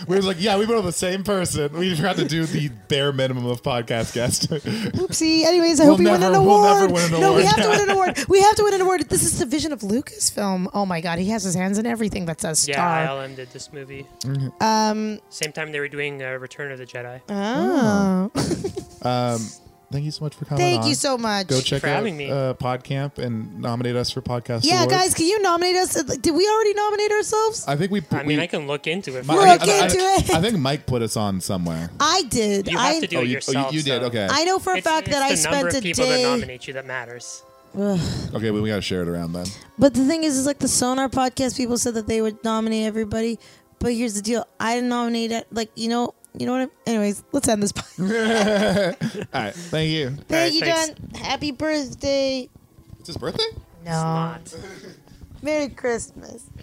Speaker 3: [LAUGHS] we was like, yeah, we were the same person. We forgot to do the bare minimum of podcast guest. [LAUGHS]
Speaker 4: Oopsie. Anyways, I
Speaker 3: We'll
Speaker 4: hope you win an
Speaker 3: never- we'll never
Speaker 4: award.
Speaker 3: win an
Speaker 4: no, we
Speaker 3: award.
Speaker 4: have to win an award. We have to win an award. This is the vision of Lucasfilm. Oh my god, he has his hands in everything that says
Speaker 5: Yeah,
Speaker 4: star.
Speaker 5: ILM did this movie. Um,
Speaker 3: Mm-hmm.
Speaker 5: Same time they were doing uh, Return of the Jedi.
Speaker 4: oh.
Speaker 3: thank you so much for coming.
Speaker 2: Thank
Speaker 3: Oh. on.
Speaker 2: you so much.
Speaker 3: Go check
Speaker 5: for
Speaker 3: out
Speaker 5: having me.
Speaker 3: Uh, PodCamp and nominate us for podcast.
Speaker 2: yeah,
Speaker 3: awards.
Speaker 2: guys, can you nominate us? [LAUGHS] Did we already nominate ourselves?
Speaker 3: I think we.
Speaker 5: I mean,
Speaker 3: we-
Speaker 5: I can look into it.
Speaker 3: Mi-
Speaker 5: for
Speaker 3: I-
Speaker 5: you.
Speaker 2: Look
Speaker 3: I- I-
Speaker 2: into it.
Speaker 3: I think Mike put us on somewhere.
Speaker 2: I did.
Speaker 5: You
Speaker 2: I
Speaker 5: have to do
Speaker 3: oh, you, oh,
Speaker 5: it
Speaker 3: you-
Speaker 5: yourself.
Speaker 3: you did.
Speaker 5: so-
Speaker 3: Okay.
Speaker 2: I know for a
Speaker 5: It's-
Speaker 2: fact
Speaker 5: it's
Speaker 2: that I
Speaker 5: the number
Speaker 2: spent
Speaker 5: of
Speaker 2: a
Speaker 5: people that
Speaker 2: day.
Speaker 5: nominate you that matters.
Speaker 3: Okay, well, we got to share it around
Speaker 2: [LAUGHS]
Speaker 3: then. [LAUGHS]
Speaker 2: But the thing is, is like the Sonar podcast people said that they would nominate everybody, but here's the deal: I didn't nominate it. Like you know, you know what? I'm, anyways, let's end this. Podcast.
Speaker 3: All right. Thank you.
Speaker 2: Thank you,
Speaker 5: thanks.
Speaker 2: John. Happy birthday.
Speaker 3: It's his birthday.
Speaker 2: No.
Speaker 5: Not.
Speaker 2: Merry Christmas.